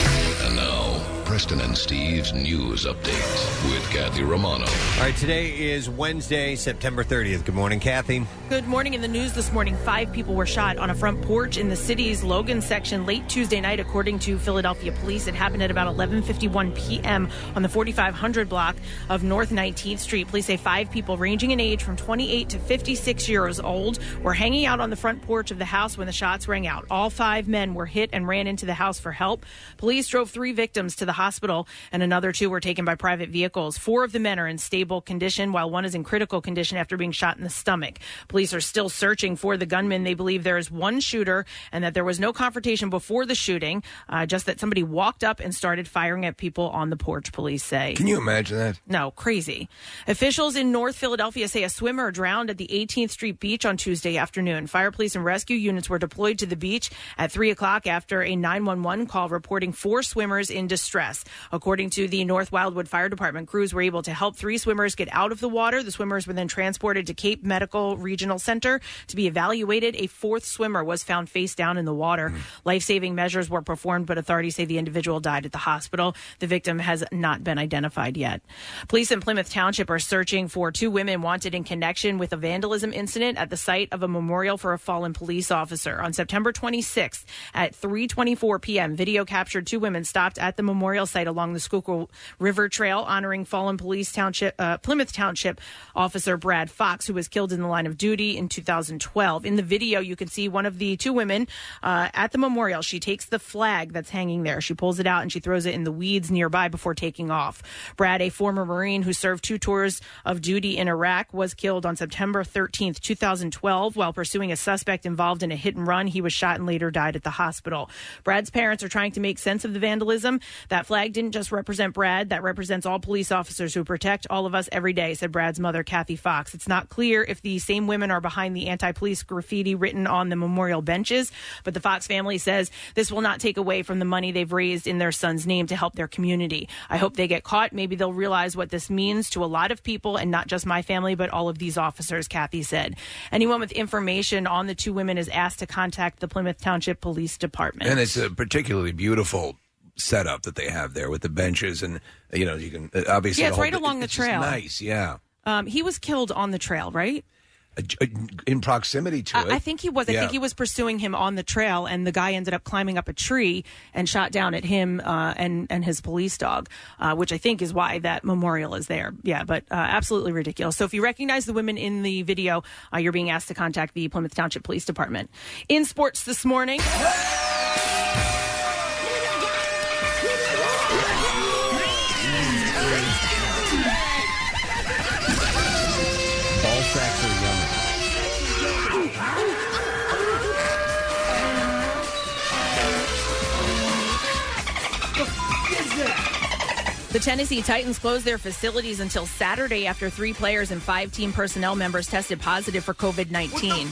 And now, Preston and Steve's news update with Kathy Romano. All right, today is Wednesday, September 30th. Good morning, Kathy. Good morning. In the news this morning, five people were shot on a front porch in the city's Logan section late Tuesday night, according to Philadelphia police. It happened at about 11:51 p.m. on the 4500 block of North 19th Street. Police say five people, ranging in age from 28 to 56 years old, were hanging out on the front porch of the house when the shots rang out. All five men were hit and ran into the house for help. Police drove three victims to the hospital, and another two were taken by private vehicles. Four of the men are in stable condition, while one is in critical condition after being shot in the stomach. Police are still searching for the gunman. They believe there is one shooter and that there was no confrontation before the shooting, uh, just that somebody walked up and started firing at people on the porch, police say. Can you imagine that? No, crazy. Officials in North Philadelphia say a swimmer drowned at the 18th Street beach on Tuesday afternoon. Fire, police, and rescue units were deployed to the beach at 3 o'clock after a 911 call reporting four swimmers in distress. According to the North Wildwood Fire Department, crews were able to help three swimmers get out of the water. The swimmers were then transported to Cape Medical Regional Center to be evaluated. A fourth swimmer was found face down in the water. Life saving measures were performed, but authorities say the individual died at the hospital. The victim has not been identified yet. Police in Plymouth Township are searching for two women wanted in connection with a vandalism incident at the site of a memorial for a fallen police officer. On September 26th at 3:24 p.m., video captured two women stopped at the memorial site along the Schuylkill River Trail honoring fallen police township uh, Plymouth Township officer Brad Fox who was killed in the line of duty in 2012. In the video, you can see one of the two women uh, at the memorial. She takes the flag that's hanging there. She pulls it out and she throws it in the weeds nearby before taking off. Brad, a former Marine who served two tours of duty in Iraq, was killed on September 13th, 2012, while pursuing a suspect involved in a hit and run. He was shot and later died at the hospital. Brad's parents are trying to make sense of the vandalism. That flag didn't just represent Brad, that represents all police officers who protect all of us every day, said Brad's mother, Kathy Fox. It's not clear if the same women are behind the anti police graffiti written on the memorial benches, but the Fox family says this will not take away from the money they've raised in their son's name to help their community. I hope they get caught. Maybe they'll realize what this means to a lot of people and not just my family, but all of these officers, Kathy said. Anyone with information on the two women is asked to contact the Plymouth Township Police Department. And it's a particularly beautiful setup that they have there with the benches and you know you can uh, obviously Yeah, it's whole right thing- along the it's just trail. Nice, yeah. Um, he was killed on the trail, right? Uh, j- uh, In proximity to it, I, I think he was. I Yeah. think he was pursuing him on the trail, and the guy ended up climbing up a tree and shot down at him uh, and and his police dog, uh, which I think is why that memorial is there. Yeah, but uh, absolutely ridiculous. So if you recognize the women in the video, uh, you're being asked to contact the Plymouth Township Police Department. In sports this morning. Ball sacks are yummy. The Tennessee Titans closed their facilities until Saturday after three players and five team personnel members tested positive for COVID 19.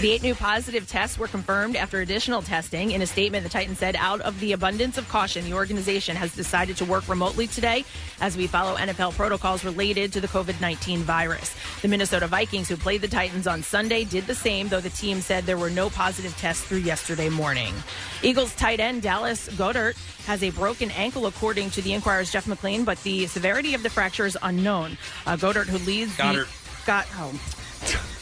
The eight new positive tests were confirmed after additional testing. In a statement, the Titans said, out of the abundance of caution, the organization has decided to work remotely today as we follow NFL protocols related to the COVID 19 virus. The Minnesota Vikings, who played the Titans on Sunday, did the same, though the team said there were no positive tests through yesterday morning. Eagles tight end Dallas Goddard has a broken ankle, according to the Inquirer's Jeff McLean, but the severity of the fracture is unknown. Uh, Goddard, who leads Goddard. the. Got, oh.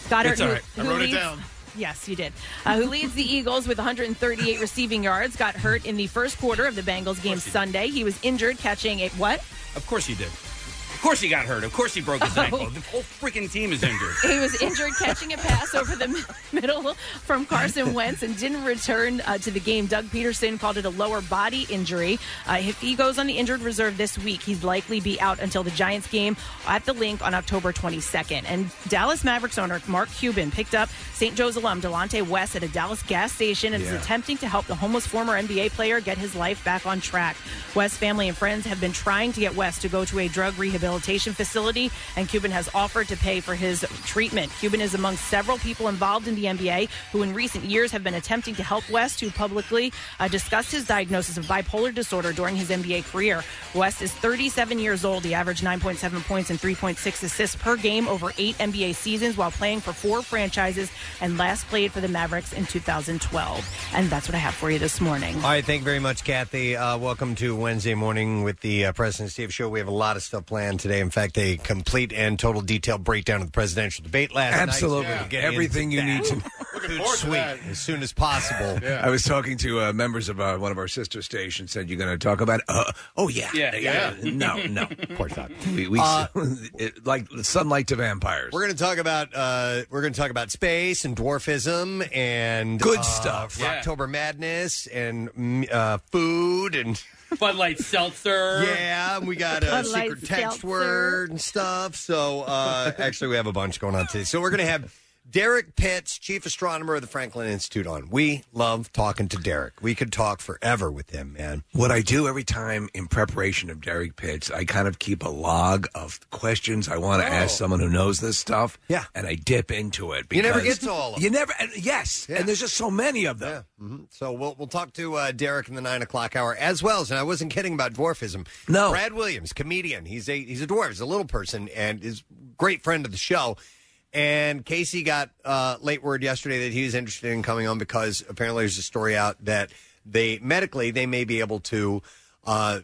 Goddard, It's all right. I who, who wrote it leads- down. Yes, you did. Uh, who leads the Eagles with 138 receiving yards? Got hurt in the first quarter of the Bengals game Sunday. He was injured catching a what? Of course he did. Of course he got hurt. Of course he broke his ankle. The whole freaking team is injured. He was injured catching a pass over the mi- middle from Carson Wentz and didn't return uh, to the game. Doug Peterson called it a lower body injury. Uh, if he goes on the injured reserve this week, he'd likely be out until the Giants game at the link on October 22nd. And Dallas Mavericks owner Mark Cuban picked up St. Joe's alum Delonte West at a Dallas gas station and Yeah. is attempting to help the homeless former NBA player get his life back on track. West's family and friends have been trying to get West to go to a drug rehabilitation rehabilitation facility, and Cuban has offered to pay for his treatment. Cuban is among several people involved in the NBA who, in recent years, have been attempting to help West, who publicly uh, discussed his diagnosis of bipolar disorder during his NBA career. West is 37 years old. He averaged 9.7 points and 3.6 assists per game over eight NBA seasons while playing for four franchises and last played for the Mavericks in 2012. And that's what I have for you this morning. All right, thank you very much, Kathy. Uh, welcome to Wednesday morning with the uh, President and Steve Show. We have a lot of stuff planned today. In fact, a complete and total detailed breakdown of the presidential debate last Absolutely. night. Yeah. Everything you need to- Looking sweet as soon as possible. I was talking to uh, members of uh, one of our sister stations. Said you're going to talk about? it?" Uh, oh yeah, Yeah, yeah. No, no, of course not. We, we Uh, it, like sunlight to vampires. We're going to talk about uh, we're going to talk about space and dwarfism and Good uh, stuff. for October Madness and mm, uh, food and Bud Light Seltzer. yeah, and we got a Bud Light secret text Seltzer. word and stuff. So uh, actually, we have a bunch going on today. So we're going to have. Derek Pitts, chief astronomer of the Franklin Institute, on. We love talking to Derek. We could talk forever with him, man. What I do every time in preparation of Derek Pitts, I kind of keep a log of questions I want to ask someone who knows this stuff. Oh. Yeah, and I dip into it. You never because- get to all of them. You never. and- yes, and there's just so many of them. hmm So we'll we'll talk to uh, Derek in the nine o'clock hour as well. as- And I wasn't kidding about dwarfism. No. Brad Williams, comedian. He's a he's a dwarf. He's a little person and is great friend of the show. And Casey got uh, late word yesterday that he was interested in coming on because apparently there's a story out that they medically they may be able to uh,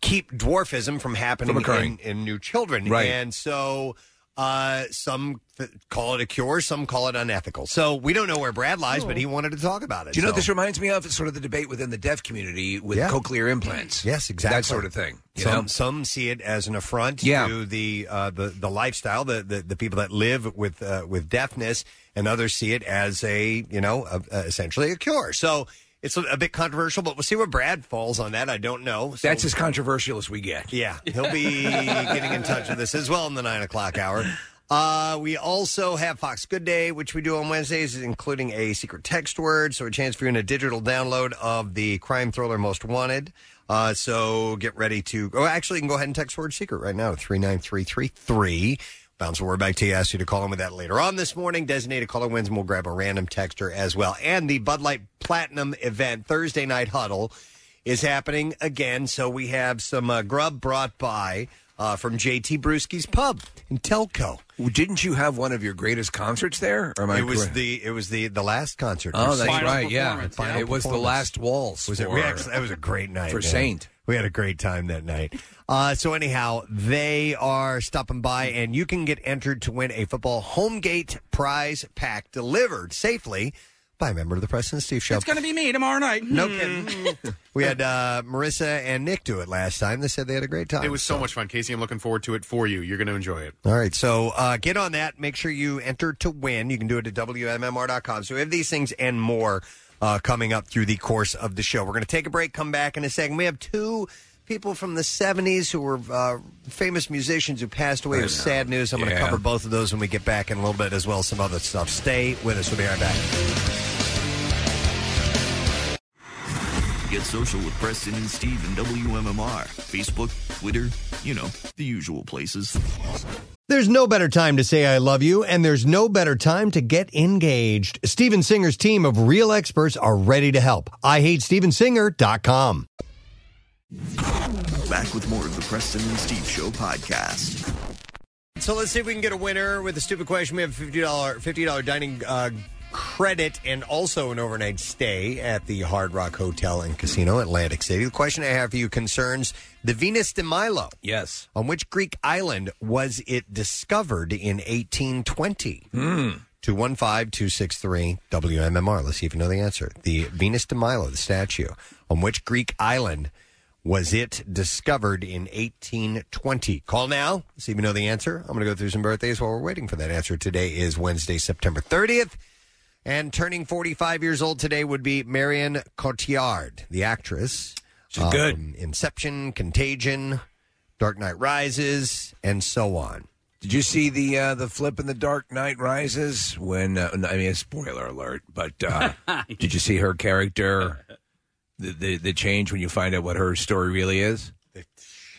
keep dwarfism from happening From occurring. in, in new children. Right. And so. Uh, some th- call it a cure, some call it unethical. So we don't know where Brad lies, but he wanted to talk about it. Do you know what so- this reminds me of? It's sort of the debate within the deaf community with Yeah. cochlear implants. Yes, exactly. That sort of thing. You some know? some see it as an affront Yeah. to the uh, the the lifestyle, the, the the people that live with uh, with deafness, and others see it as a you know a, a- essentially a cure. So it's a, a bit controversial, but we'll see where Brad falls on that. I don't know. So- That's as controversial as we get. yeah, he'll be getting in touch with us as well in the nine o'clock hour. Uh, we also have Fox Good Day, which we do on Wednesdays, including a secret text word. So, a chance for you in a digital download of the crime thriller Most Wanted. Uh, so, get ready to. Oh, actually, you can go ahead and text word secret right now 39333. Bounce a word back to you. Ask you to call in with that later on this morning. Designated caller wins, and we'll grab a random texter as well. And the Bud Light Platinum event, Thursday Night Huddle is happening again. So we have some uh, grub brought by uh, from JT Brewski's Pub in Telco. Didn't you have one of your greatest concerts there? Or am I it was correct? the it was the the last concert. Oh, for that's Saint. right. Yeah, Final it was the performance. last waltz. Was it? for- We actually, that was a great night for man. Saint. We had a great time that night. Uh, so anyhow, they are stopping by, and you can get entered to win a football home gate prize pack delivered safely by a member of the President Steve Show. It's going to be me tomorrow night. Hmm. No kidding. We had uh, Marissa and Nick do it last time. They said they had a great time. It was so much fun, Casey. I'm looking forward to it for you. You're going to enjoy it. All right, so uh, get on that. Make sure you enter to win. You can do it at WMMR.com. So we have these things and more uh, coming up through the course of the show. We're going to take a break, come back in a second. We have two people from the 70s who were uh, famous musicians who passed away. It was sad news. I'm going to Yeah. cover both of those when we get back in a little bit, as well as some other stuff. Stay with us. We'll be right back. Get social with Preston and Steve and WMMR. Facebook, Twitter, you know, the usual places. There's no better time to say I love you, and there's no better time to get engaged. Steven Singer's team of real experts are ready to help. I hate Stevensinger.com. Back with more of the Preston and Steve Show podcast. So let's see if we can get a winner with a stupid question. We have a fifty dollar fifty dollar dining uh, credit and also an overnight stay at the Hard Rock Hotel and Casino, Atlantic City. The question I have for you concerns the Venus de Milo. Yes. On which Greek island was it discovered in 1820? Hmm. 215 263 WMMR. Let's see if you know the answer. The Venus de Milo, the statue. On which Greek island was it discovered in 1820? Call now. See if you know the answer. I'm going to go through some birthdays while we're waiting for that answer. Today is Wednesday, September 30th. And turning 45 years old today would be Marion Cotillard, the actress. She's good. from Inception, Contagion, Dark Knight Rises, and so on. Did you see the uh, the flip in the Dark Knight Rises? When uh, I mean, spoiler alert, but uh, did you see her character? The, the the change when you find out what her story really is.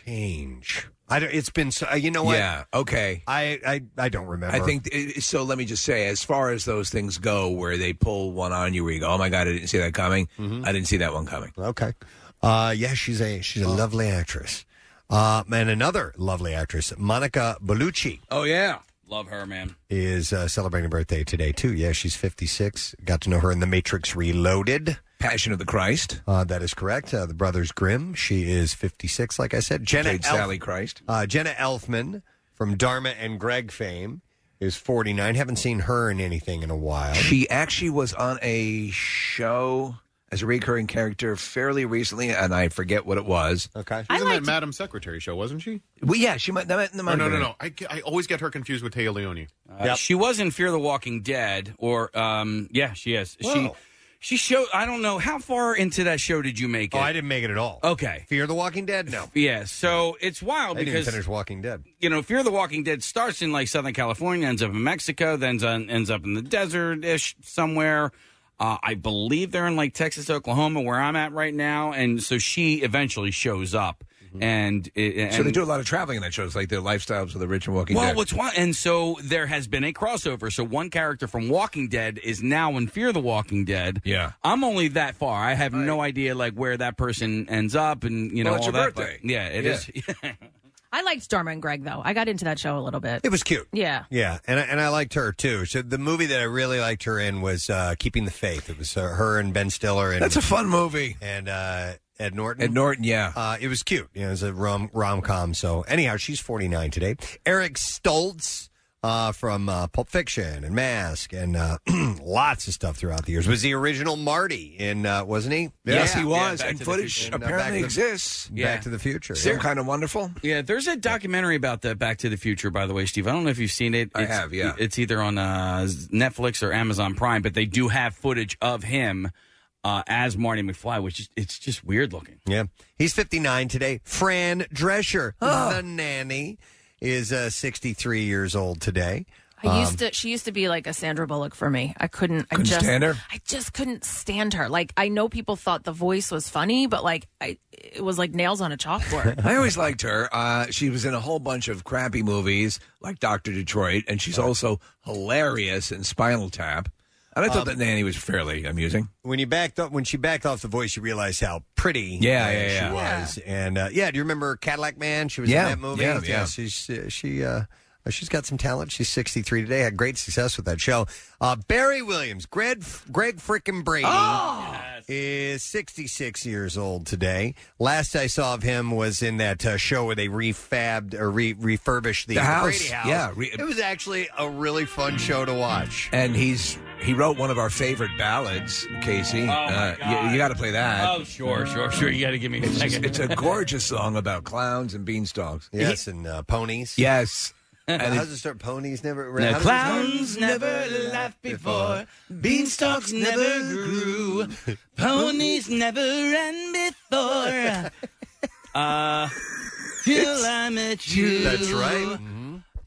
Change. I don't, it's been so. uh, You know what? Yeah. Okay. I I, I don't remember. I think it- so. Let me just say, as far as those things go, where they pull one on you, where you go, "Oh my god, I didn't see that coming. Mm-hmm. I didn't see that one coming." Okay. Uh, yeah, she's a she's a lovely actress. Uh, and another lovely actress, Monica Bellucci, Oh yeah, love her, man. is uh, celebrating a birthday today too. Yeah, she's fifty six. Got to know her in The Matrix Reloaded. Passion of the Christ. Uh, that is correct. Uh, the Brothers Grimm. She is fifty six. Like I said, Jenna Played Elf- Sally Christ. Uh, Jenna Elfman from Dharma and Greg fame is forty nine. Haven't seen her in anything in a while. She actually was on a show as a recurring character fairly recently, and I forget what it was. Okay. She was in that Madam Secretary show, wasn't she? Oh, Well, yeah, she might. That might, that might no, no, have no, been no. it. I, I always get her confused with Taya Leone. Uh, She was in Fear the Walking Dead, or um, yeah, she is. She Whoa. she showed. I don't know how far into that show did you make it? Oh, I didn't make it at all. Okay. Fear the Walking Dead. No, Yeah, so it's wild I didn't even because finish Walking Dead. you know, Fear the Walking Dead starts in like Southern California, ends up in Mexico, then z- ends up in the desert ish somewhere. Uh, I believe they're in like Texas, Oklahoma, where I'm at right now, and so she eventually shows up, and, it, and Mm-hmm. So they do a lot of traveling in that show. It's like their lifestyles of the rich and walking well, dead. what's one? And so there has been a crossover. So one character from Walking Dead is now in Fear the Walking Dead. Yeah. I'm only that far. I have no idea like where that person ends up, and you know Well, it's all your that. but- birthday. yeah, it Yeah. is. I liked Dharma and Greg though. I got into that show a little bit. It was cute. Yeah. Yeah, and I, and I liked her too. So the movie that I really liked her in was uh, Keeping the Faith. It was uh, her and Ben Stiller and That's a fun movie. and uh, Ed Norton. Ed Norton, yeah. Uh, it was cute. You know, it was a rom rom com. So anyhow, she's forty nine today. Eric Stoltz. Uh, from uh, Pulp Fiction and Mask and uh, lots of stuff throughout the years was the original Marty in uh, wasn't he? Yes, he was. Back and to the footage Future. And, uh, Back apparently to the- exists. Back Yeah. to the Future. Some yeah. kind of wonderful. Yeah, there's a documentary about that Back to the Future, by the way, Steve. I don't know if you've seen it. I have, yeah. It's either on uh, Netflix or Amazon Prime, but they do have footage of him uh, as Marty McFly, which is it's just weird looking. Yeah. He's 59 today. Fran Drescher, Oh. the nanny, is uh, 63 years old today. Um, I used to. She used to be like a Sandra Bullock for me. I couldn't. I Couldn't just stand her? I just couldn't stand her. Like I know people thought the voice was funny, but like I, it was like nails on a chalkboard. I always liked her. Uh, she was in a whole bunch of crappy movies like Doctor Detroit, and she's also hilarious in Spinal Tap. And I thought Um, that Nanny was fairly amusing. When you backed up, when she backed off the voice, you realized how pretty Yeah, uh, yeah, she yeah. was. And uh, yeah, do you remember Cadillac Man? She was Yeah, in that movie. yeah, yeah. she's uh, she uh, she's got some talent. She's 63 today. Had great success with that show. Uh, Barry Williams, Greg Greg frickin' Brady. Oh! is 66 years old today. Last I saw of him was in that uh, show where they refabbed or re- refurbished the, The house, Brady house. yeah, re- it was actually a really fun show to watch. And he's he wrote one of our favorite ballads, Casey. Oh, my uh, You, God. got to play that. Oh, sure, sure, sure. You got to give me a It's, just- second. it's a gorgeous song about clowns and beanstalks. Yes, and uh, ponies. Yes. How And does it, it start? Ponies never. how Now, does it start? clowns never laughed before, beanstalks never grew, ponies never ran before. Uh, till I met Uh, you. That's right.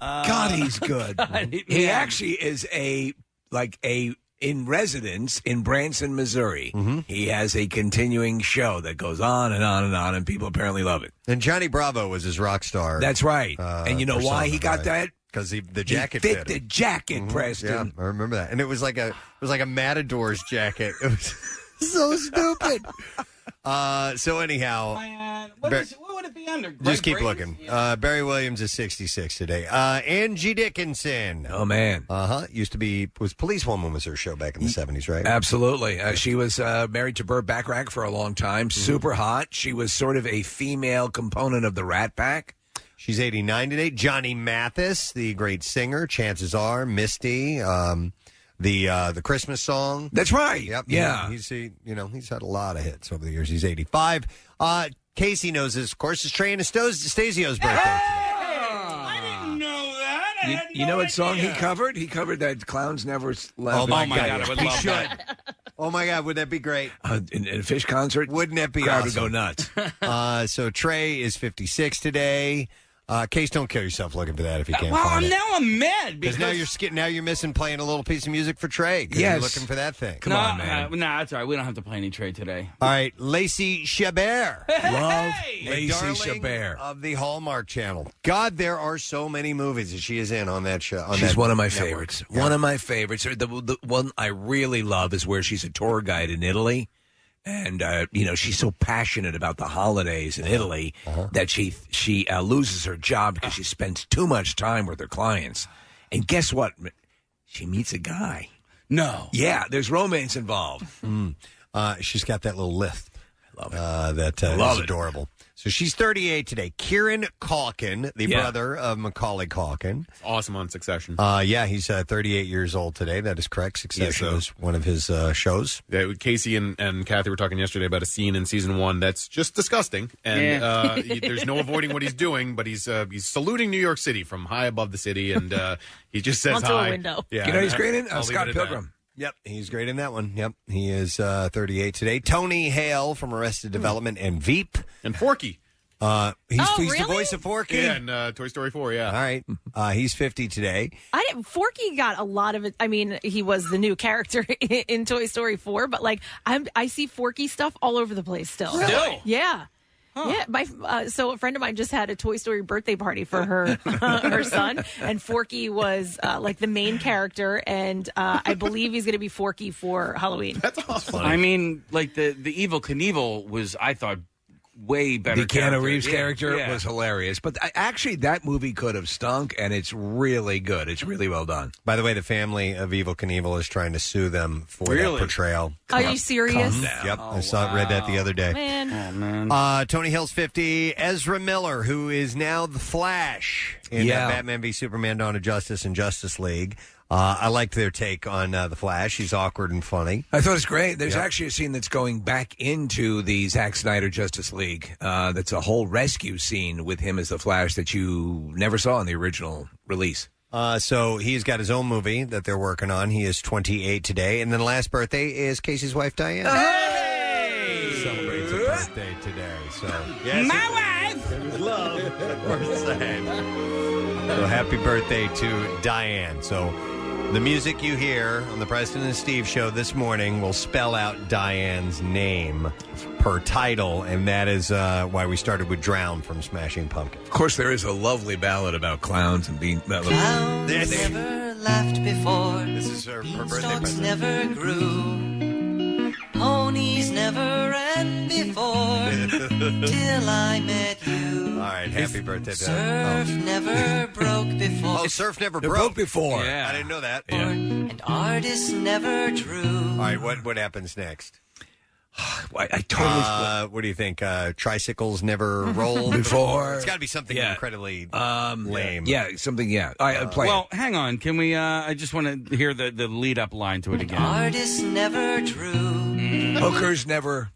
Uh, God, he's good. he man. actually is a like a in residence in Branson, Missouri. Mm-hmm. He has a continuing show that goes on and on and on, and people apparently love it. And Johnny Bravo was his rock star. That's right. Uh, and you know why he got that? Because the jacket he fit, the him. Mm-hmm. jacket, Yeah, Preston. I remember that. And it was like a it was like a matador's jacket. It was so stupid. Uh, so anyhow, Man, what, Ber- is, what would it be under? just Greg keep Brady? looking. Uh, Barry Williams is 66 today. Uh, Angie Dickinson. Oh man. Uh huh. Used to be was Policewoman was her show back in the 70s, right? Absolutely. Uh, she was uh, married to Burt Bacharach for a long time. Super hot. She was sort of a female component of the Rat Pack. She's 89 today. Johnny Mathis, the great singer. Chances are, Misty, um, the uh, the Christmas song. That's right. Yep. Yeah. He's he, you know he's had a lot of hits over the years. He's 85. Uh, Casey knows this, of course. It's Trey Anastasio's birthday. I didn't know that. I You, had you no know what song he idea. covered? He covered that "Clowns Never S- Laugh." Oh, Oh my God, god, I would he love that. Oh my God, would that be great? Uh, in, in a fish concert, Wouldn't that be Uh, crowd awesome? would go nuts. Uh, so Trey is 56 today. Uh, Case, don't kill yourself looking for that if you can't well, find I'm, it. now I'm mad Because because now you're sk- now you're missing playing a little piece of music for Trey. 'cause you're looking for that thing. no, Uh, nah, that's all right. We don't have to play any trade today. All right, Lacey Chabert. Love A Lacey darling Chabert. of the Hallmark Channel. God, there are so many movies that she is in on that show. On she's that one of my network. favorites. One of my favorites. Or The, the one I really love is where she's a tour guide in Italy. And uh, you know she's so passionate about the holidays Uh-huh. in Italy that she she uh, loses her job because she spends too much time with her clients. And guess what? She meets a guy. No. Yeah, there's romance involved. Mm. Uh, she's got that little lift. I love it. Uh, that uh, Love is it. adorable. So she's 38 today. Kieran Calkin, the Yeah. brother of Macaulay Calkin. Awesome on Succession. Uh, yeah, he's uh, 38 years old today. That is correct. Succession so- is one of his uh, shows. Yeah, Casey and, and Kathy were talking yesterday about a scene in season one that's just disgusting, and Yeah. uh, y- there's no avoiding what he's doing. But he's uh, he's saluting New York City from high above the city, and uh, he just says Onto a hi. window. Yeah, You know he's great in? Uh, I'll leave Scott it at that. Pilgrim. Yep, he's great in that one. Yep, he is uh, 38 today. Tony Hale from Arrested Development and Veep Hmm. and Forky. Uh, he's Oh, he's the really? voice of Forky. Yeah, and uh, Toy Story Four. Yeah. All right, uh, he's 50 today. I didn't, Forky got a lot of it. I mean, he was the new character in, in Toy Story 4, but like I'm, I see Forky stuff all over the place still. Really? Yeah. Yeah, my uh, so a friend of mine just had a Toy Story birthday party for her her son, and Forky was uh, like the main character, and uh, I believe he's going to be Forky for Halloween. That's awesome. I mean, like the the evil Knievel was, I thought, way better. the Keanu character. Reeves Yeah, character yeah. was hilarious, but I, actually that movie could have stunk, and it's really good. It's really well done. By the way, the family of Evil Knievel is trying to sue them for that Really? portrayal. Are you serious? Yep, Oh, I saw read that the other day. Man. Oh man. Uh, Tony Hill's 50. Ezra Miller, who is now the Flash in uh, Yeah. Batman v Superman: Dawn of Justice and Justice League. Uh, I liked their take on uh, the Flash. He's awkward and funny. I thought it was great. There's Yep. actually a scene that's going back into the Zack Snyder Justice League. Uh, that's a whole rescue scene with him as the Flash that you never saw in the original release. Uh, so he's got his own movie that they're working on. He is 28 today, and then last birthday is Casey's wife Diane. Celebrates her birthday today. So yes, My wife. love So happy birthday to Diane. So the music you hear on the Preston and Steve show this morning will spell out Diane's name per title, and that is uh, why we started with Drown from Smashing Pumpkins. Of course, there is a lovely ballad about clowns and being. That was- This- never laughed before. This is her, her birthday Stalks present. never grew. Ponies never ran before. till I met you. All right, happy birthday, Oh. Surf Diane. never broke before. Oh, surf never They broke. broke before. Yeah. I didn't know that. And artists never drew. All right, what what happens next? I, totally. Uh, what do you think? Uh, tricycles never rolled Before. It's got to be something Yeah. incredibly um, lame. Yeah, something. Yeah, I, I play. well, hang on. Can we? Uh, I just want to hear the, the lead up line to it again. Artists never drew. it. hookers never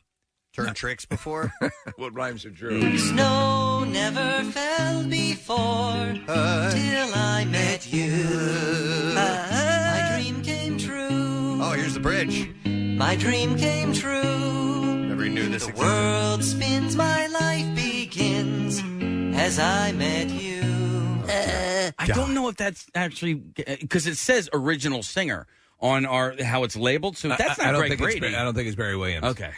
turned Mm. tricks before. what rhymes are true? Snow never fell before till I met you. My dream came true. Oh, here's the bridge. My dream came true. Never knew this existed. World spins, my life begins as I met you. Uh, I don't know if that's actually because it says original singer on our how it's labeled. So that's I, not I don't Greg think it's Brady. Bar- I don't think it's Barry Williams. Okay.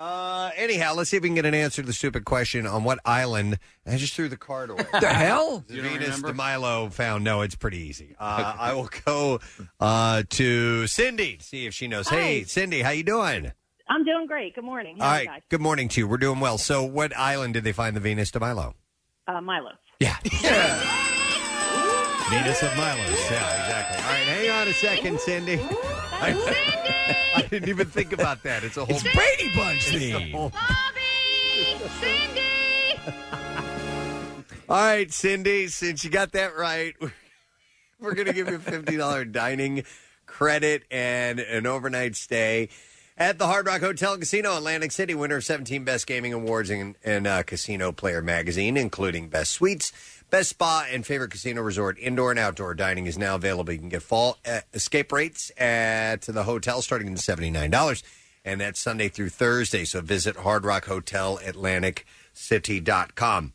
Uh, anyhow, let's see if we can get an answer to the stupid question on what island. I just threw the card away. the hell? Venus de Milo found. No, it's pretty easy. Uh, I will go uh, to Cindy to see if she knows. Hey, Cindy, how you doing? I'm doing great. Good morning. How All are you right. Good morning to you. We're doing well. So, what island did they find the Venus de Milo? guys? Uh, Milo. Venus of Milos. Yeah, exactly. All right, hang on a second, Cindy. I, I didn't even think about that. It's a whole Brady Bunch thing. All Cindy! right, Cindy, since you got that right, we're going to give you a $50 dining credit and an overnight stay at the Hard Rock Hotel and Casino in Atlantic City, winner of 17 Best Gaming Awards in, in uh, Casino Player Magazine, including Best Suites, Best Spa, and Favorite Casino Resort. Indoor and outdoor dining is now available. You can get fall uh, escape rates at the hotel starting at $79, and that's Sunday through Thursday. So visit Hard Rock Hotel Atlantic City.com.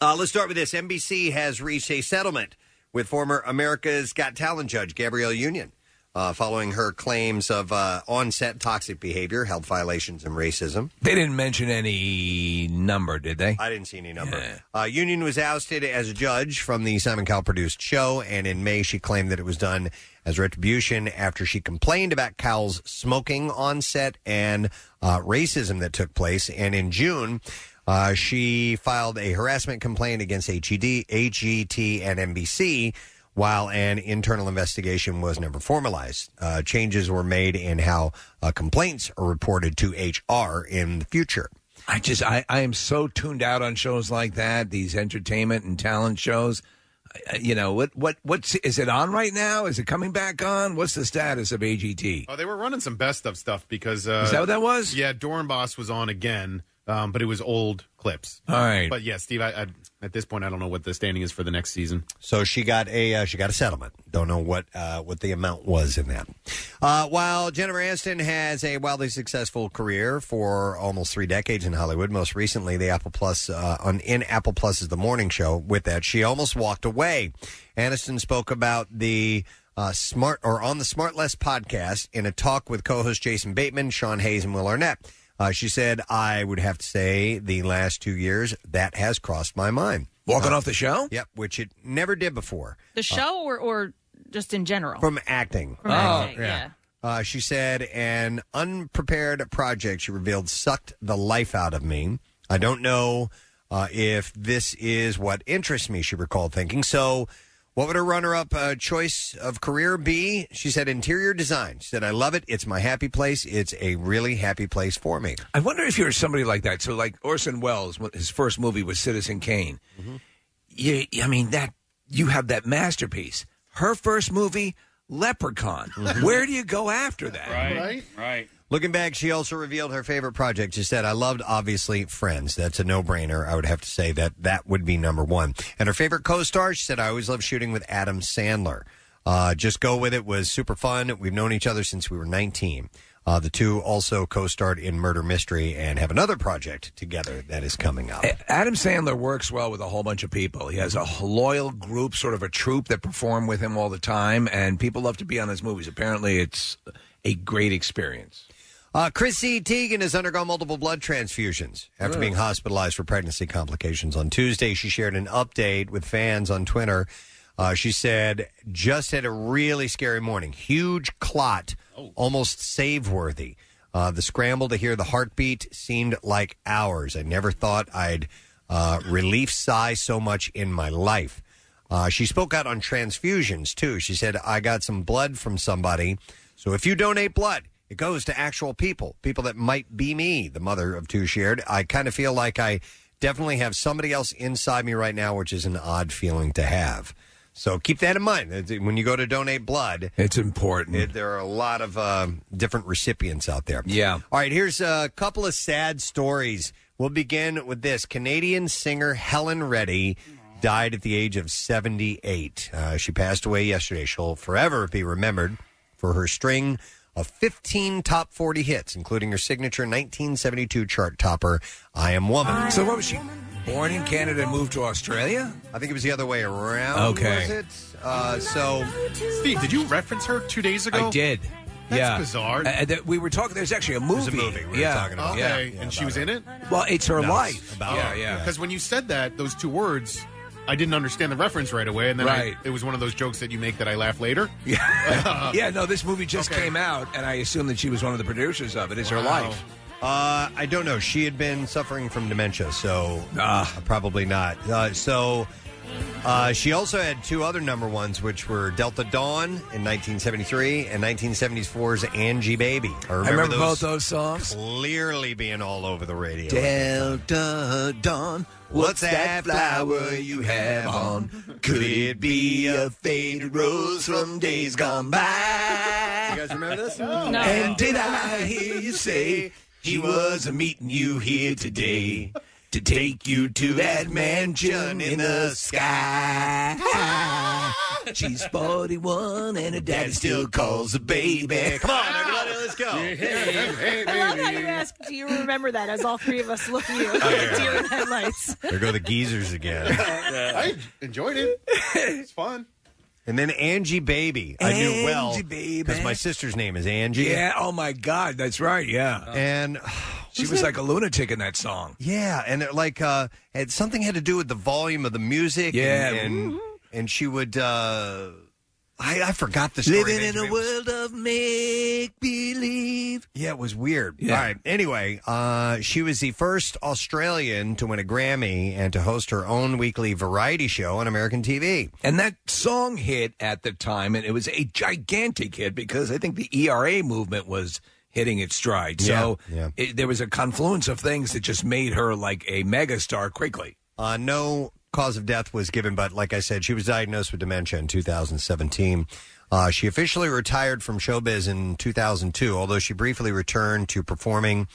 Uh, let's start with this. NBC has reached a settlement with former America's Got Talent judge Gabrielle Union uh, following her claims of uh, on-set toxic behavior, health violations, and racism. They didn't mention any number, did they? I didn't see any number. Uh, Union was ousted as a judge from the Simon Cowell produced show, and in May she claimed that it was done as retribution after she complained about Cowell's smoking on set and uh, racism that took place. And in June, uh, she filed a harassment complaint against E HED, HET, and NBC. While an internal investigation was never formalized, uh, changes were made in how uh, complaints are reported to HR in the future. I just I, I am so tuned out on shows like that, these entertainment and talent shows. I- I- You know what what what's is it on right now? Is it coming back on? What's the status of AGT? Oh, they were running some best of stuff because uh, Is that what that was? Yeah, Dornbos was on again, um, but it was old clips. All right. but yeah, Steve, I, I, at this point, I don't know what the standing is for the next season. So she got a uh, she got a settlement. Don't know what uh, what the amount was in that. Uh, while Jennifer Aniston has a wildly successful career for almost three decades in Hollywood, most recently the Apple Plus uh, on in Apple Plus is the morning show. With that, she almost walked away. Aniston spoke about the. Uh, smart or on the Smart Less podcast in a talk with co-host Jason Bateman, Sean Hayes, and Will Arnett. Uh, she said, "I would have to say the last two years that has crossed my mind." Uh, Walking off the show? Yep, which it never did before The show or, or just in general? from acting. From Oh, acting, yeah. Uh, she said, an unprepared project, she revealed, sucked the life out of me. I don't know uh, if this is what interests me, she recalled thinking. So, what would her runner up uh, choice of career be? She said, interior design. She said, I love it. It's my happy place. It's a really happy place for me. I wonder if you're somebody like that. So, like Orson Welles, when his first movie was Citizen Kane. You, I mean, that you have that masterpiece. Her first movie, Leprechaun. Where do you go after that? Mm-hmm. right, right. Looking back, she also revealed her favorite project. She said, I loved, obviously, Friends. That's a no brainer. I would have to say that that would be number one. And her favorite co star, she said, I always love shooting with Adam Sandler. Uh, Just Go With It was super fun. We've known each other since we were 19. Uh, the two also co starred in Murder Mystery and have another project together that is coming up. Adam Sandler works well with a whole bunch of people. He has a loyal group, sort of a troupe that perform with him all the time, and people love to be on his movies. Apparently, it's a great experience. Uh, Chrissy Teigen has undergone multiple blood transfusions after Ugh. being hospitalized for pregnancy complications. On Tuesday, she shared an update with fans on Twitter. Uh, she said, just had a really scary morning. Huge clot, almost save worthy. Uh, the scramble to hear the heartbeat seemed like hours. I never thought I'd uh, relief sigh so much in my life. Uh, she spoke out on transfusions too. She said, "I got some blood from somebody, so if you donate blood, it goes to actual people, people that might be me." The mother of two shared, "I kind of feel like I definitely have somebody else inside me right now, which is an odd feeling to have." So keep that in mind It's- when you go to donate blood. It's important. it- there are a lot of uh, different recipients out there. Yeah. All right, here's a couple of sad stories. We'll begin with this. Canadian singer Helen Reddy died at the age of 78. Uh, she passed away yesterday. She'll forever be remembered for her string of 15 top 40 hits, including her signature 1972 chart topper, I Am Woman. So, what was she? Born in Canada and moved to Australia? I think it was the other way around. Okay. Was it? Uh, so, Steve, did you reference her two days ago? I did. That's yeah. bizarre. Uh, that- we were talking, there's actually a movie. a movie we were yeah. talking about. Yeah. Okay, and she was in it. Well, it's her No, life. about yeah, her. yeah. Because when you said that, those two words, I didn't understand the reference right away, and then I- Right. it was one of those jokes that you make that I laugh later. Yeah. yeah, no, this movie just Uh-huh. Okay. came out, and I assume that she was one of the producers of it. It's her life. Uh, I don't know. She had been suffering from dementia, so Ah. uh, probably not. Uh, so uh, she also had two other number ones, which were Delta Dawn in 1973 and 1974's Angie Baby. I remember, I remember those both those songs. clearly being all over the radio. Delta Dawn, what's that flower you have on? Could it be a faded rose from days gone by? You guys remember this? No. And did I hear you say he was a meeting you here today to take you to that mansion in the sky? She's 41 and her daddy still calls her baby. Come on, everybody, let's go. I love how you ask, do you remember that? As all three of us look at you, deer in headlights. There go the geezers again. I enjoyed it. It's fun. And then Angie Baby, I knew well Angie Baby. because my sister's name is Angie. Yeah. Oh my God. That's right. Yeah. And she was like a lunatic in that song. Yeah, and it, like uh, had something had to do with the volume of the music. Yeah. Mm-hmm. and and, and she would. Uh, I, I forgot the story. Living in a Benjamin. world of make believe. Yeah, it was weird. Yeah. All right. Anyway, uh, she was the first Australian to win a Grammy and to host her own weekly variety show on American TV. And that song hit at the time, and it was a gigantic hit because I think the ERA movement was hitting its stride. So Yeah, It, there was a confluence of things that just made her like a megastar quickly. Uh, no cause of death was given, but like I said, she was diagnosed with dementia in 2017. Uh, she officially retired from showbiz in 2002, although she briefly returned to performing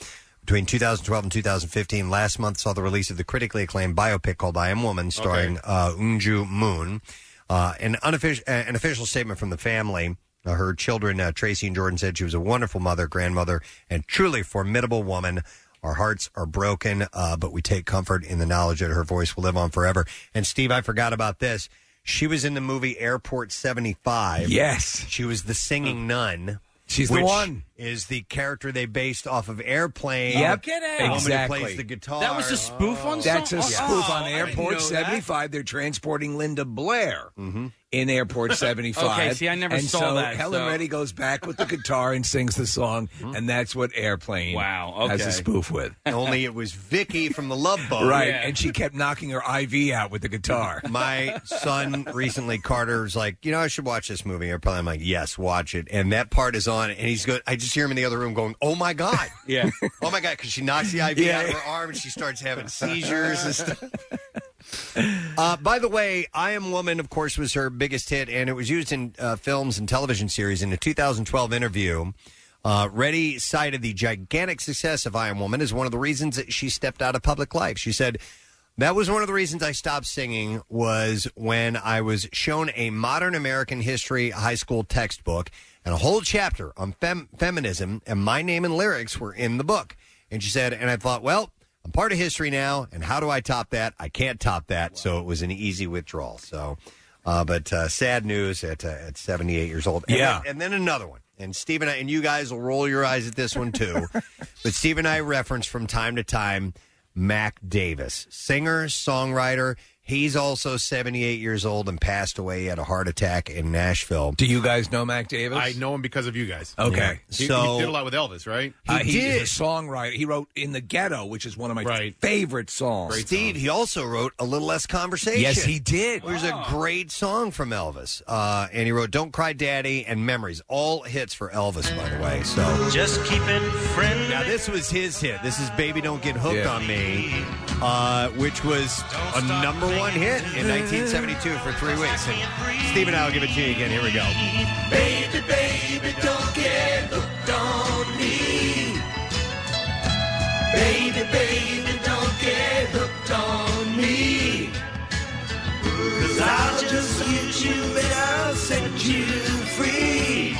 between 2012 and 2015. Last month saw the release of the critically acclaimed biopic called I Am Woman, starring uh, Unju Moon. Uh, an, unofficial, uh, an official statement from the family. Uh, her children, uh, Tracy and Jordan, said she was a wonderful mother, grandmother, and truly formidable woman. Our hearts are broken, uh, but we take comfort in the knowledge that her voice will live on forever. And Steve, I forgot about this. She was in the movie Airport 75. Yes. Mm. She was the singing nun. She's the which one. Is the character they based off of Airplane. Yep. The woman who Exactly. plays the guitar. That was a spoof on That's song? a spoof Oh, on I didn't know Airport that. 75. They're transporting Linda Blair Mm-hmm. in Airport 75. Okay, see, I never and saw so that, Helen so- Reddy goes back with the guitar and sings the song, Mm-hmm. and that's what Airplane Wow, has okay. a spoof with. Only it was Vicky from the Love Boat. Right, yeah. and she kept knocking her IV out with the guitar. My son recently, Carter, was like, you know, I should watch this movie. Airplane. I'm like, yes, watch it. And that part is on, and he's good. I just hear him in the other room going, oh my god, Yeah. oh my god, because she knocks the IV out of her arm and she starts having seizures and stuff. Uh, by the way, I Am Woman, of course, was her biggest hit, and it was used in uh, films and television series. In a 2012 interview, uh, Reddy cited the gigantic success of I Am Woman as one of the reasons that she stepped out of public life. She said, that was one of the reasons I stopped singing was when I was shown a modern American history high school textbook and a whole chapter on fem- feminism, and my name and lyrics were in the book. And she said, and I thought, well, I'm part of history now, and how do I top that? I can't top that. So it was an easy withdrawal. So, uh, but uh, sad news at uh, at 78 years old. And Yeah. then, and then another one. And Steve and I, and you guys will roll your eyes at this one too. but Steve and I reference from time to time Mac Davis, singer songwriter. He's also 78 years old and passed away. He had a heart attack in Nashville. Do you guys know Mac Davis? I know him because of you guys. Okay. He, So he did a lot with Elvis, right? Uh, he did. is a songwriter. He wrote "In the Ghetto," which is one of my Right. favorite songs. Steve, he also wrote A Little Less Conversation. Yes, he did. There's a great song from Elvis. Uh, and he wrote Don't Cry Daddy and Memories. All hits for Elvis, by the way. So Just keeping friends. now this was his hit. This is Baby Don't Get Hooked Yeah. on Me, uh, which was a number one hit in 1972 for three weeks. And Steve and I will give it to you again. Here we go. Baby, baby, don't get hooked on me. Baby, baby, don't get hooked on me. Cause I'll just use you and I'll set you free.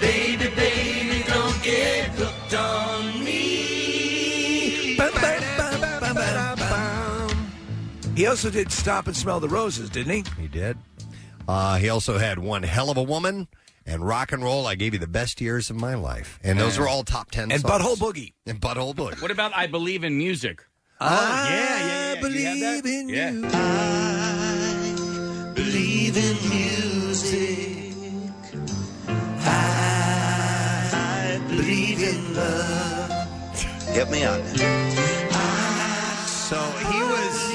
Baby, baby, don't get hooked on me. He also did "Stop and Smell the Roses," didn't he? He did. Uh, he also had One Hell of a Woman and Rock and Roll. I gave you the best years of my life. And those were all top 10 And songs. "Butthole Boogie." And Butthole Boogie. What about I Believe in Music? I yeah, yeah, yeah. Do you have that? believe in Yeah. you. I believe in music. I believe in love. Help me out. So he was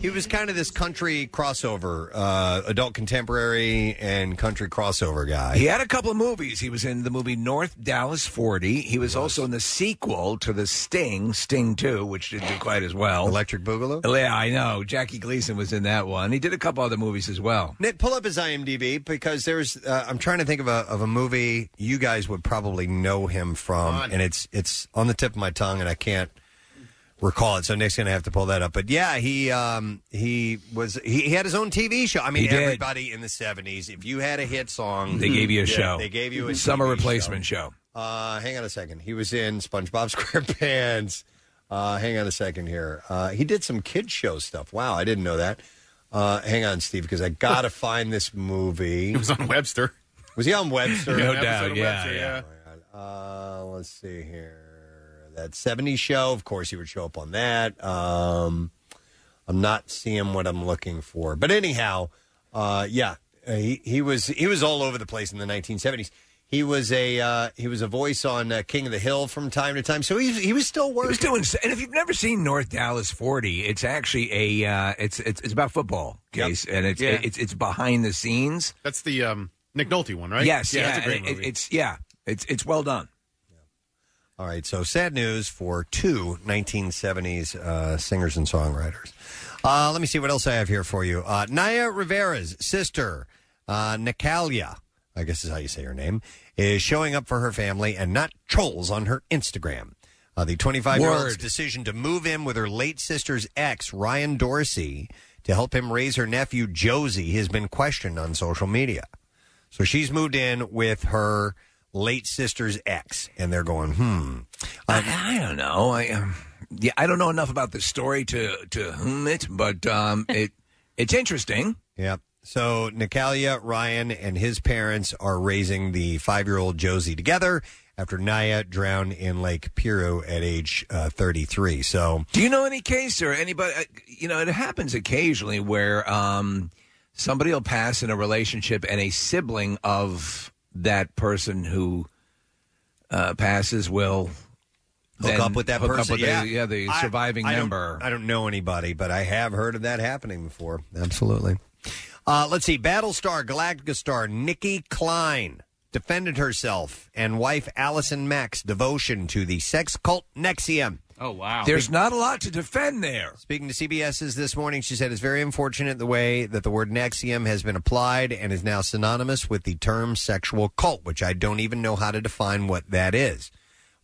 he was kind of this country crossover, uh, adult contemporary and country crossover guy. He had a couple of movies. He was in the movie North Dallas 40. He was also in the sequel to the Sting, Sting 2, which didn't do quite as well. Electric Boogaloo. yeah, I know. Jackie Gleason was in that one. He did a couple other movies as well. Nick, pull up his IMDb because there's. Uh, I'm trying to think of a of a movie you guys would probably know him from, Come on. and it's it's on the tip of my tongue, and I can't recall it. So Nick's going to have to pull that up. But yeah, he um, he was he, he had his own TV show. I mean, He did. everybody in the seventies, if you had a hit song, They gave you a Yeah, show. They gave you a summer TV replacement show. Uh, hang on a second. He was in SpongeBob SquarePants. Uh, hang on a second here. Uh, he did some kid show stuff. Wow, I didn't know that. Uh, hang on, Steve, because I gotta find this movie. He was on Webster. Was he on Webster? No An episode doubt, of yeah, Webster, yeah. Uh, let's see here. That '70s show. Of course, he would show up on that. Um, I'm not seeing what I'm looking for. But anyhow, uh, yeah, uh, he, he was he was all over the place in the 1970s. He was a uh, he was a voice on uh, King of the Hill from time to time. So he he was still working. He was doing, and if you've never seen North Dallas 40, it's actually a uh, it's, it's it's about football case, and it's Yeah. it's it's behind the scenes. That's the um, Nick Nolte one, right? Yes, yeah, yeah, that's a great and it- movie. it's yeah, it's it's well done. All right, so sad news for two 1970s uh, singers and songwriters. Uh, let me see what else I have here for you. Uh, Naya Rivera's sister, uh, Natalia, I guess is how you say her name, is showing up for her family and not trolls on her Instagram. Uh, the 25 year old's Word. decision to move in with her late sister's ex, Ryan Dorsey, to help him raise her nephew, Josie, has been questioned on social media. So she's moved in with her late sister's ex, and they're going, hmm. I, I don't know. I um, yeah, I don't know enough about the story to to whom it, but um, it it's interesting. Yep. So Nikalia, Ryan, and his parents are raising the five year old Josie together after Naya drowned in Lake Piro at age uh, 33. So, Do you know any case or anybody? uh, You know, it happens occasionally where um, somebody will pass in a relationship and a sibling of that person who uh, passes will Hook then up with that hook up person, with yeah. the, yeah, the I- surviving I don't- member. I don't know anybody, but I have heard of that happening before. Absolutely. Uh, let's see. Battlestar Galactica star Nikki Klein defended herself and wife Allison Mack's devotion to the sex cult Nexium. Oh wow. There's not a lot to defend there. Speaking to CBS's this morning, she said it's very unfortunate the way that the word Nexium has been applied and is now synonymous with the term sexual cult, which I don't even know how to define what that is.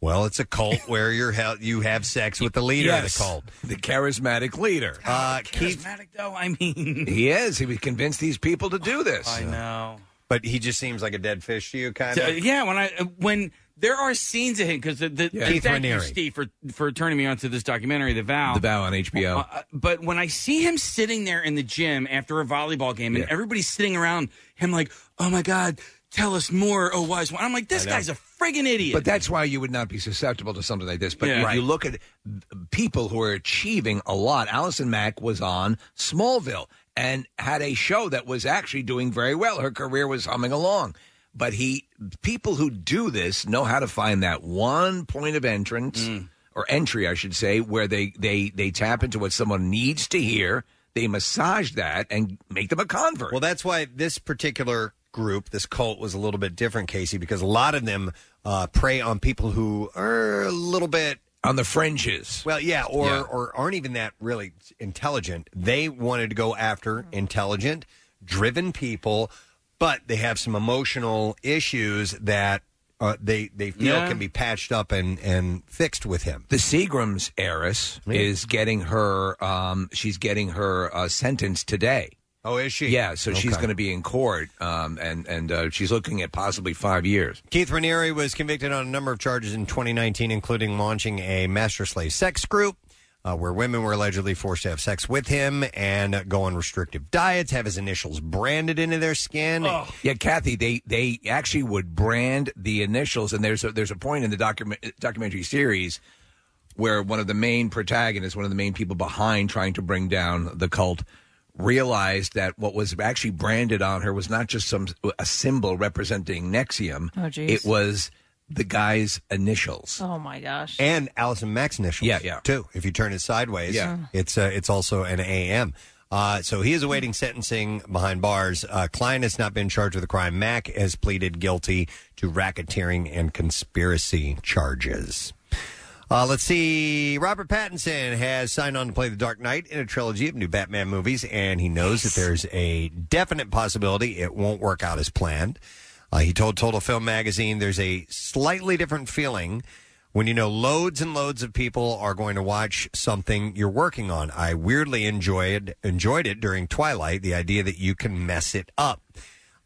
Well, it's a cult where you're hel- you have sex with the leader of Yes, the cult. the charismatic leader. Uh, Keith, charismatic though. I mean, he is. He would convince these people to do this. I know. but he just seems like a dead fish to you, kind So, of. yeah, when I when there are scenes of him because the, the, Yeah. and Keith thank you, Raniere. Steve, for for turning me on to this documentary, The Vow. The Vow on HBO. Uh, uh, but when I see him sitting there in the gym after a volleyball game and everybody's sitting around him like, oh my God, tell us more, oh wise one. I'm like, this I know. guy's a friggin' idiot. But that's why you would not be susceptible to something like this. But Yeah. if Right. you look at people who are achieving a lot, Allison Mack was on Smallville and had a show that was actually doing very well. Her career was humming along. But he, people who do this know how to find that one point of entrance Mm. or entry, I should say, where they they they tap into what someone needs to hear. They massage that and make them a convert. Well, that's why this particular group, this cult, was a little bit different, Casey, because a lot of them uh, prey on people who are a little bit on the fringes. Well, yeah, or Yeah. or aren't even that really intelligent. They wanted to go after intelligent, driven people, but they have some emotional issues that uh, they they feel Yeah. can be patched up and and fixed with him. The Seagrams heiress is getting her. Um, she's getting her uh, sentence today. Oh, is she? Yeah, so she's Okay. going to be in court, um, and and uh, she's looking at possibly five years. Keith Raniere was convicted on a number of charges in 2019, including launching a master slave sex group uh, where women were allegedly forced to have sex with him and go on restrictive diets, have his initials branded into their skin. Yeah, Kathy, they they actually would brand the initials, and there's a, there's a point in the document documentary series where one of the main protagonists, one of the main people behind trying to bring down the cult, realized that what was actually branded on her was not just some a symbol representing Nexium. Oh, jeez. it was the guy's initials. Oh my gosh. and Allison Mack's initials. Yeah, yeah. Too. If you turn it sideways, Yeah. it's uh, it's also an AM. Uh, so he is awaiting sentencing behind bars. Uh, Klein has not been charged with a crime. Mack has pleaded guilty to racketeering and conspiracy charges. Uh, let's see. Robert Pattinson has signed on to play the Dark Knight in a trilogy of new Batman movies, and he knows that there's a definite possibility it won't work out as planned. Uh, he told Total Film magazine there's a slightly different feeling when you know loads and loads of people are going to watch something you're working on. I weirdly enjoyed enjoyed it during Twilight, the idea that you can mess it up.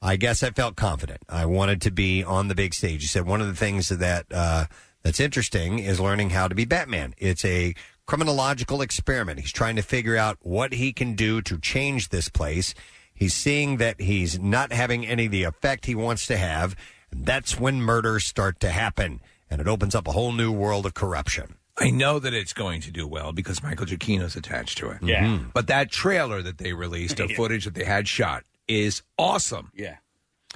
I guess I felt confident. I wanted to be on the big stage. He said one of the things that uh, that's interesting is learning how to be Batman. It's a criminological experiment. He's trying to figure out what he can do to change this place. He's seeing that he's not having any of the effect he wants to have, and that's when murders start to happen, and it opens up a whole new world of corruption. I know that it's going to do well because Michael Giacchino's attached to it. Mm-hmm. Yeah. Mhm. But that trailer that they released of footage that they had shot is awesome. Yeah.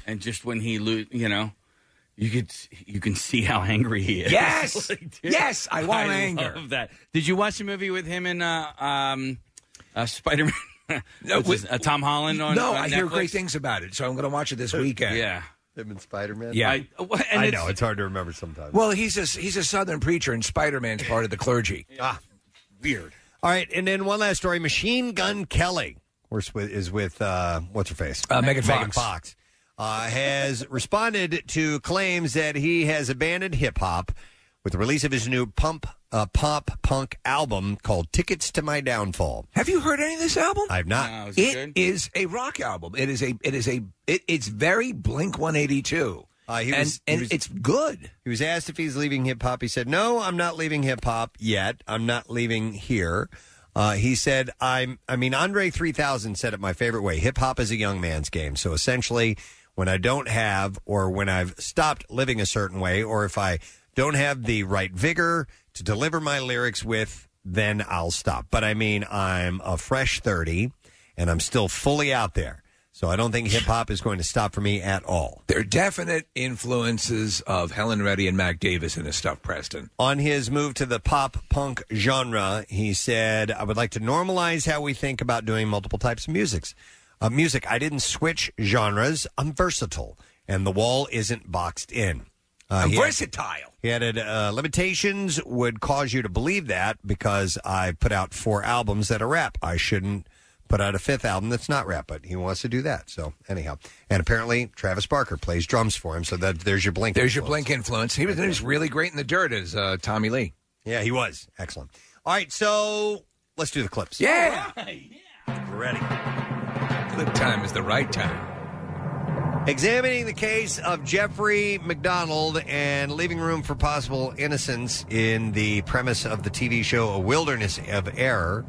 And just when he lo- you know, you could you can see how angry he is. Yes. yes, I want I anger. love that. Did you watch the movie with him and uh, um, uh, Spider Man? no, uh, Tom Holland on no, on I hear Netflix? Uh, great things about it, so I'm going to watch it this weekend. Yeah. Him and Spider Man. Yeah. I, and it's- know it's hard to remember sometimes. Well, he's a he's a Southern preacher, and Spider Man's part of the clergy. Ah, weird. All right, and then one last story. Machine Gun Kelly, of course, with, is with uh, what's her face, Uh, Megan Megan Fox. Fox, uh, has responded to claims that he has abandoned hip hop with the release of his new pump uh, pop punk album called "Tickets to My Downfall." Have you heard any of this album? I've not. It is a rock album. It is a it is a it, it's very Blink 182. Uh, he and was- he and was- it's good. He was asked if he's leaving hip hop. He said, "No, I'm not leaving hip hop yet. I'm not leaving here." Uh, he said, "I'm. I mean, Andre 3000 said it my favorite way. Hip hop is a young man's game. So essentially, when I don't have, or when I've stopped living a certain way, or if I don't have the right vigor to deliver my lyrics with, then I'll stop. But I mean, I'm a fresh 30, and I'm still fully out there. So I don't think hip hop is going to stop for me at all." There are definite influences of Helen Reddy and Mac Davis in his stuff, Preston. On his move to the pop punk genre, he said, "I would like to normalize how we think about doing multiple types of musics. Uh, music. I didn't switch genres. I'm versatile, and the wall isn't boxed in. Uh, I'm he had- versatile. he added, uh, "Limitations would cause you to believe that because I put out four albums that are rap. I shouldn't." Put out a fifth album that's not rap, but he wants to do that. So anyhow, and apparently Travis Barker plays drums for him. So that there's your blink. There's your influence. Blink influence. He was, he was really great in the dirt as uh, Tommy Lee. Yeah, he was excellent. All right, so let's do the clips. Yeah. We're ready. Clip time is the right time. Examining the case of Jeffrey McDonald and leaving room for possible innocence in the premise of the TV show A Wilderness of Error,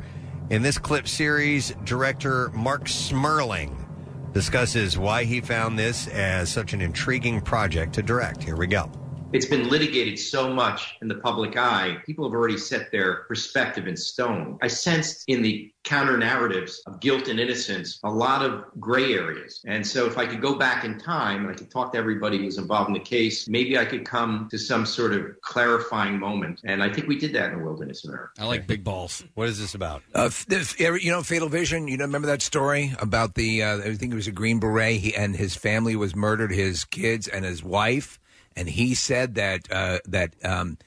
in this clip series, director Mark Smirling discusses why he found this as such an intriguing project to direct. Here we go. it's been litigated so much in the public eye, people have already set their perspective in stone. I sensed in the counter narratives of guilt and innocence a lot of gray areas. And so, if I could go back in time and I could talk to everybody who was involved in the case, maybe I could come to some sort of clarifying moment. And I think we did that in the wilderness of America. I like big balls. What is this about? Uh, f- the, f- you know, Fatal Vision. You know, remember that story about the? Uh, I think it was a Green Beret. He and his family was murdered. His kids and his wife. And he said that uh, that um,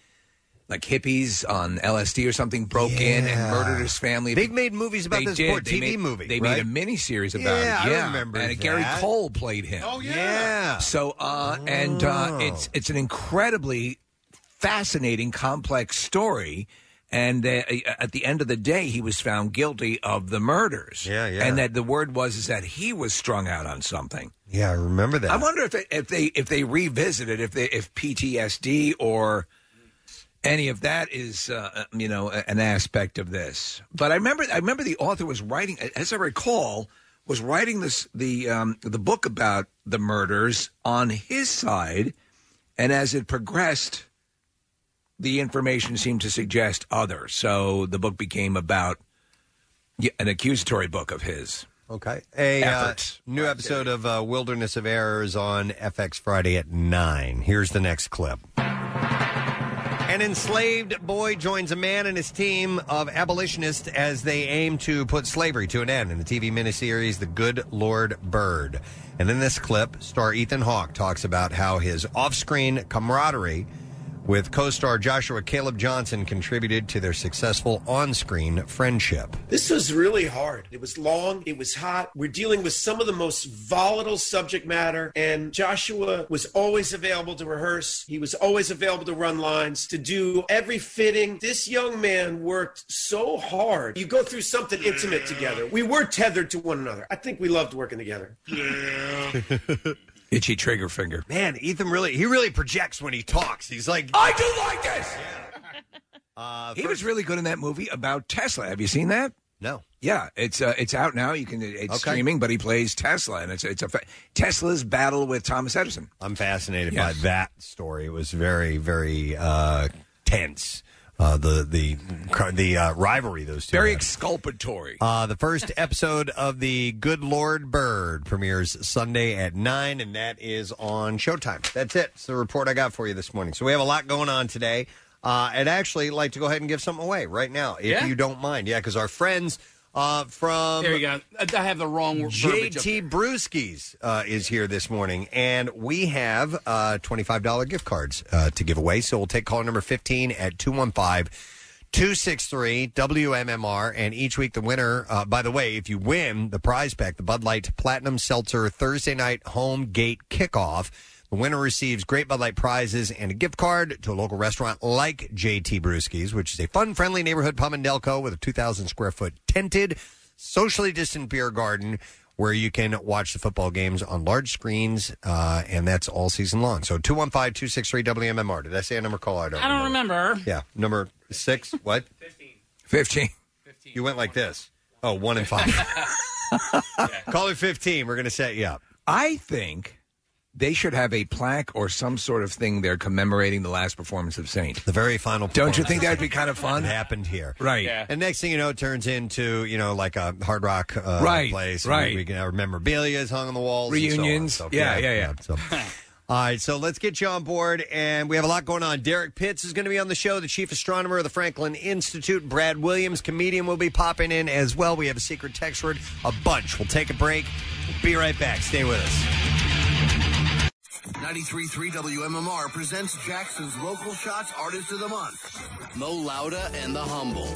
like hippies on LSD or something broke in and Yeah. murdered his family. They made movies about this before, They TV made- movie, They right? made a mini series about Yeah, it. I Yeah, remember And Gary that. Cole played him. Oh yeah. Oh. Yeah. So uh, and uh, it's it's an incredibly fascinating, complex story. And uh, at the end of the day, he was found guilty of the murders. Yeah, yeah. And that the word was is that he was strung out on something. Yeah, I remember that. I wonder if it, if they if they revisited if they if PTSD or any of that is uh, you know a- an aspect of this. But I remember I remember the author was writing as I recall was writing this the um, the book about the murders on his side, and as it progressed, the information seemed to suggest other. So the book became about yeah, an accusatory book of his. Okay. A uh, Efforts. new episode of uh, Wilderness of Error is on FX Friday at 9. Here's the next clip. An enslaved boy joins a man and his team of abolitionists as they aim to put slavery to an end in the TV miniseries The Good Lord Bird. And in this clip, star Ethan Hawke talks about how his off screen camaraderie with co star Joshua Caleb Johnson contributed to their successful on screen friendship. This was really hard. It was long, it was hot. We're dealing with some of the most volatile subject matter, and Joshua was always available to rehearse. He was always available to run lines, to do every fitting. This young man worked so hard. You go through something intimate together. We were tethered to one another. I think we loved working together. Itchy trigger finger. Man, Ethan really, he really projects when he talks. He's like, I do like this! Uh, he was really good in that movie about Tesla. Have you seen that? No. Yeah, it's uh, it's out now. You can it's Okay. streaming, but he plays Tesla, and it's it's a fa- Tesla's battle with Thomas Edison. I'm fascinated by that story. It was very, very uh, tense. Uh, the the the uh, rivalry those two. Very had. exculpatory. Uh, the first episode of the Good Lord Bird premieres Sunday at nine, and that is on Showtime. That's it. It's the report I got for you this morning. So we have a lot going on today. Uh, I'd actually like to go ahead and give something away right now, if Yeah? you don't mind. Yeah, because our friends uh, from there you go. Um, I- I have the wrong verbiage up JT Brewskis uh, is here this morning, and we have uh, $25 gift cards uh, to give away. So we'll take caller number 15 at 215 263 WMMR. And each week, the winner, uh, by the way, if you win the prize pack, the Bud Light Platinum Seltzer Thursday night home gate kickoff. The winner receives great Bud Light prizes and a gift card to a local restaurant like JT Brewskis, which is a fun, friendly neighborhood pub in Delco with a 2,000 square foot tented, socially distant beer garden where you can watch the football games on large screens, uh, and that's all season long. So 215 263 WMMR. Did I say a number call? I don't I don't remember. Yeah, number six, what? 15. 15. You went like this. Oh, one and five. Caller 15, we're going to set you up. I think they should have a plaque or some sort of thing there commemorating the last performance of Saint. The very final. Don't you think that would be kind of fun? It happened here. Right. And next thing you know, it turns into, you know, like a hard rock uh, Right, place. right. We, we can have memorabilia is hung on the walls. and so on. Reunions. So, yeah, yeah, yeah. so- All right, so let's get you on board, and we have a lot going on. Derek Pitts is going to be on the show, the chief astronomer of the Franklin Institute. Brad Williams, comedian, will be popping in as well. We have a secret text word, a bunch. We'll take a break. Be right back. Stay with us. 93.3 WMMR presents Jackson's Local Shots Artist of the Month, Mo Lauda and the Humble.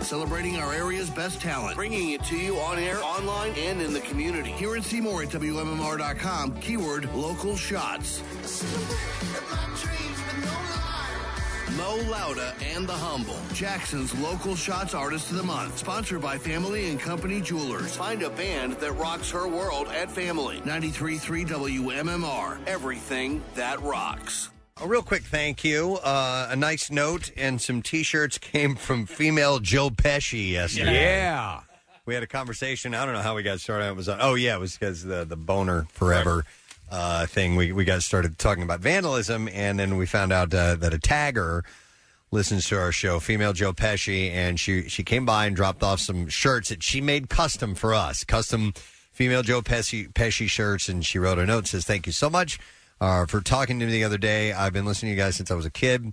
Celebrating our area's best talent, bringing it to you on air, online, and in the community. Here and see more at WMMR.com, keyword local shots. Mo Lauda and the Humble, Jackson's local shots artist of the month, sponsored by Family and Company Jewelers. Find a band that rocks her world at Family. 93.3 WMMR, everything that rocks. A real quick thank you. Uh, a nice note and some T-shirts came from female Joe Pesci yesterday. Yeah. we had a conversation. I don't know how we got started. It was on. Oh yeah, it was because the the boner forever uh, thing. We we got started talking about vandalism, and then we found out uh, that a tagger listens to our show, female Joe Pesci, and she she came by and dropped off some shirts that she made custom for us, custom female Joe Pesci Pesci shirts, and she wrote a note that says, "Thank you so much uh, for talking to me the other day. I've been listening to you guys since I was a kid."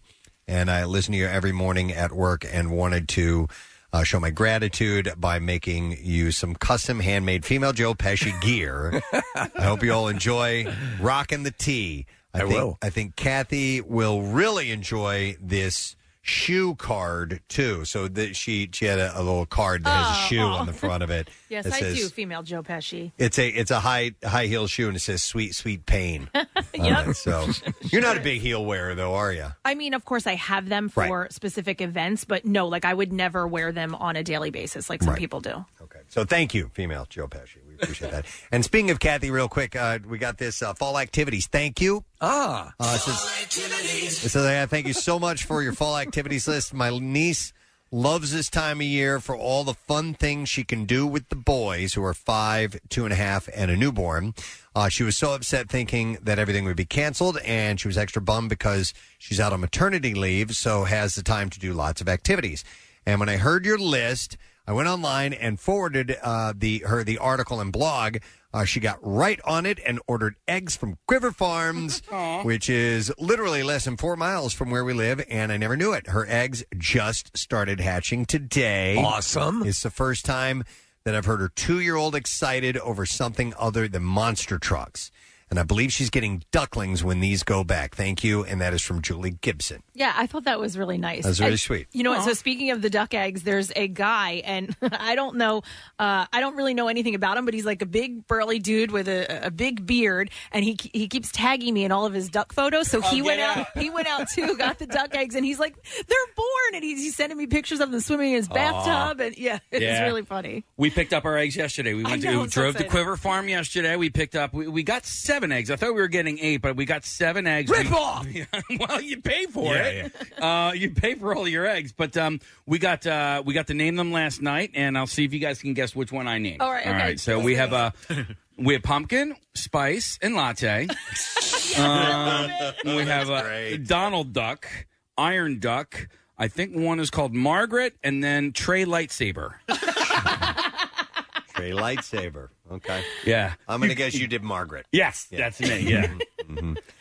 and I listen to you every morning at work and wanted to uh, show my gratitude by making you some custom handmade female Joe Pesci gear. I hope you all enjoy rocking the tee. I, think, will. I think Kathy will really enjoy this shoe card too. So that she she had a, a little card that has Oh, a shoe aw. on the front of it. Yes, that I says, do, female Joe Pesci. It's a it's a high high heel shoe and it says sweet sweet pain. on Yep. it. So you're not a big heel wearer though, are you? I mean, of course, I have them for specific events, but no, like I would never wear them on a daily basis like some people do. So thank you, female Joe Pesci. We appreciate that. And speaking of Kathy, real quick, uh, we got this uh, fall activities. Thank you. Ah. Uh, it says, it says, "Yeah, thank you so much for your fall activities list. My niece loves this time of year for all the fun things she can do with the boys who are five, two and a half, and a newborn. Uh, she was so upset thinking that everything would be canceled, and she was extra bummed because she's out on maternity leave, so has the time to do lots of activities. And when I heard your list, I went online and forwarded uh, the her the article and blog. Uh, she got right on it and ordered eggs from Quiver Farms, which is literally less than four miles from where we live. And I never knew it. Her eggs just started hatching today. Awesome. It's the first time that I've heard her two year old excited over something other than monster trucks. And I believe she's getting ducklings when these go back. Thank you. And that is from Julie Gibson. Yeah, I thought that was really nice. That's really And sweet. You know what? So Aw. speaking of the duck eggs, there's a guy, and I don't know, uh, I don't really know anything about him, but he's like a big burly dude with a, a big beard, and he he keeps tagging me in all of his duck photos. So he Oh, went get out, he went out too, got the duck eggs, and he's like, they're born, and he's, he's sending me pictures of them swimming in his Aw. bathtub, and yeah, it's Yeah. really funny. We picked up our eggs yesterday. We I went know, to I'm we so drove to excited. Quiver Farm yesterday. We picked up we, we got seven eggs. I thought we were getting eight, but we got seven eggs. Rip We- off! Yeah, well, you pay for Yeah, it. Uh, you pay for all your eggs, but um, we got uh, we got to name them last night, and I'll see if you guys can guess which one I named. All right, all okay. right. So we have uh, we have pumpkin, spice, and latte. Um, we have uh, Donald Duck, Iron Duck. I think one is called Margaret, and then Trey Lightsaber. Trey Lightsaber. Okay. Yeah. I'm going to guess you did Margaret. Yes, that's me. Yeah.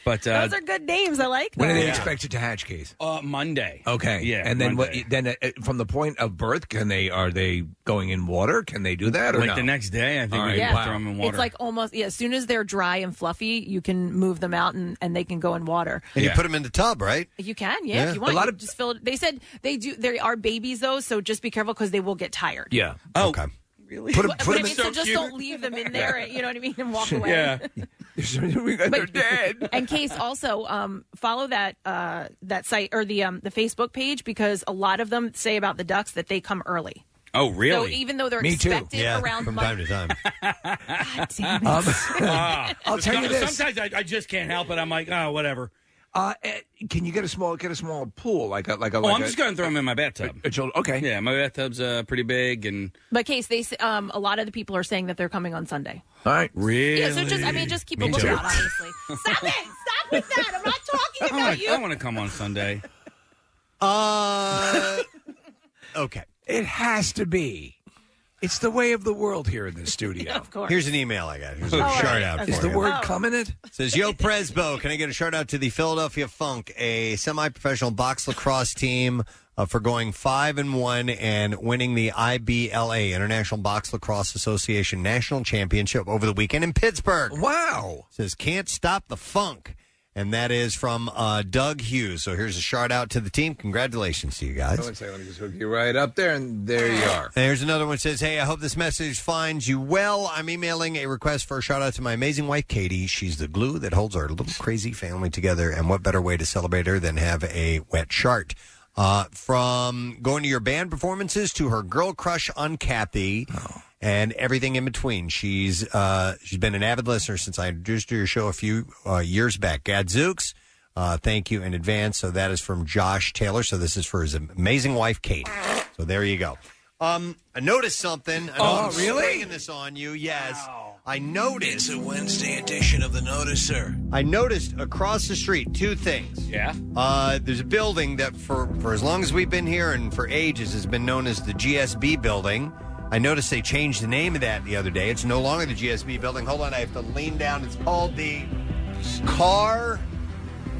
But uh, Those are good names. I like them. When are they expected to hatch, Keith? uh, Monday. Okay. Yeah. And then Monday. what? Then uh, uh, from the point of birth, can they? Are they going in water? Can they do that or Like no? the next day, I think All we right, can wow. throw 'em in water. It's like almost yeah. As soon as they're dry and fluffy, you can move them out and, and they can go in water. And you put them in the tub, right? You can, yeah, Yeah. if you want. A lot You of- just fill it. They said they do. They are babies though, so just be careful because they will get tired. Yeah. Oh. Okay. Really? Put 'em- But- put but 'em I in- mean, so So just cute. don't leave them in there. You know what I mean? And walk away. They're dead. And case also um, follow that uh, that site or the um, the Facebook page because a lot of them say about the ducks that they come early. oh, really? So even though they're expected around month- to time. Um, Ah. I'll tell you this. Sometimes I, I just can't help it. I'm like, oh, whatever. Uh, eh, can you get a small get a small pool like a like a? Oh, like I'm a- just going to throw them in my bathtub. okay. Yeah, my bathtub's uh, pretty big and. But case they s- um, a lot of the people are saying that they're coming on Sunday. All right. Really? Yeah, so just I mean just keep a lookout. Obviously, stop it, stop with that. I'm not I talking wanna- about I you. want to come on Sunday. Uh, okay. It has to be. It's the way of the world here in this studio. of course. Here's an email I got. Here's a All right, shout out. okay. for Is the you. word Oh. coming? Says Yo Presbo, can I get a shout out to the Philadelphia Funk, a semi-professional box lacrosse team uh, for going five and one and winning the IBLA International Box Lacrosse Association National Championship over the weekend in Pittsburgh. Wow! Says can't stop the funk, and that is from uh, Doug Hughes. So here's a shout out to the team. Congratulations to you guys. One second, let me just hook you right up there, and there you are. There's another one that says, Hey, I hope this message finds you well. I'm emailing a request for a shout out to my amazing wife, Katie. She's the glue that holds our little crazy family together. And what better way to celebrate her than have a wet shart? Uh, from going to your band performances to her girl crush on Kathy. And everything in between. She's uh, she's been an avid listener since I introduced her to your show a few uh, years back. Gadzooks, uh, thank you in advance. So that is from Josh Taylor. So this is for his amazing wife, Kate. So there you go. Um, I noticed something. I know Oh, I'm really? springing this on you, yes. I noticed. It's a Wednesday edition of the Noticer. I noticed across the street two things. Yeah. Uh, there's a building that, for for as long as we've been here and for ages, has been known as the GSB building. I noticed they changed the name of that the other day. It's no longer the GSB building. Hold on, I have to lean down. It's called the Car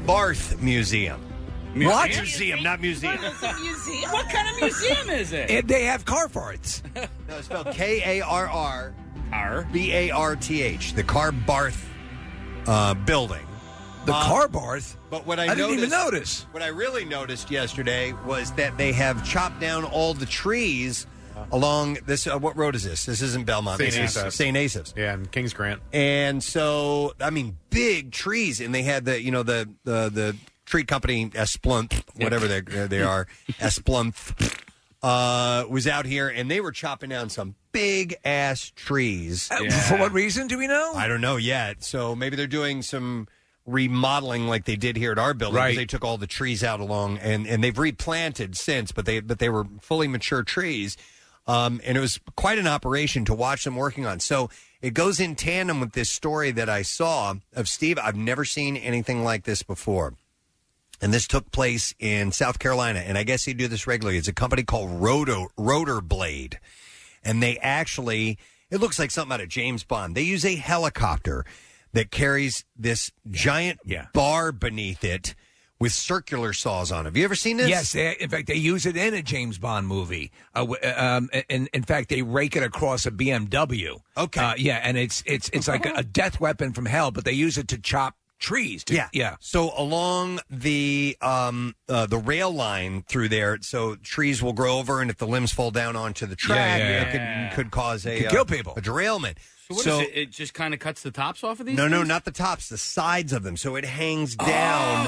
Barth Museum. What? museum? Not museum. museum. What kind of museum is it? And they have car farts. No, it's spelled K A R R B A R T H. The Car Barth uh, building. The Um, car barth. But what I, I didn't even noticed- notice. What I really noticed yesterday was that they have chopped down all the trees along this. Uh, what road is this? This isn't Belmont. St. This is Asaph's. St. Asaph's. Yeah, and King's Grant. And so, I mean, big trees, and they had the you know the the the tree company Esplanth, whatever they they are, Esplanth, uh, was out here, and they were chopping down some big ass trees. Uh, For what reason do we know? I don't know yet. So maybe they're doing some remodeling like they did here at our building. 'cause Right. They took all the trees out along and, and they've replanted since, but they but they were fully mature trees. Um, and it was quite an operation to watch them working on. So it goes in tandem with this story that I saw of Steve. I've never seen anything like this before. And this took place in South Carolina. And I guess they do this regularly. It's a company called Roto, Rotor Blade and they actually it looks like something out of James Bond. They use a helicopter that carries this giant bar beneath it with circular saws on. it. Have you ever seen this? Yes, eh, they, in fact, they use it in a James Bond movie. Uh, w- uh, um, and in fact, they rake it across a BMW. Okay, uh, yeah, and it's it's it's like a, a death weapon from hell, but they use it to chop trees. To, yeah, yeah. So along the um uh, the rail line through there, so trees will grow over, and if the limbs fall down onto the track, yeah, it yeah. could, could cause a It could kill uh, people. a derailment. So what is So- it? It just kind of cuts the tops off of these? No, no, things? not the tops, the sides of them. So it hangs down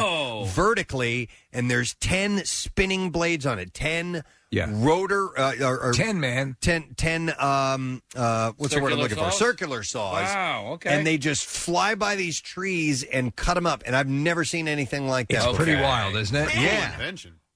vertically, and there's 10 spinning blades on it. 10 rotor. Uh, or, 10, man. 10, 10 um, uh, what's the word I'm Circular looking for? saws? Circular saws. Wow, okay. And they just fly by these trees and cut them up. And I've never seen anything like that. It's pretty before. wild, isn't it? Yeah.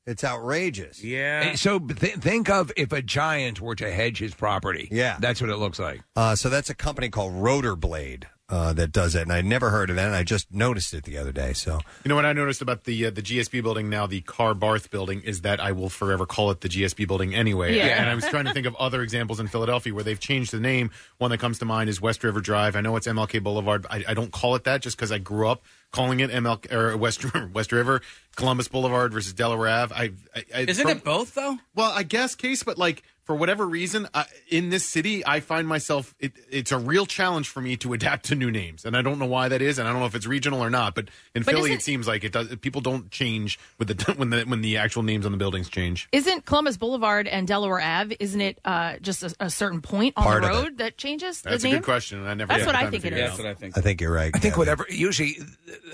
It's outrageous. Yeah. Eh, So th- think of if a giant were to hedge his property. Yeah. That's what it looks like. Uh, so that's a company called Rotor Blade uh, that does it. And I'd never heard of that. And I just noticed it the other day. So. You know what I noticed about the uh, the GSB building now, the Car Barth building, is that I will forever call it the GSB building anyway. Yeah. And I was trying to think of other examples in Philadelphia where they've changed the name. One that comes to mind is West River Drive. I know it's MLK Boulevard. But I, I don't call it that just because I grew up calling it MLK or West West River Columbus Boulevard versus Delaware Ave. I, I, I, Isn't from- it both though? Well, I guess case, but like for whatever reason, I, in this city, I find myself it, it's a real challenge for me to adapt to new names, and I don't know why that is, and I don't know if it's regional or not. But in But Philly, isn't- it seems like it does. People don't change with the when the when the actual names on the buildings change. Isn't Columbus Boulevard and Delaware Ave? Isn't it uh, just a, a certain point on Part the of road that changes the That's a name? good question, and I never. That's what took the I time to think it figure is. out. That's what I I think you're right. I think whatever usually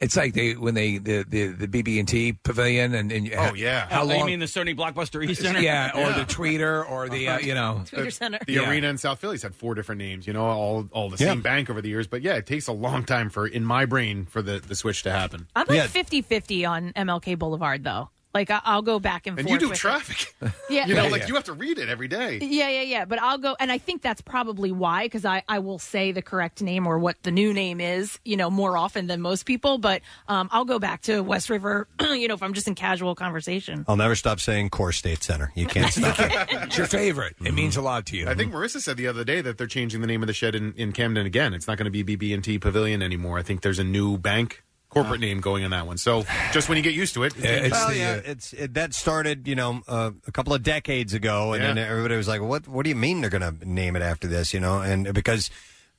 it's like they when they the the, the BB and T pavilion and, and Oh, yeah. how Oh, you long mean the Sony Blockbuster East Center? Yeah, or the Tweeter or the uh, you know Uh, The arena in South Philly's had four different names, you know, all all the same bank over the years. But yeah, it takes a long time for in my brain for the, the switch to happen. I'm like 50 50 on MLK Boulevard, though. Like, I- I'll go back and, and forth. you do with it. traffic. Yeah. you know, Yeah, like yeah. you have to read it every day. Yeah, yeah, yeah. But I'll go, and I think that's probably why, because I, I will say the correct name or what the new name is, you know, more often than most people. But um, I'll go back to West River, you know, if I'm just in casual conversation. I'll never stop saying Core State Center. You can't stop it. it's your favorite. It means a lot to you. Mm-hmm. I think Marissa said the other day that they're changing the name of the shed in, in Camden again. It's not going to be BB&T Pavilion anymore. I think there's a new bank corporate name going on that one. So just when you get used to it, well, uh, yeah, it's it, that started, you know, uh, a couple of decades ago, and Yeah. then everybody was like, "What? What do you mean they're going to name it after this?" You know, and because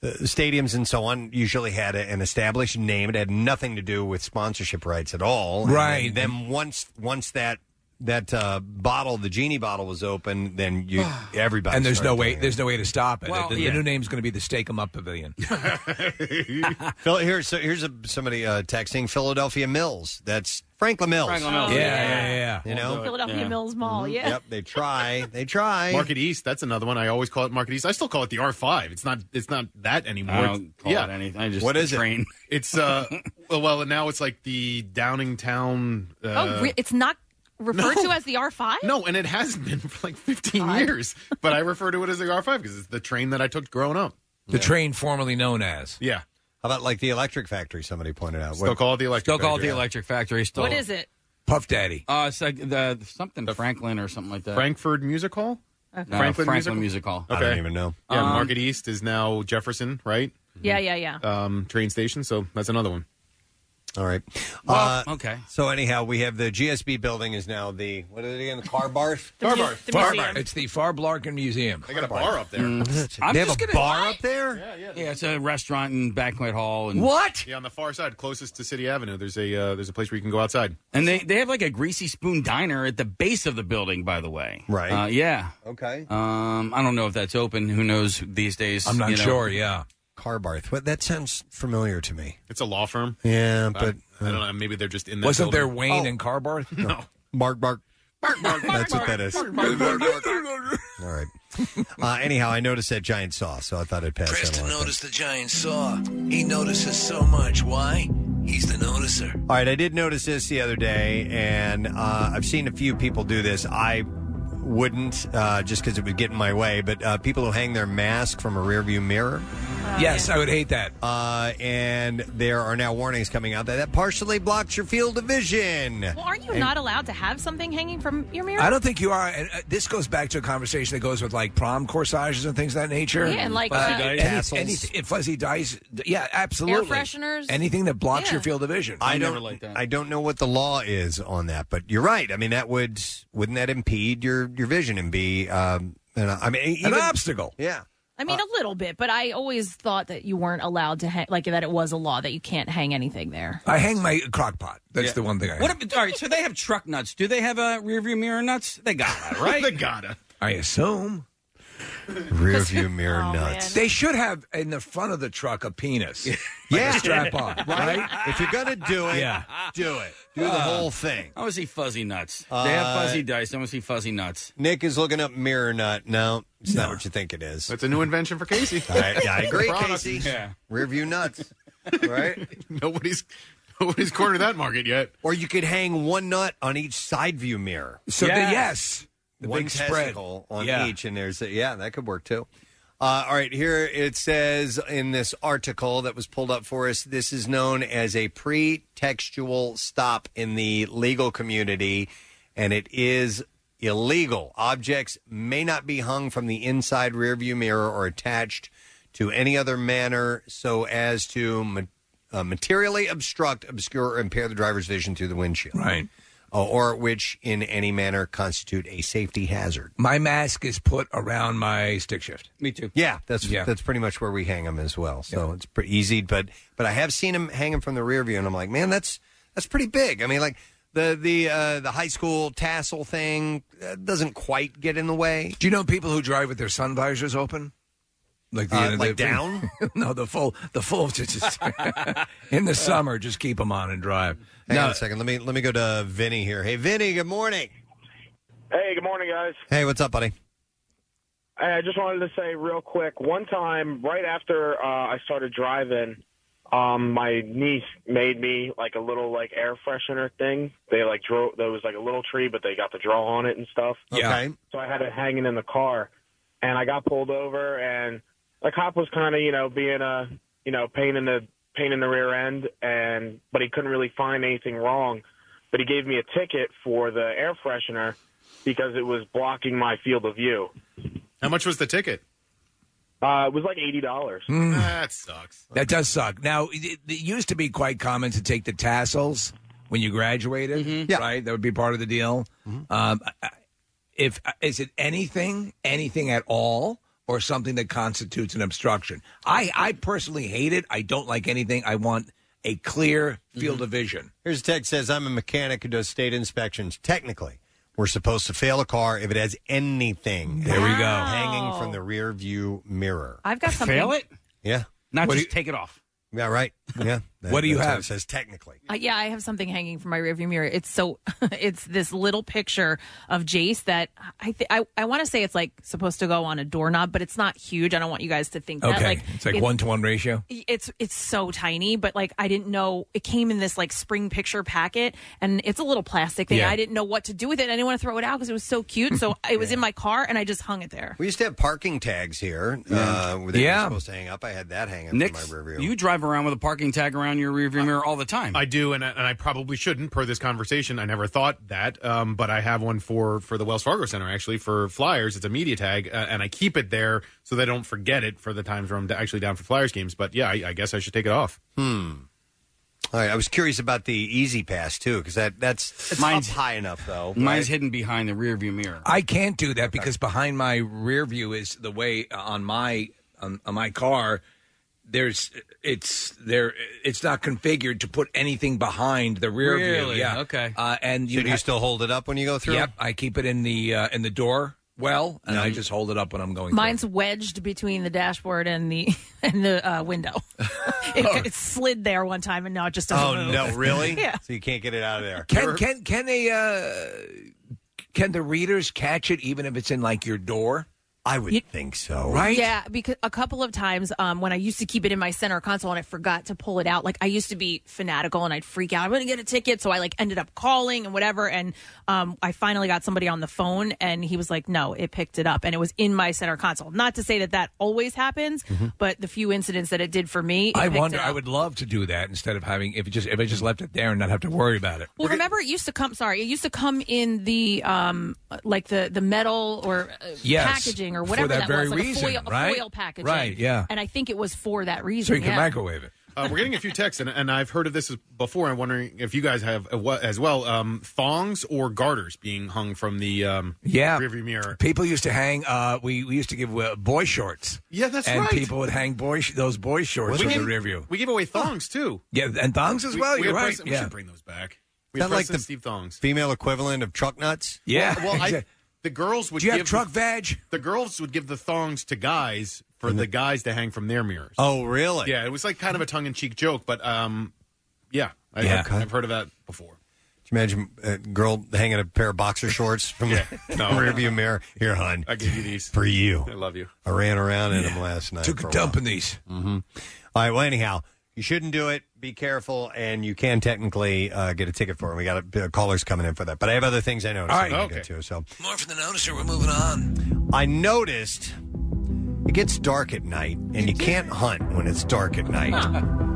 uh, stadiums and so on usually had a, an established name, it had nothing to do with sponsorship rights at all. Right. And then, then once once that that uh, bottle, the genie bottle, was open, then you everybody and there's no started way doing there's no way to stop it. Well, the, the yeah. new name's going to be the Stake 'em Up Pavilion. it. Phil, here's so here's a, somebody uh, texting Philadelphia Mills. That's Franklin Mills. Franklin Mills. Oh, Yeah, yeah. yeah, You know, Oh, Philadelphia Mills Mall, Oh, Mm-hmm. yeah. Yep, they try. They try. Market East, that's another one. I always call it Market East. I still call it the R5. It's not it's not that anymore. I don't call yeah. it anything. I just what is train. it? It's uh well, well now it's like the Downingtown uh, oh, re- it's not referred no. to as the R5? No, and it hasn't been for like 15 years, but I refer to it as the R5 because it's the train that I took growing up. The train formerly known as. Yeah. How about like the electric factory? Somebody pointed out. Still call it the electric. Still call it the Factory. Electric Factory. Still, What is it? Puff Daddy. Uh, it's like the something Franklin or something like that. Frankford Music Hall? Okay. No, Franklin, Franklin Music Music Hall. Hall. I don't even know. Yeah, Um, Market East is now Jefferson, right? Yeah, yeah, yeah. Um, train station. So that's another one. All right. Uh, Well, okay. So anyhow, we have the GSB building is now the what is it again? The Car Barth. The mu- Barth. the Bar museum. Barth. It's the Far Blarkin Museum. They got a bar up there. I'm Mm-hmm. they have just a gonna- bar up there. Yeah, yeah. Yeah, it's a restaurant in Backlight Hall. And Yeah, on the far side, closest to City Avenue. There's a uh, there's a place where you can go outside. And they, they have like a greasy spoon diner at the base of the building, by the way. Right. Uh, yeah. Okay. Uh, Um, I don't know if that's open. Who knows these days? I'm not you know. sure, yeah. Car Barth. What that sounds familiar to me. It's a law firm. Yeah, I- but uh, I, don't know. Maybe they're just in. That Wasn't there building. Wayne and Carbarth? No. Bark bark. Bark bark. That's what that is. All right. Uh, anyhow, I noticed that giant saw, so I thought I'd pass that Preston along. noticed the giant saw. He notices so much. Why? He's the noticer. All right, I did notice this the other day, and uh, I've seen a few people do this. I wouldn't, uh, just because it would get in my way, but uh, people who hang their mask from a rearview mirror. Yes, I would hate that. Uh, and there are now warnings coming out that that partially blocks your field of vision. Well, aren't you And- not allowed to have something hanging from your mirror? I don't think you are. And uh, this goes back to a conversation that goes with like prom corsages and things of that nature. Yeah, and, like, uh, any- Tassels. any- if fuzzy dice. Yeah, absolutely. fresheners. Anything that blocks Yeah. your field of vision. I, don't. I don't know what the law is on that, but you're right. I mean, that would wouldn't that impede your your vision and be um, an, I mean, even- obstacle. Yeah. I mean, a little bit, but I always thought that you weren't allowed to hang, like that it was a law that you can't hang anything there. I hang my crock pot. That's the one thing I. What? If, all right, so they have truck nuts. Do they have a rear view mirror nuts? They got that, right? they got it. I assume. Rear view mirror Oh, nuts. They should have in the front of the truck a penis. Like Yeah. a strap on. Right? If you're gonna do it, Yeah. Uh, do it. Do the whole thing. I want to see fuzzy nuts. they have Uh, fuzzy dice. I want to see fuzzy nuts. Nick is looking up mirror nut. No, it's not what you think it is. That's a new invention for Casey. I, yeah, I agree, Product. Casey. Yeah. Rear view nuts. Right? nobody's nobody's cornered that market yet. Or you could hang one nut on each side view mirror. So the- yes. The one big spread. testicle on Yeah. each, and there's a, yeah, that could work too. Uh, all right, here it says in this article that was pulled up for us. This is known as a pretextual stop in the legal community, and it is illegal. Objects may not be hung from the inside rearview mirror or attached to any other manner so as to ma- uh, materially obstruct, obscure, or impair the driver's vision through the windshield. Right. Uh, or which in any manner constitute a safety hazard. My mask is put around my stick shift. Me too. Yeah, that's Yeah. that's pretty much where we hang them as well. So it's pretty easy, but but I have seen them hanging from the rear view, and I'm like, man, that's that's pretty big. I mean, like the the uh, the high school tassel thing uh, doesn't quite get in the way. Do you know people who drive with their sun visors open? Like Uh, like down? no, the full, the full. Just, just- in the summer, just keep them on and drive. Hang on a second. Let me let me go to Vinny here. Hey, Vinny. Good morning. Hey, good morning, guys. Hey, what's up, buddy? Hey, I just wanted to say real quick. One time, right after uh, I started driving, um, my niece made me like a little like air freshener thing. They like drew. There was like a little tree, but they got the draw on it and stuff. Yeah. Okay. So I had it hanging in the car, and I got pulled over, and the cop was kind of you know being a you know pain in the pain in the rear end, and but he couldn't really find anything wrong, but he gave me a ticket for the air freshener because it was blocking my field of view. How much was the ticket? Uh, it was like eighty dollars. That sucks. Hmm. That does suck. Now, it, it used to be quite common to take the tassels when you graduated, Mm-hmm. right? That would be part of the deal. Um, I- I- if is it anything, anything at all, or something that constitutes an obstruction? I, I personally hate it. I don't like anything. I want a clear field Mm-hmm. of vision. Here's a text says I'm a mechanic who does state inspections. Technically, we're supposed to fail a car if it has anything. There we go. Hanging from the rear view mirror. I've got something. Fail it? Yeah. Not What do just take it off. you- yeah, right. Yeah. What do you that's have? It says technically. Uh, yeah, I have something hanging from my rearview mirror. It's so, it's this little picture of Jace that I th- I, I want to say it's like supposed to go on a doorknob, but it's not huge. I don't want you guys to think that. Okay, Like it's like one to one ratio. it's it's so tiny but like i didn't know it came in this like spring picture packet and it's a little plastic thing Yeah. i didn't know what to do with it i didn't want to throw it out because it was so cute so it was in my car and i just hung it there We used to have parking tags here. Uh, where they were Yeah. supposed to hang up. I had that hanging Nick's, from my rear view. you drive around with a parking tag around your rearview mirror all the time. I do, and I, and I probably shouldn't. Per this conversation, I never thought that, um, but I have one for for the Wells Fargo Center actually for flyers. It's a media tag, uh, and I keep it there so they don't forget it for the times where I'm d- actually down for flyers games. But yeah, I, I guess I should take it off. Hmm. All right. I was curious about the Easy Pass too, because that that's it's Mine's- up high enough though. Mine's right? hidden behind the rearview mirror. I can't do that because behind my rear view is the way uh, on my on, on my car. There's it's there. It's not configured to put anything behind the rear view. Really? Yeah. Okay. Uh, and So do you still hold it up when you go through? Yep. I keep it in the uh, in the door well, and I just hold it up when I'm going. mine's wedged between the dashboard and the and the uh, window it, it slid there one time and now it just doesn't Oh move. no, really? yeah So you can't get it out of there. through. Can can can they uh, can the readers catch it even if it's in like your door? I would think so. Yeah, because a couple of times um, when I used to keep it in my center console and I forgot to pull it out, like I used to be fanatical and I'd freak out. I'm going to get a ticket. So I like ended up calling and whatever. And um, I finally got somebody on the phone and he was like, no, it picked it up and it was in my center console. Not to say that that always happens, Mhm. but the few incidents that it did for me, it I picked wonder. it I up. would love to do that instead of having if it just if I just left it there and not have to worry about it. Well, remember it used to come. Sorry, it used to come in the um, like the the metal or uh, Yes, packaging or for whatever that very was, like reason, a foil, right? a foil packaging, Right, yeah. And I think it was for that reason. yeah. it. Uh, we're getting a few texts, and, and I've heard of this as- before. I'm wondering if you guys have uh, what as well um, thongs or garters being hung from the um, Yeah. rearview mirror. People used to hang. Uh, we we used to give uh, boy shorts. Yeah, that's and right. people would hang boy sh- those boy shorts We in the gave- rear view. We give away thongs too. Yeah, and thongs as We- well. we you're have right. Preston- We Yeah. should bring those back. We Is that have like like the Steve thongs. female equivalent of truck nuts? Well, well, I, the girls would. Do you have give truck veg? The girls would give the thongs to guys for the guys to hang from their mirrors. Oh, really? Yeah, it was like kind of a tongue in cheek joke, but um, yeah, I, Yeah. I've, I've heard of that before. Can you imagine a girl hanging a pair of boxer shorts from the no. rearview mirror? Here, hon. I give you these for you. I love you. I ran around in them last night. Took a for dump while. in these. Mm-hmm. All right. Well, anyhow, you shouldn't do it. Be careful, and you can technically uh, get a ticket for it. We got a, uh, callers coming in for that, but I have other things I noticed. All I right. gotta Okay. get to, so More for the noticer. We're moving on. I noticed it gets dark at night, and you can't hunt when it's dark at night.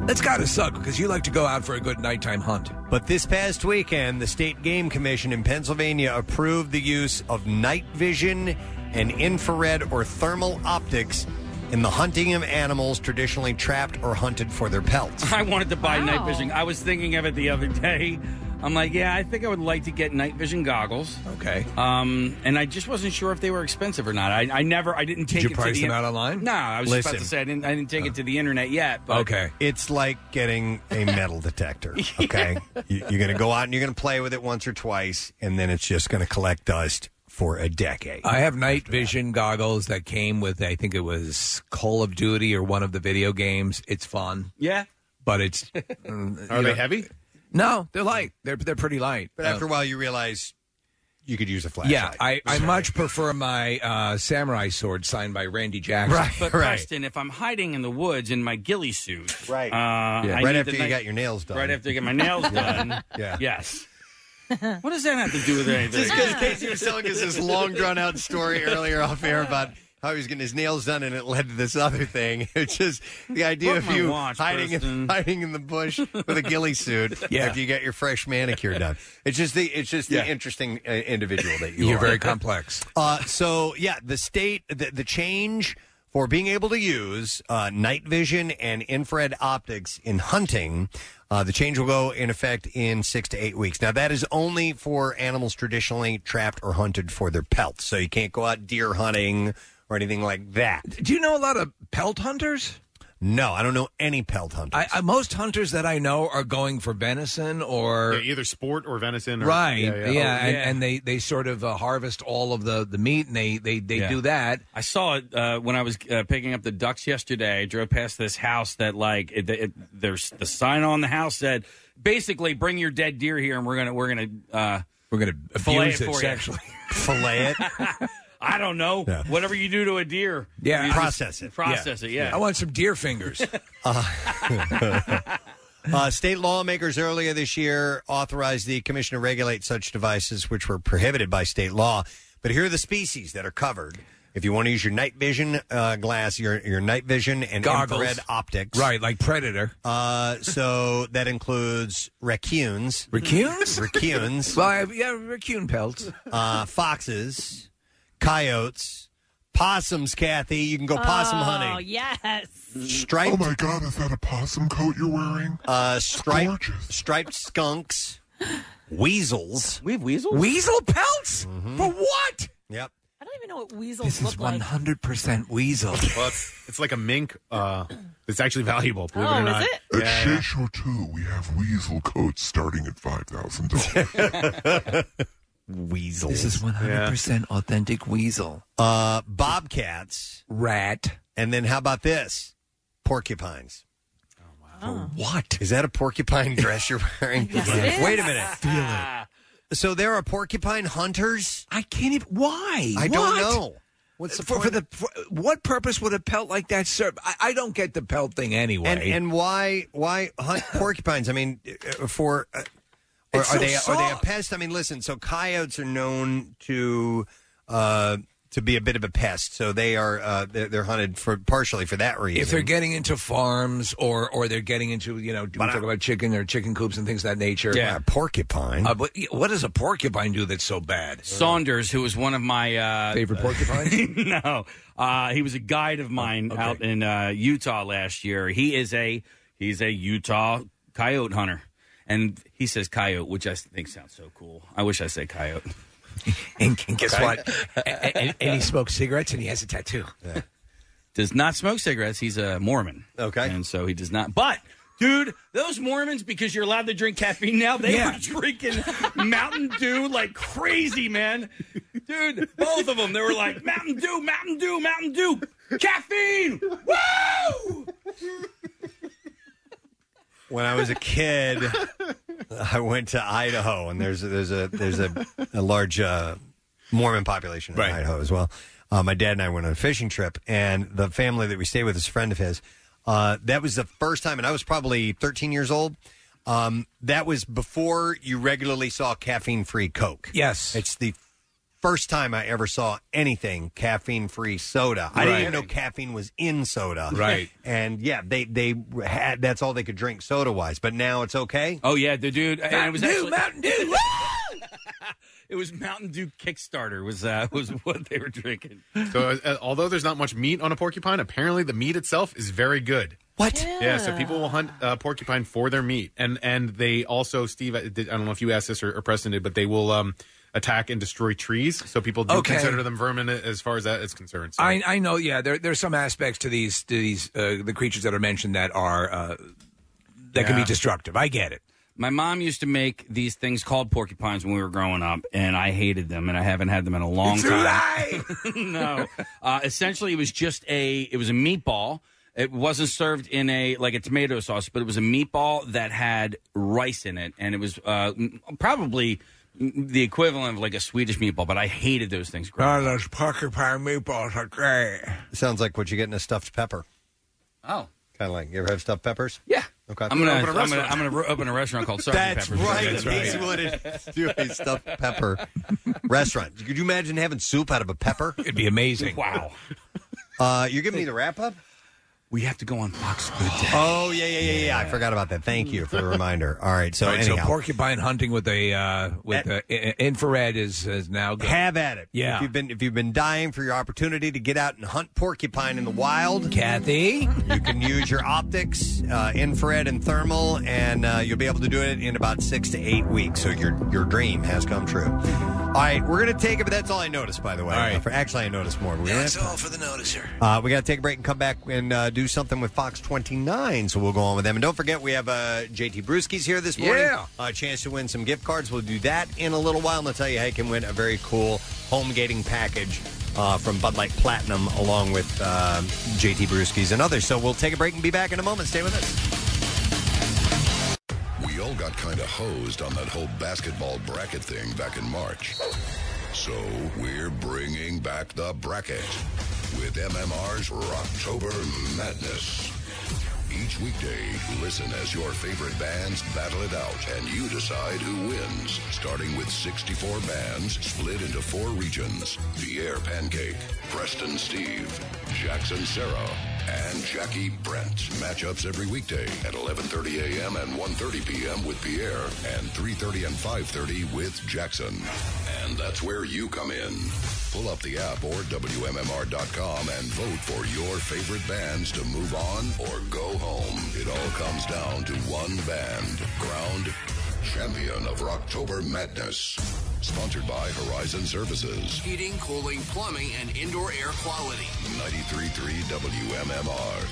That's got to suck because you like to go out for a good nighttime hunt. But this past weekend, the State Game Commission in Pennsylvania approved the use of night vision and infrared or thermal optics in the hunting of animals traditionally trapped or hunted for their pelts. I wanted to buy night Wow. vision. I was thinking of it the other day. I'm like, yeah, I think I would like to get night vision goggles. Okay. Um, and I just wasn't sure if they were expensive or not. I, I never, I didn't take you it price to the them out online? Uh. No, I was just about Listen. to say I didn't. I didn't take it to the internet yet. But It's like getting a metal detector. Okay. You- You're going to go out and you're going to play with it once or twice, and then it's just going to collect dust for a decade. I have night vision goggles that came with, I think it was Call of Duty or one of the video games. It's fun. Yeah. But it's. mm, Are you they know- heavy? No, they're light. They're, they're pretty light. But after a while, you realize you could use a flashlight. Yeah, I, I much prefer my uh, samurai sword signed by Randy Jackson. But Preston, if I'm hiding in the woods in my ghillie suit, right? Uh, Yeah. Right I need the after you night- got your nails done. Right after I get my nails Yeah. done. Yeah. Yes. What does that have to do with anything? Just because Casey was telling us this long drawn out story earlier off air about how he was getting his nails done and it led to this other thing. It's just the idea Look of my you watch, hiding in, Preston. hiding in the bush with a ghillie suit Yeah. after you got your fresh manicure done. It's just the it's just the Yeah. interesting uh, individual that you You're are. very complex. Uh, so yeah, the state the, the change for being able to use uh, night vision and infrared optics in hunting. Uh, the change will go in effect in six to eight weeks. Now, that is only for animals traditionally trapped or hunted for their pelts. So you can't go out deer hunting or anything like that. Do you know a lot of pelt hunters? No, I don't know any pelt hunters. I, I, most hunters that I know are going for venison or. Yeah, either sport or venison. Or, Right, yeah, Oh, and, and they they sort of uh, harvest all of the the meat, and they they they Yeah. do that. I saw it uh, when I was uh, picking up the ducks yesterday. I drove past this house that, like, it, it, there's the sign on the house said, basically, bring your dead deer here, and we're gonna we're gonna uh, we're gonna fillet abuse it it for sexually. you. fillet it. I don't know. Whatever you do to a deer, you Yeah, just Process it. Yeah, I want some deer fingers. Uh, state lawmakers earlier this year authorized the commission to regulate such devices, which were prohibited by state law. But here are the species that are covered. If you want to use your night vision uh, glass, your your night vision and Goggles. infrared optics, right, like predator. Uh, so that includes raccoons, Raccoons, raccoons. well, I have, yeah, raccoon pelts. uh, foxes, coyotes, possums. Kathy, you can go possum Oh, hunting. yes. Striped. Oh my God, is that a possum coat you're wearing? Uh, striped, striped skunks, weasels. We have weasels. Weasel pelts Mm-hmm. for what? Yep. I don't even know what weasels look like. One hundred percent weasel. Well, it's, it's like a mink. Uh, it's actually valuable. Believe Oh, it or is not. it? At Shea Show 2, we have weasel coats starting at $5,000. weasel. This is one hundred percent authentic weasel. Uh, bobcats, rat, and then how about this? Porcupines. Oh. What is that? A porcupine dress you're wearing? Yes, it is. Wait a minute. So there are porcupine hunters. I can't even. Why? I What? don't know. What's the Oh. for, for the for, what purpose would a pelt like that serve? I, I don't get the pelt thing anyway. And and why why hunt porcupines? I mean, uh, for uh, or are It's so they are they a soft. pest? I mean, listen. So coyotes are known to uh, to be a bit of a pest. So they are uh, they're, they're hunted for partially for that reason. if they're getting into farms or or they're getting into you know we talk about chicken or chicken coops and things of that nature. Yeah. A porcupine. Uh, but what does a porcupine do that's so bad? Saunders, who was one of my uh, Favorite porcupines? Oh, no, uh, he was a guide of mine out in uh, Utah last year. He is a he's a Utah coyote hunter, and he says coyote, which I think sounds so cool. I wish I said coyote. and, guess what? and, and- and he smokes cigarettes and he has a tattoo. Does not smoke cigarettes. He's a Mormon. Okay, and so he does not. But. Dude, those Mormons, because you're allowed to drink caffeine now, they Yeah. were drinking Mountain Dew like crazy, man. Dude, both of them, they were like Mountain Dew, Mountain Dew, Mountain Dew, caffeine. Woo! when I was a kid, I went to Idaho, and there's there's a there's a, a large uh, Mormon population in Idaho as well. Uh, my dad and I went on a fishing trip, and the family that we stayed with is a friend of his. Uh, that was the first time, and I was probably 13 years old. Um, that was before you regularly saw caffeine free Coke. Yes, it's the first time I ever saw anything caffeine free soda. I didn't even know Right. caffeine was in soda. Right. And yeah, they they had that's all they could drink soda wise. But now it's okay. Oh yeah, the dude. And it was Mountain Dew, actually Mountain Dew. it was Mountain Dew Kickstarter was uh, was what they were drinking. So, uh, although there's not much meat on a porcupine, apparently the meat itself is very good. What? Yeah, so people will hunt uh, porcupine for their meat, and and they also, Steve, I, did, I don't know if you asked this or, or Preston did, but they will um, attack and destroy trees. So people do Okay. consider them vermin as far as that is concerned. So. I, I know. Yeah, there, there's some aspects to these to these uh, the creatures that are mentioned that are uh, that can be Yeah. destructive. I get it. My mom used to make these things called porcupines when we were growing up, and I hated them, and I haven't had them in a long It's a time. lie! no, uh, essentially, it was just a it was a meatball. It wasn't served in a like a tomato sauce, but it was a meatball that had rice in it, and it was uh, m- probably m- the equivalent of like a Swedish meatball. But I hated those things. growing Oh, those porcupine meatballs are great. Sounds like what you get in a stuffed pepper. Oh. Kind of like you ever have stuffed peppers? Yeah. Okay. I'm gonna I'm, gonna I'm gonna ro- open a restaurant called Sergeant That's Pepper's. right. He's what it do a stuffed pepper restaurant. Could you imagine having soup out of a pepper? It'd be amazing. Wow. Uh, you're giving me the wrap up. We have to go on Fox Good Day. Oh yeah, yeah, yeah, yeah, I forgot about that. Thank you for the reminder. All right, so All right, anyhow, porcupine hunting with a uh, with uh, i- i- infrared is is now good. have at it. Yeah. If you've been if you've been dying for your opportunity to get out and hunt porcupine in the wild, Kathy, you can use your optics, uh, infrared and thermal, and uh, you'll be able to do it in about six to eight weeks. So your your dream has come true. All right, we're gonna take it. But that's all I noticed, by the way. Uh, for- actually, I noticed more. but we don't have That's all for the noticer. Uh, we got to take a break and come back and uh, do something with Fox 29. So we'll go on with them. And don't forget, we have uh, JT Brewski's here this morning. Yeah. A uh, chance to win some gift cards. We'll do that in a little while. And I'll tell you how you can win a very cool home gating package uh, from Bud Light Platinum along with uh, JT Brewski's and others. So we'll take a break and be back in a moment. Stay with us. We all got kind of hosed on that whole basketball bracket thing back in March. So we're bringing back the bracket with MMR's Rocktober Madness. Each weekday, listen as your favorite bands battle it out and you decide who wins, starting with 64 bands split into four regions Pierre Pancake, Preston Steve, Jackson Sarah, and Jackie Brent. Matchups every weekday at 11:30 a.m. and 1:30 p.m. with Pierre and 3:30 and 5:30 with Jackson. And that's where you come in. Pull up the app or WMMR.com and vote for your favorite bands to move on or go home. It all comes down to one band, Ground Champion of Rocktober Madness. Sponsored by Horizon Services. Heating, cooling, plumbing, and indoor air quality. 93.3 WMMR.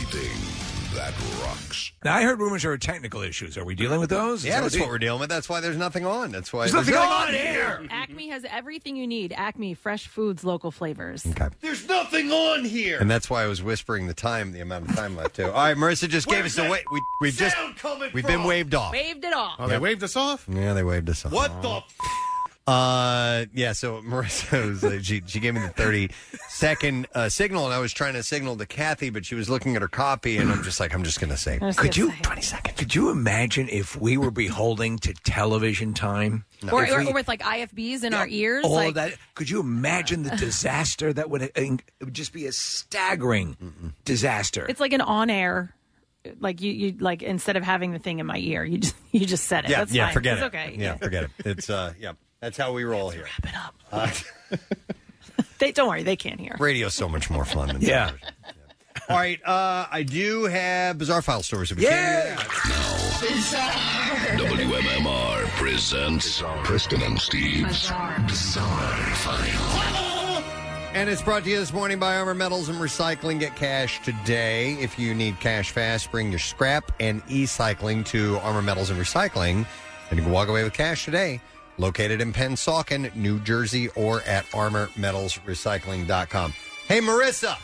Everything that rocks. Now I heard rumors are technical issues. Are we dealing with those? Is Yeah, that that's it- what we're dealing with. That's why there's nothing on. That's why There's nothing nothing on here. Acme has everything you need. Acme, fresh foods, local flavors. Okay. There's nothing on here. And that's why I was whispering the time, the amount of time left too. All right, Marissa just gave us Where's a that wait. We, we've just sound coming we've from? been waved off. Oh, Waved it off. waved us off. Yeah, they waved us off. What the? F- Uh, yeah. So Marissa, was, uh, she she gave me the thirty second uh, signal, and I was trying to signal to Kathy, but she was looking at her copy, and I'm just like, I'm just gonna say, Could you twenty seconds? Could you imagine if we were beholden to television time? Or, If or, we- or with like IFBs in our ears, all like of Oh, that. Could you imagine the disaster that would? uh, It would just be a staggering disaster. It's like an on-air, like you, you like instead of having the thing in my ear, you just you just said it. yeah, That's yeah, fine. forget it's it. Okay. yeah, forget it. It's uh, yeah, that's how we roll here. Wrap it up. Uh, They don't worry, they can't hear. radio's so much more fun than yeah. All right, uh, I do have bizarre file stories. If we yeah. WMMR presents Preston and Steve's Bizarre File. And it's brought to you this morning by Armor Metals and Recycling. Get cash today. If you need cash fast, bring your scrap and e cycling to Armor Metals and Recycling, and you can walk away with cash today. Located in Pensauken, New Jersey, or at armormetalsrecycling.com. Hey, Marissa.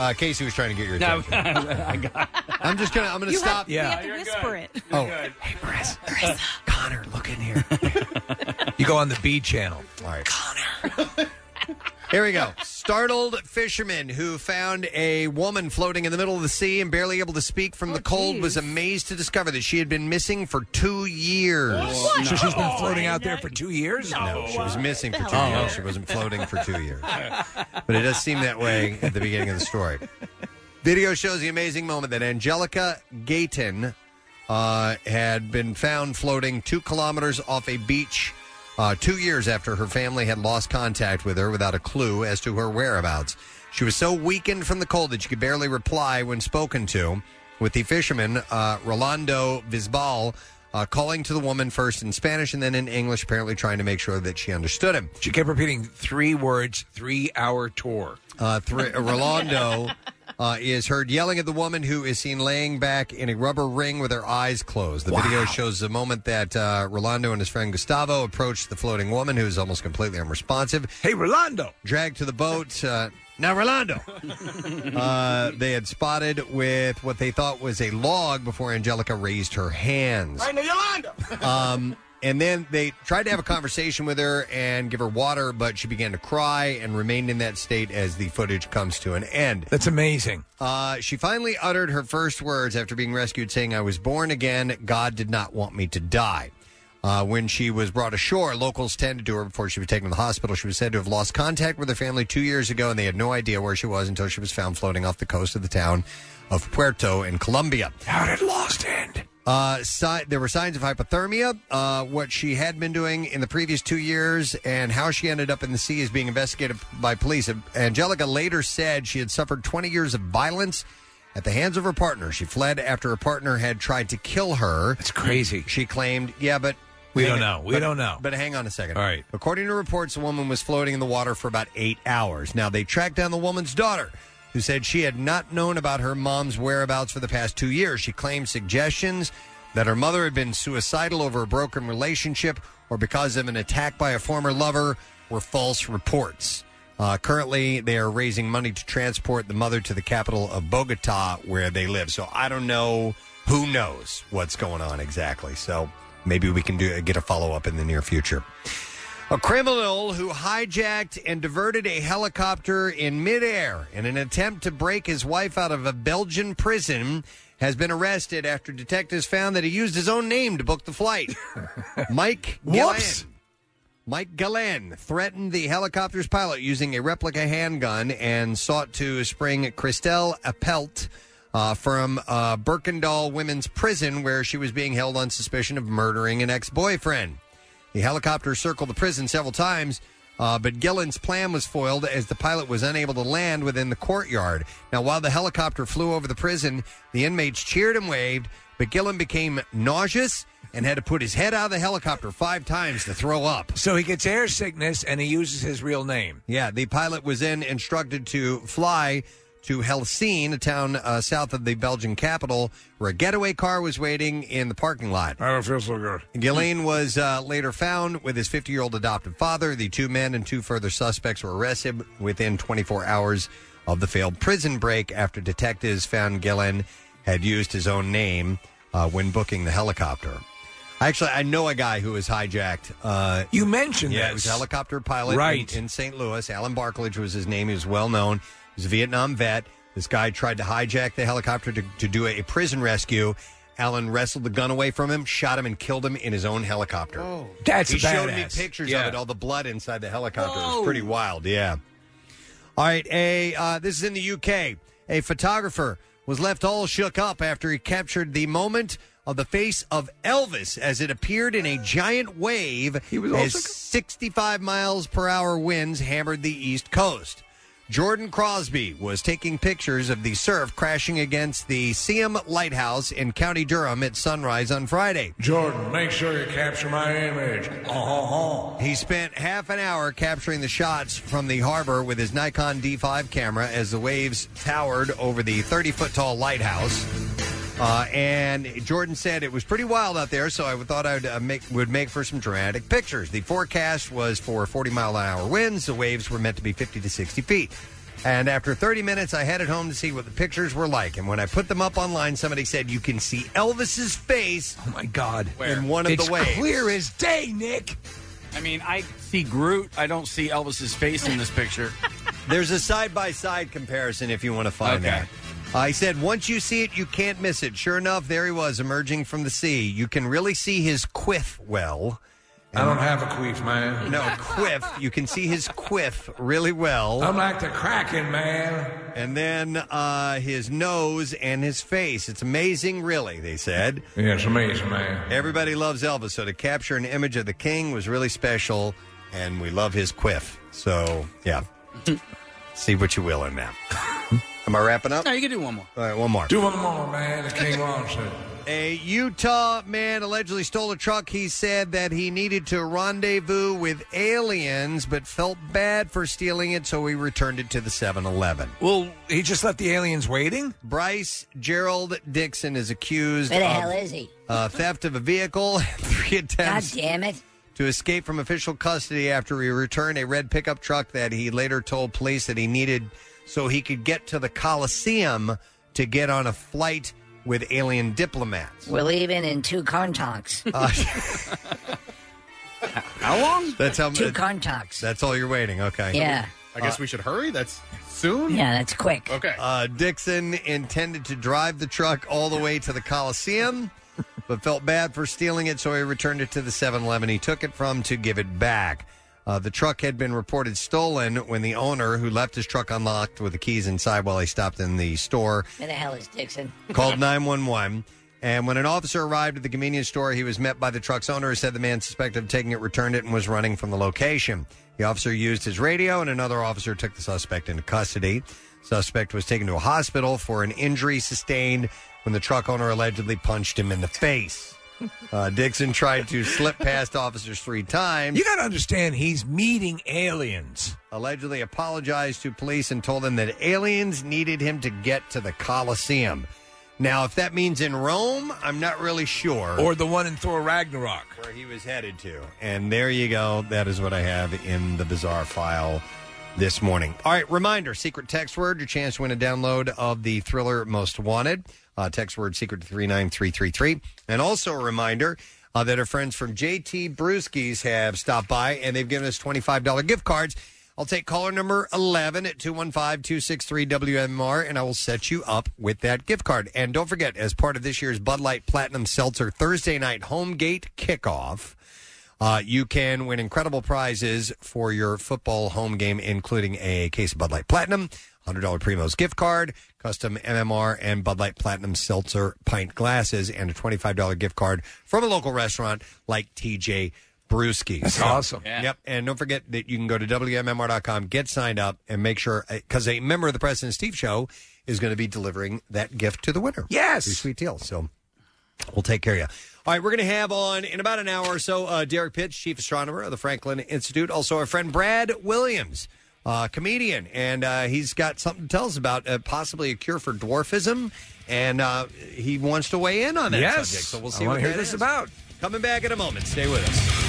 Uh, Casey was trying to get your No, attention. I'm just gonna. I'm gonna You have- stop. we Yeah. have to You're whisper good. it. You're oh, good. hey, Marissa. Connor, look in here. you go on the B channel. All right. Here we go. Startled fisherman who found a woman floating in the middle of the sea and barely able to speak from Oh, the cold was amazed to discover that she had been missing for two years. What? So she's been floating out there for two years? No, she was missing for two Oh. years. She wasn't floating for two years. But it does seem that way at the beginning of the story. Video shows the amazing moment that Angelica Gayton uh, had been found floating two kilometers off a beach uh, two years after her family had lost contact with her without a clue as to her whereabouts. She was so weakened from the cold that she could barely reply when spoken to, with the fisherman, uh, Rolando Visbal, uh, calling to the woman first in Spanish and then in English, apparently trying to make sure that she understood him. She kept repeating three words, three hour tour. Uh, thr- uh, Rolando uh, is heard yelling at the woman who is seen laying back in a rubber ring with her eyes closed. The video shows the moment that uh, Rolando and his friend Gustavo approached the floating woman who is almost completely unresponsive. Hey, Rolando! Dragged to the boat. Uh, now, Rolando! uh, they had spotted with what they thought was a log before Angelica raised her hands. now, Yolanda. Um, and then they tried to have a conversation with her and give her water, but she began to cry and remained in that state as the footage comes to an end. That's amazing. Uh, she finally uttered her first words after being rescued, saying, I was born again. God did not want me to die. Uh, when she was brought ashore, locals tended to her before she was taken to the hospital. She was said to have lost contact with her family two years ago, and they had no idea where she was until she was found floating off the coast of the town of Puerto in Colombia. How did Lost end? Uh, si- there were signs of hypothermia, uh, what she had been doing in the previous two years, and how she ended up in the sea is being investigated by police. Angelica later said she had suffered 20 years of violence at the hands of her partner. She fled after her partner had tried to kill her. That's crazy. She claimed, yeah, but. We hang don't on- know. We but- don't know. But hang on a second. All right. According to reports, the woman was floating in the water for about eight hours. Now, they tracked down the woman's daughter, who said she had not known about her mom's whereabouts for the past two years. She claimed suggestions that her mother had been suicidal over a broken relationship or because of an attack by a former lover were false reports. Uh, currently, they are raising money to transport the mother to the capital of Bogota, where they live. So I don't know. Who knows what's going on exactly? So maybe we can do get a follow up in the near future. A criminal who hijacked and diverted a helicopter in midair in an attempt to break his wife out of a Belgian prison has been arrested after detectives found that he used his own name to book the flight. Mike Whoops. Mike Galen threatened the helicopter's pilot using a replica handgun and sought to spring Christelle Appelt uh, from uh, Birkendall Women's Prison, where she was being held on suspicion of murdering an ex boyfriend. The helicopter circled the prison several times, uh, but Gillen's plan was foiled as the pilot was unable to land within the courtyard. Now, while the helicopter flew over the prison, the inmates cheered and waved, but Gillen became nauseous and had to put his head out of the helicopter five times to throw up. So he gets air sickness and he uses his real name. Yeah, the pilot was then instructed to fly to Helsinki, a town uh, south of the Belgian capital, where a getaway car was waiting in the parking lot. I don't feel so good. Ghislaine was uh, later found with his 50 year old adopted father. The two men and two further suspects were arrested within 24 hours of the failed prison break after detectives found Gillen had used his own name uh, when booking the helicopter. Actually, I know a guy who was hijacked. Uh, you mentioned yeah, this. he was a helicopter pilot, in- Right. in, St. Louis. Alan Barklage was his name. He was well known. He was a Vietnam vet. This guy tried to hijack the helicopter to, to do a prison rescue. Alan wrestled the gun away from him, shot him, and killed him in his own helicopter. That's he showed me badass. pictures Yeah. of it. All the blood inside the helicopter It Whoa. was pretty wild. Yeah. All right, a uh, this is in the UK. A photographer was left all shook up after he captured the moment of the face of Elvis as it appeared in a giant wave as 65 miles per hour winds hammered the east coast. Jordan Crosby was taking pictures of the surf crashing against the Siam Lighthouse in County Durham at sunrise on Friday. Jordan, make sure you capture my image. He spent half an hour capturing the shots from the harbor with his Nikon D5 camera as the waves towered over the 30 foot tall lighthouse. Uh, and Jordan said it was pretty wild out there, so I thought I would uh, make would make for some dramatic pictures. The forecast was for 40 mile an hour winds. The waves were meant to be 50 to 60 feet. And after 30 minutes, I headed home to see what the pictures were like. And when I put them up online, somebody said you can see Elvis's face. Oh my God! In one of It's the waves. clear as day, Nick. I mean, I see Groot. I don't see Elvis's face in this picture. There's a side by side comparison if you want to find Okay. that. I said, once you see it, you can't miss it. Sure enough, there he was emerging from the sea. You can really see his quiff well. I don't have a queef, man. No, quiff. You can see his quiff really well. I'm like the Kraken, man. And then uh, his nose and his face. It's amazing, really, they said. Yeah, it's amazing, man. Everybody loves Elvis, so to capture an image of the king was really special, and we love his quiff. So, yeah. see what you will in that. Am I wrapping up? No, you can do one more. All right, one more. Do one more, man. The king wants it. A Utah man allegedly stole a truck. He said that he needed to rendezvous with aliens, but felt bad for stealing it, so he returned it to the 7 Eleven. Well, he just left the aliens waiting? Bryce Gerald Dixon is accused Where the of hell is he? uh, theft of a vehicle, three God attempts damn it. to escape from official custody after he returned a red pickup truck that he later told police that he needed so he could get to the Coliseum to get on a flight with alien diplomats. We're leaving in two contacts. How long? That's how two contacts. That's all you're waiting. Okay. Yeah. I guess we should hurry. That's soon. Yeah, that's quick. Okay. Uh, Dixon intended to drive the truck all the way to the Coliseum, but felt bad for stealing it, so he returned it to the 7 Eleven he took it from to give it back. Uh, the truck had been reported stolen when the owner, who left his truck unlocked with the keys inside while he stopped in the store, Where the hell is Dixon? called 911. And when an officer arrived at the convenience store, he was met by the truck's owner who said the man suspected of taking it returned it and was running from the location. The officer used his radio, and another officer took the suspect into custody. Suspect was taken to a hospital for an injury sustained when the truck owner allegedly punched him in the face. Uh, Dixon tried to slip past officers three times. You got to understand, he's meeting aliens. Allegedly apologized to police and told them that aliens needed him to get to the Coliseum. Now, if that means in Rome, I'm not really sure. Or the one in Thor Ragnarok. Where he was headed to. And there you go. That is what I have in the bizarre file this morning. All right, reminder secret text word, your chance to win a download of the thriller Most Wanted. Uh, text word secret to 39333. And also a reminder uh, that our friends from JT Brewskis have stopped by and they've given us $25 gift cards. I'll take caller number 11 at 215 263 WMR and I will set you up with that gift card. And don't forget, as part of this year's Bud Light Platinum Seltzer Thursday night home gate kickoff, uh, you can win incredible prizes for your football home game, including a case of Bud Light Platinum, $100 Primo's gift card, custom MMR and Bud Light Platinum Seltzer pint glasses, and a $25 gift card from a local restaurant like TJ Brewski. That's awesome. Yep. And don't forget that you can go to WMMR.com, get signed up, and make sure, because a member of the President Steve Show is going to be delivering that gift to the winner. Yes. Pretty Sweet deal. So we'll take care of you. All right, we're going to have on in about an hour or so uh, Derek Pitts, chief astronomer of the Franklin Institute. Also, our friend Brad Williams, uh, comedian, and uh, he's got something to tell us about uh, possibly a cure for dwarfism, and uh, he wants to weigh in on that Yes. subject. So we'll I see wanna what hear that this is. about. Coming back in a moment. Stay with us.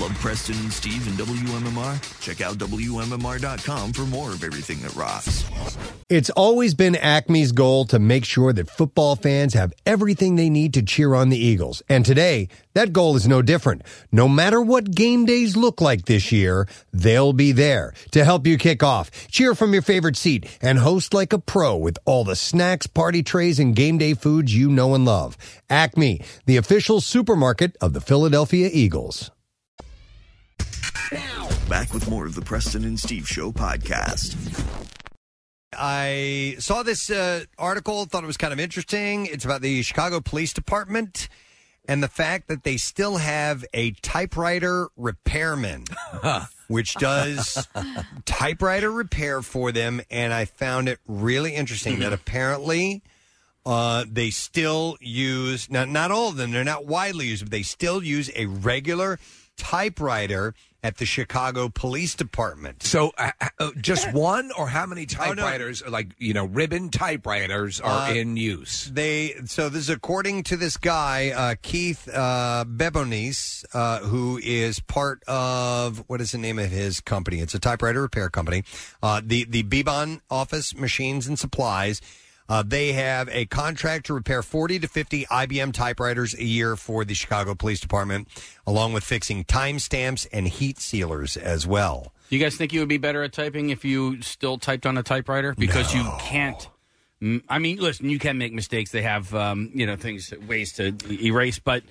Love Preston and Steve and WMMR? Check out WMMR.com for more of everything that rocks. It's always been Acme's goal to make sure that football fans have everything they need to cheer on the Eagles. And today, that goal is no different. No matter what game days look like this year, they'll be there to help you kick off, cheer from your favorite seat, and host like a pro with all the snacks, party trays, and game day foods you know and love. Acme, the official supermarket of the Philadelphia Eagles. Back with more of the Preston and Steve Show podcast. I saw this uh, article, thought it was kind of interesting. It's about the Chicago Police Department and the fact that they still have a typewriter repairman, which does typewriter repair for them. And I found it really interesting Mm-hmm. that apparently uh, they still use, not, not all of them, they're not widely used, but they still use a regular typewriter at the Chicago Police Department. So, uh, uh, just one, or how many typewriters, like you know, ribbon typewriters, are Oh, Uh, in use? They so this is according to this guy uh, Keith uh, Bebonis, uh, who is part of what is the name of his company? It's a typewriter repair company. Uh, the the Bebon Office Machines and Supplies. Uh, they have a contract to repair 40 to 50 IBM typewriters a year for the Chicago Police Department, along with fixing timestamps and heat sealers as well. Do you guys think you would be better at typing if you still typed on a typewriter? Because you can't. mm, I mean, listen, you can make mistakes. They have, um, you know, things, ways to erase, but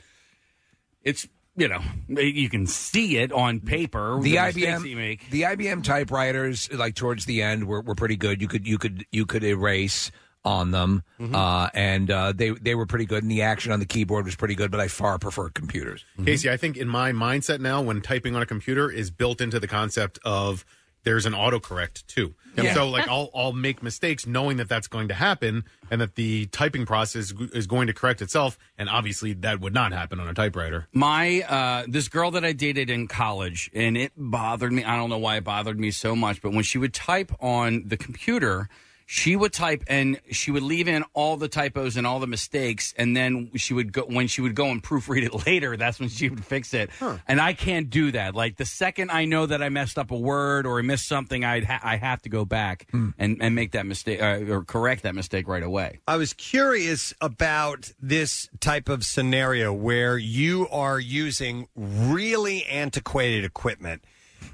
it's, you know, you can see it on paper. the mistakes that you IBM the IBM typewriters like towards the end were, were pretty good. You could you could you could erase on them, uh, and uh, they they were pretty good. And the action on the keyboard was pretty good, but I far prefer computers. Casey, I think in my mindset now, when typing on a computer, is built into the concept of there's an autocorrect too. And Yeah. so, like, I'll I'll make mistakes knowing that that's going to happen, and that the typing process is going to correct itself. And obviously, that would not happen on a typewriter. my uh this girl that i dated in college and it bothered me i don't know why it bothered me so much but when she would type on the computer she would type and she would leave in all the typos and all the mistakes and then she would go when she would go and proofread it later that's when she would fix it and i can't do that like the second i know that i messed up a word or i missed something i'd ha- i have to go back Hmm. and and make that mistake uh, or correct that mistake right away I was curious about this type of scenario where you are using really antiquated equipment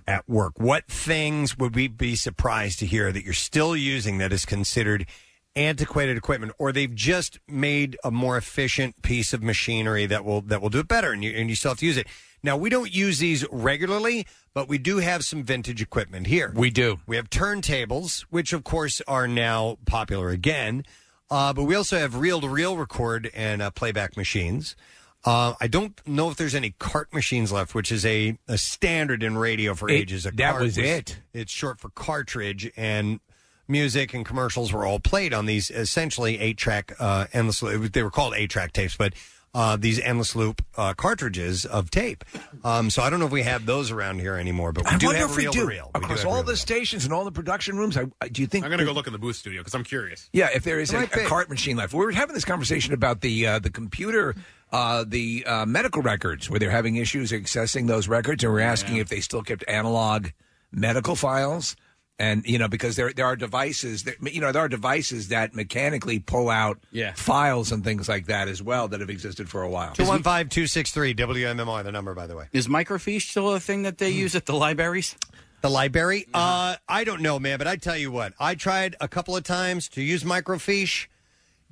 at work. What things would we be surprised to hear that you're still using that is considered antiquated equipment or they've just made a more efficient piece of machinery that will that will do it better and you and you still have to use it. Now we don't use these regularly, but we do have some vintage equipment here. We do. We have turntables, which of course are now popular again. Uh, but we also have reel to reel record and uh, playback machines. Uh, I don't know if there's any cart machines left, which is a, a standard in radio for It- ages. A that cart was it. It's short for cartridge, and music and commercials were all played on these essentially eight track uh, endless. it was- They were called eight track tapes, but uh, these endless loop uh, cartridges of tape. Um, so I don't know if we have those around here anymore, but we Mm-hmm. I do wonder have if we reel do to reel. We do across have all the stations and all the production rooms. I, I do you think I'm going to go look in the booth studio because I'm curious. Yeah, if there is It a, might be. a cart machine left, we were having this conversation about the uh, the computer, uh, the uh, medical records, where they're having issues accessing those records, and we're asking if they still kept analog medical files, and you know because there there are devices that you know there are devices that mechanically pull out files and things like that as well that have existed for a while. 215 263 WMMR, the number, by the way. is microfiche still a thing that they use at the libraries Hmm. The library? Uh, I don't know, man, but I tell you what, I tried a couple of times to use microfiche.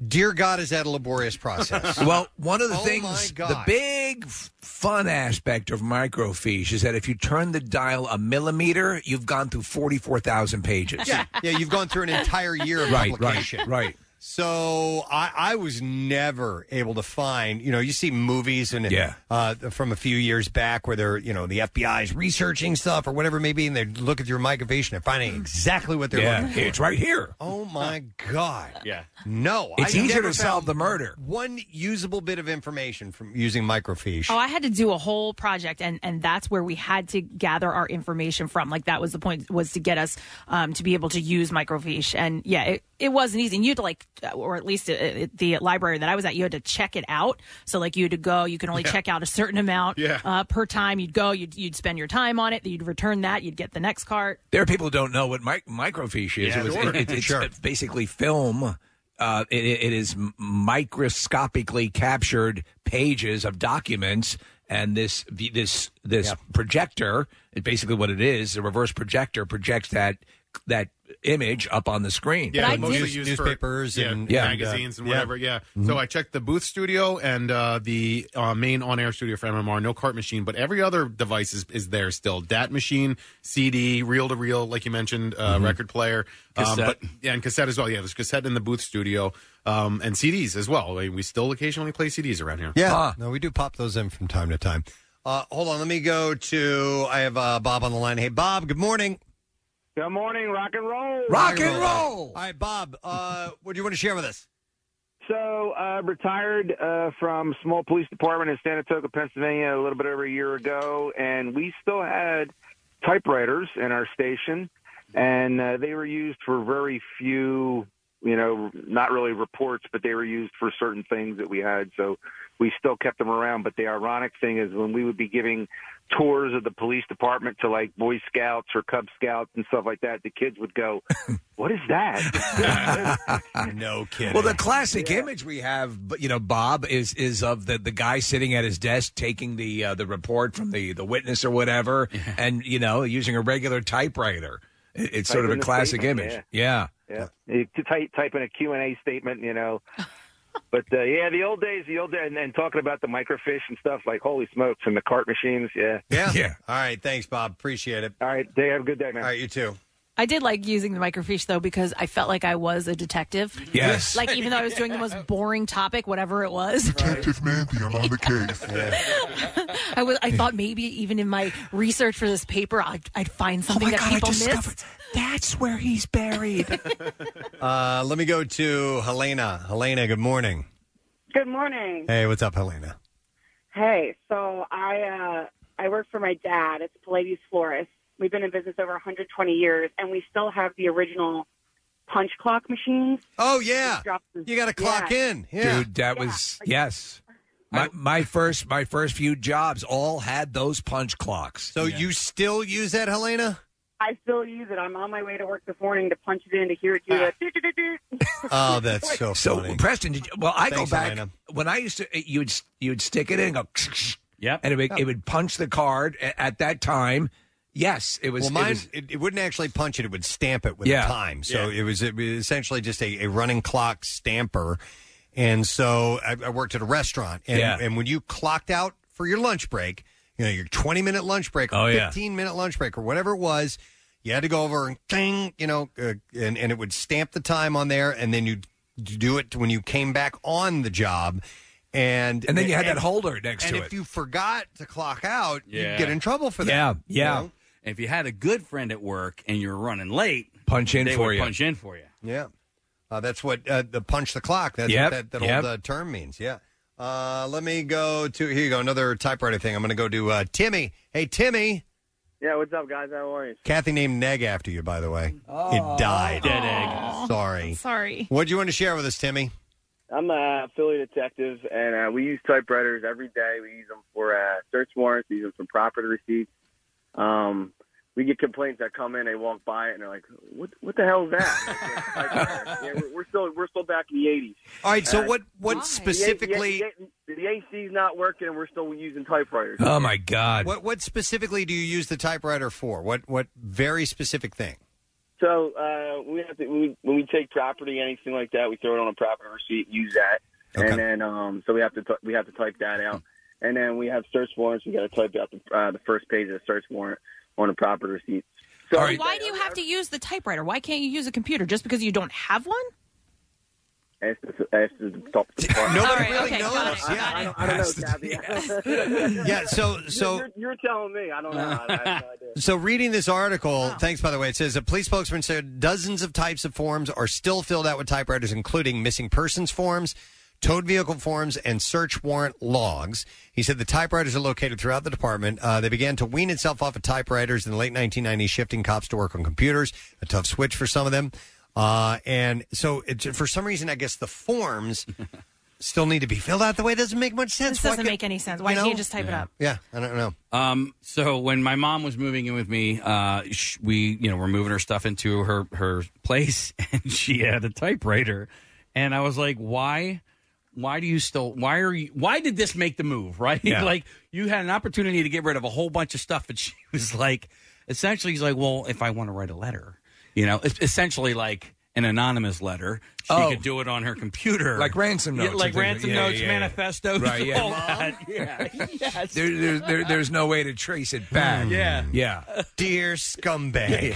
Dear God, is that a laborious process? well, one of the Oh, my things, the God. big f- fun aspect of microfiche is that if you turn the dial a millimeter, you've gone through forty four thousand pages. Yeah, yeah, you've gone through an entire year of Right, right, publication. right. So I, I was never able to find, you know, you see movies and Yeah. uh, from a few years back where they're, you know, the FBI's researching stuff or whatever it may be, and they look at your microfiche and they're finding exactly what they're Yeah, looking for. it's right here. Oh my God. Yeah. No. It's I easier never to solve found the murder. One usable bit of information from using microfiche. Oh, I had to do a whole project, and and that's where we had to gather our information from. Like that was the point was to get us um, to be able to use microfiche, and yeah, it, it wasn't easy. And you had to like, uh, or at least at at the library that I was at, you had to check it out. So like you had to go, you could only Yeah. check out a certain amount Yeah. uh, per time. You'd go, you'd, you'd spend your time on it, you'd return that, you'd get the next cart. There are people who don't know what mic- microfiche is. Yeah, it was, sure. it, it- it's Sure. basically film. Uh, it, it it is m- microscopically captured pages of documents, and this v- this this projector, it- basically what it is, a reverse projector projects that that image up on the screen. Yeah, mostly used for- yeah, magazines and whatever. Yeah. Mm-hmm. So I checked the booth studio and uh, the uh, main on-air studio for MMR. No cart machine, but every other device is, is there still. DAT machine, CD, reel-to-reel, like you mentioned, uh, Mhm. record player, um, Cassette. but, yeah, and cassette as well. Yeah, there's cassette in the booth studio um, and CDs as well. I mean, we still occasionally play CDs around here. Yeah, no, we do pop those in from time to time. Uh, hold on, let me go to. I have uh, Bob on the line. Hey, Bob. Good morning. Good morning, rock and roll. Rock and roll. All right, Bob. Uh, what do you want to share with us? So, uh, retired uh, from small police department in Sanatoga, Pennsylvania, a little bit over a year ago, and we still had typewriters in our station, and uh, they were used for very few, you know, not really reports, but they were used for certain things that we had. So, we still kept them around. But the ironic thing is when we would be giving tours of the police department to like Boy Scouts or Cub Scouts and stuff like that, the kids would go, "What is that?" no kidding. Well, the classic image we have, but, you know, Bob is is of the, the guy sitting at his desk taking the uh, the report from the, the witness or whatever, and you know, using a regular typewriter. It- it's sort Type of a in the classic statement, image. Yeah. yeah. Yeah, you could type type in a Q and A statement, you know. But uh, yeah, the old days, the old days, and, and talking about the microfiche and stuff like holy smokes and the cart machines, yeah. Yeah. yeah. All right. Thanks, Bob. Appreciate it. All right. They have a good day, man. All right. You too. I did like using the microfiche though because I felt like I was a detective. Yes. Like even though I was doing the most boring topic, whatever it was, Detective Mandy, I'm on the case. I was. I thought maybe even in my research for this paper, I'd, I'd find something that God, I people discovered- missed. That's where he's buried. Uh, let me go to Helena. Helena, good morning. Good morning. Hey, what's up, Helena? Hey, so I uh, I work for my dad. It's Pallades Florist. We've been in business over 120 years, and we still have the original punch clock machines. Oh yeah, you got to clock in, dude. That was yes. My my first my first few jobs all had those punch clocks. So you still use that, Helena? I still use it. I'm on my way to work this morning to punch it in to hear it do that. Oh, that's so So Preston, did you, well, I Thanks, go back Elena. when I used to. eh, You'd you'd stick it in and go. Yep. and it would, it would punch the card a- at that time. Yes, it was. well, it mine. It, was- it, wouldn't actually punch it; it would stamp it with Yeah. time. So it, was, it was essentially just a, a running clock stamper. And so I, I worked at a restaurant, and, Yeah. and when you clocked out for your lunch break, you know your twenty minute lunch break, or Oh, yeah. fifteen minute lunch break, or whatever it was, you had to go over and ding, you know, uh, and and it would stamp the time on there, and then you would do it when you came back on the job. And, And then you had that holder next and to if it. you forgot to clock out, Yeah. you'd get in trouble for that. You know? If you had a good friend at work and you were running late, punch in they for would you. Punch in for you. Yeah. Uh, that's what uh, the punch the clock. That's Yep, what that, that yep. old uh, term means. Yeah. Uh, let me go to here you go another typewriter thing. I'm going to go to uh, Timmy. Hey Timmy, Yeah, what's up, guys? How are you? Kathy named Neg after you by the way. Oh. it died. Dead egg. Sorry. Sorry. What do you want to share with us, Timmy? I'm a Philly detective, and uh, we use typewriters every day. We use them for uh, search warrants. We use them for property receipts. Um, we get complaints that come in, they walk by it, and they're like, "What? What the hell is that?" Like, it's typewriters. yeah, we're, we're still we're still back in the '80s. All right, so Uh, what what the A- specifically the, A- the, AC's not working, and we're still using typewriters. Oh, god. What what specifically do you use the typewriter for? What what very specific thing? So uh, we have to we, when we take property, anything like that, we throw it on a property receipt, use that, and then um, so we have to t- we have to type that out, and then we have search warrants. We got to type out the uh, the first page of the search warrant on a property receipt. So Why do you have to use the typewriter? Why can't you use a computer just because you don't have one? ask the, ask the top department. Nobody All right, really okay, knows, got it, I, I don't, I don't know, Gabby. Yeah, so- so- you're, you're telling me I don't know. I, I have no idea. So, reading this article, thanks by the way, it says a police spokesman said dozens of types of forms are still filled out with typewriters, including missing persons forms, towed vehicle forms, and search warrant logs. He said the typewriters are located throughout the department. Uh, they began to wean itself off of typewriters in the late 1990s, shifting cops to work on computers, a tough switch for some of them. Uh, and so it, for some reason, I guess the forms still need to be filled out the way it doesn't make much sense. This Why doesn't can't- make any sense. Why you can't you know? just type it up? Yeah, I don't know. Um, so when my mom was moving in with me, uh, sh- we you know we're moving her stuff into her her place, and she had a typewriter, and I was like, why? Why do you still? Why are you? Why did this make the move? Right? Yeah. like you had an opportunity to get rid of a whole bunch of stuff, and she was like, essentially, she's like, well, if I want to write a letter, you know, it's essentially like an anonymous letter, she Oh. could do it on her computer, Like ransom Yeah, notes and like things like- ransom yeah, notes, yeah, yeah. manifestos, Right, yeah. all that. Yeah, yes. There, there, there, there's no way to trace it back. Mm. Yeah. Yeah. Dear scumbag.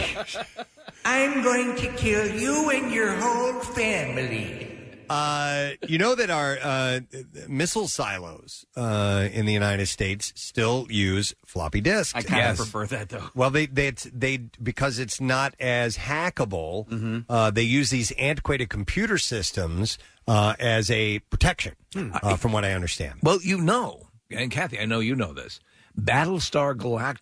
I'm going to kill you and your whole family. Uh, you know that our uh, missile silos uh, in the United States still use floppy disks. I kind of prefer that though. Well, they they it's, they because it's not as hackable. Mm-hmm. Uh, they use these antiquated computer systems uh, as a protection, Hmm. uh, from what I understand. Well, you know, and Kathy, I know you know this. Battlestar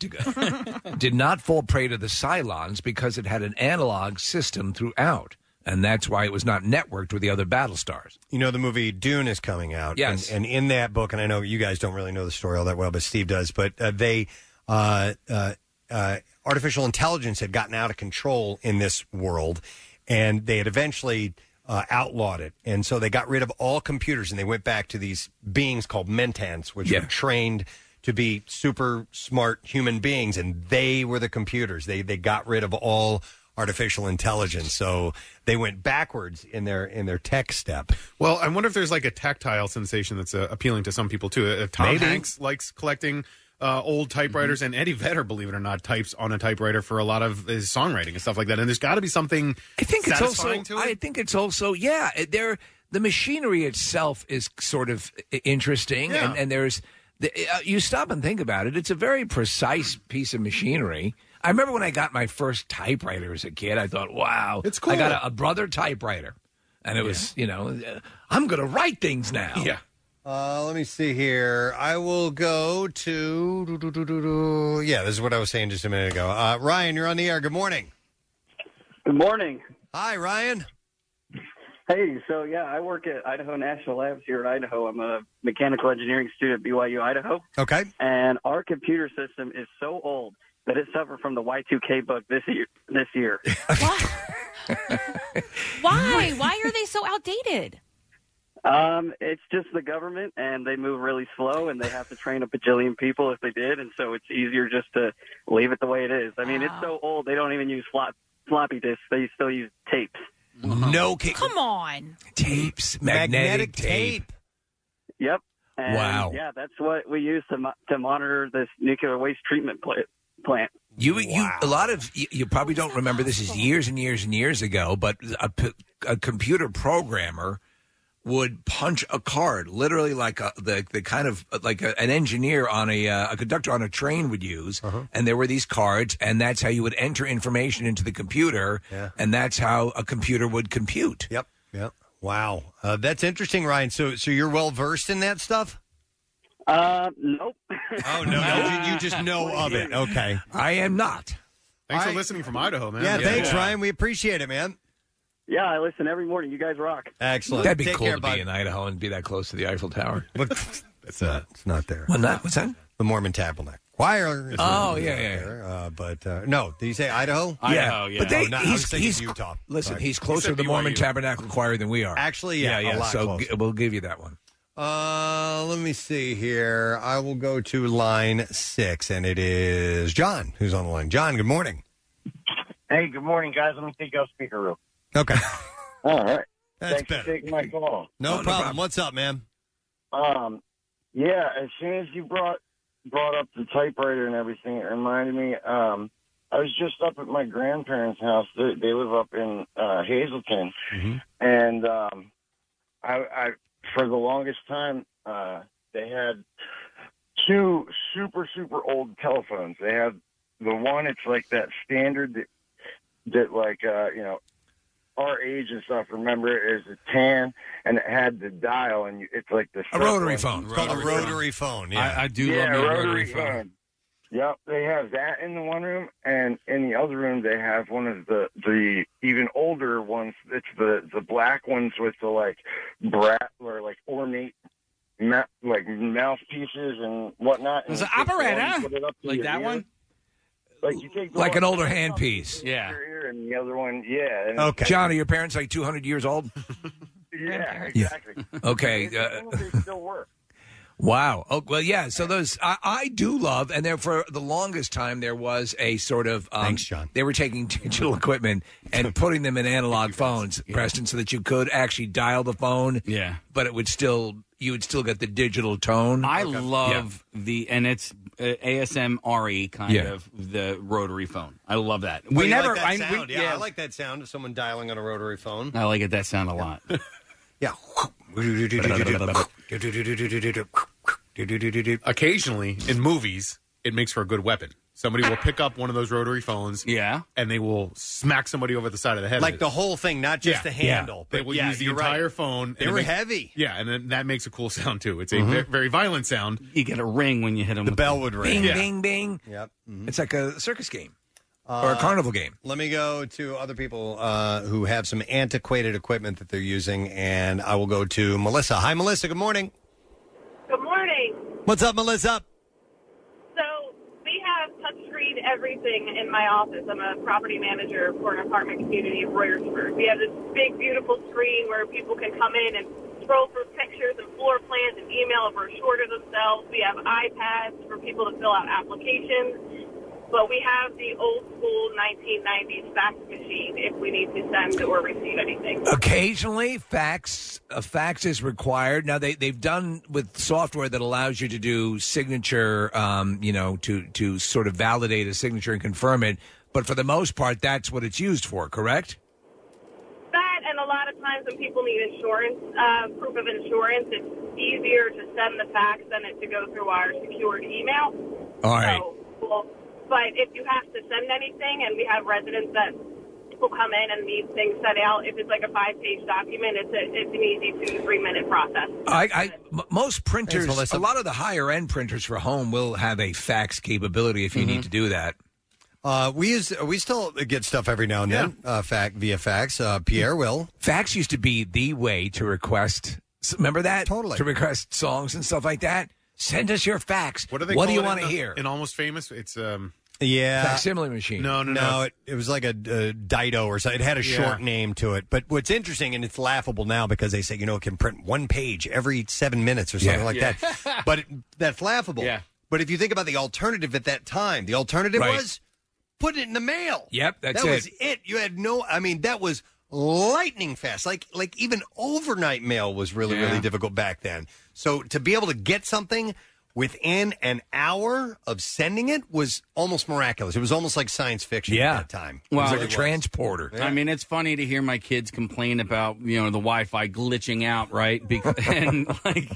Galactica did not fall prey to the Cylons because it had an analog system throughout, and that's why it was not networked with the other Battlestars. You know, the movie Dune is coming out. Yes. And, and in that book, and I know you guys don't really know the story all that well, but Steve does, but uh, they, uh, uh, uh, artificial intelligence had gotten out of control in this world, and they had eventually uh, outlawed it. And so they got rid of all computers and they went back to these beings called Mentants, which were trained to be super smart human beings, and they were the computers. They, they got rid of all artificial intelligence so they went backwards in their in their tech step Well, I wonder if there's like a tactile sensation that's uh, appealing to some people too. Uh, Tom Maybe. Hanks likes collecting uh, old typewriters, and Eddie Vedder, believe it or not, types on a typewriter for a lot of his songwriting and stuff like that. And there's got to be something. I think it's also. satisfying to I think it's also. Yeah, it- there. The machinery itself is sort of i- interesting, Yeah. and, and there's. The, uh, you stop and think about it. It's a very precise piece of machinery. I remember when I got my first typewriter as a kid. I thought, "Wow, it's cool. I got a, a brother typewriter, and it was, you know, uh, I'm going to write things now. Yeah, Uh, let me see here. I will go to. doo-doo-doo-doo-doo. Yeah, this is what I was saying just a minute ago. Uh, Ryan, you're on the air. Good morning. Good morning. Hi, Ryan. Hey, so yeah, I work at Idaho National Labs here in Idaho. I'm a mechanical engineering student at BYU Idaho, Okay. and our computer system is so old that it suffered from the Y2K bug this year. This year, Why? Why are they so outdated? um, it's just the government, and they move really slow, and they have to train a bajillion people if they did, and so it's easier just to leave it the way it is. I mean, it's so old they don't even use flop, floppy disks; they still use tapes. no ca- Come on. tapes, Uh-huh. Mm-hmm. magnetic, tape. Yep. And, Wow. Yeah, that's what we use to mo- to monitor this nuclear waste treatment plant. plant. You, you, a lot of you, you probably don't remember. This is years and years and years ago, but a, p- a computer programmer would punch a card, literally like a, the the kind of like a, an engineer on a uh, a conductor on a train would use. Uh-huh. And there were these cards, and that's how you would enter information into the computer, and that's how a computer would compute. Yep. Yep. Wow. Uh, that's interesting, Ryan. So, so you're well versed in that stuff. Uh, nope. Oh no, you, you just know of it. Okay. I am not. Thanks All for right. listening from Idaho, man. Yeah, thanks, Ryan. We appreciate it, man. Yeah, I listen every morning. You guys rock. Excellent. That'd be Take cool care, to bud. be in Idaho and be that close to the Eiffel Tower. It's not. It's not there. Well, not, what's that? The Mormon Tabernacle Choir. is Oh, yeah, not yeah, there, Uh, but uh, no, did you say Idaho? But they, Oh, no, I was he's, thinking he's Utah. Listen, Sorry. he's closer to the Mormon Tabernacle Choir than we are. Actually, yeah, a lot so closer. g- we'll give you that one. Uh, let me see here. I will go to line six, and it is John who's on the line. John, good morning. Hey, good morning, guys. Let me take you off speaker real. Okay. All right. That's Thanks for taking my call. No, problem. What's up, man? Um, yeah, as soon as you brought brought up the typewriter and everything, it reminded me. Um, I was just up at my grandparents' house. They, they live up in uh, Hazleton, Mm-hmm. and um, I, I for the longest time uh, they had two super super old telephones. They had the one it's like that standard that that like uh, you know our age and stuff remember it is a tan and it had the dial and you, it's like the A rotary phone. It's called a rotary phone. Yeah. I- I do love yeah, me a rotary phone. phone. Yep, they have that in the one room, and in the other room they have one of the the even older ones. It's the the black ones with the like brat or like ornate. Ma- like mouthpieces and whatnot. It's and an operetta. one, put it up to Like your that ear. one? Like you take the Like one- an older handpiece. Yeah. ear and the other one, yeah. and- John, are your parents like 200 years old? Yeah, exactly. Okay. uh, Wow. Oh well, yeah. So those I, I do love, and there for the longest time there was a sort of um, thanks, John. They were taking digital equipment and putting them in analog phones, Preston, so that you could actually dial the phone. Yeah, but it would still you would still get the digital tone. I love the and it's uh, ASMRE E kind Yeah. of the rotary phone. I love that. Oh, we you never. Like that I, we- sound. yeah, I like that sound of someone dialing on a rotary phone. I like it. That sound a lot. Occasionally, in movies, it makes for a good weapon. Somebody will pick up one of those rotary phones, yeah, and they will smack somebody over the side of the head. Like with the it. whole thing, not just the handle. They But will yeah, use the you're right. entire phone. and They it were makes- heavy. Mm-hmm. Yeah, and then that makes a cool sound too. It's a Mhm. ve- very violent sound. You get a ring when you hit them. The bell would Bing, bing, bing. Yep. Uh, It's like a circus game or a carnival game. Let me go to other people uh, who have some antiquated equipment that they're using, and I will go to Melissa. Hi, Melissa. Good morning. Good morning. What's up, Melissa? So we have touchscreen everything in my office. I'm a property manager for an apartment community in Royersburg. We have this big, beautiful screen where people can come in and scroll through pictures and floor plans and email a brochure to themselves. We have iPads for people to fill out applications. But we have the old school 1990s fax machine if we need to send or receive anything. Occasionally, fax a fax is required. Now they they've done with software that allows you to do signature, um, you know, to to sort of validate a signature and confirm it. But for the most part, that's what it's used for. Correct? That and a lot of times when people need insurance, uh, proof of insurance, it's easier to send the fax than it to go through our secured email. All right. Well, but if you have to send anything, and we have residents that will come in and need things sent out, if it's like a five-page document, it's, a, it's an easy two to three-minute process. I, I m- most printers, Thanks, Melissa. a lot of the higher end printers for home will have a fax capability if you need to do that. Uh, we use we still get stuff every now and then. Uh, fact via fax. Uh, Pierre will. Fax used to be the way to request. s- Remember that? Totally. To request songs and stuff like that. Send us your fax. What do they? What call do you it in want to the- hear? In Almost Famous, it's um. Yeah, Facsimile machine. No, no, no. no. It, it was like a, uh Dido or something. It had a Yeah. short name to it. But what's interesting, and it's laughable now because they say you know it can print one page every seven minutes or something Yeah. like Yeah. that. But it, that's laughable. Yeah. But if you think about the alternative at that time, the alternative Right. was putting it in the mail. Yep, that's that it. was it. You had no. I mean, that was lightning fast. Like like even overnight mail was really really difficult back then. So to be able to get something within an hour of sending it was almost miraculous. It was almost like science fiction Yeah. at that time. Wow. It It was was. transporter. I mean, it's funny to hear my kids complain about you know the Wi-Fi glitching out, right? Because, and like.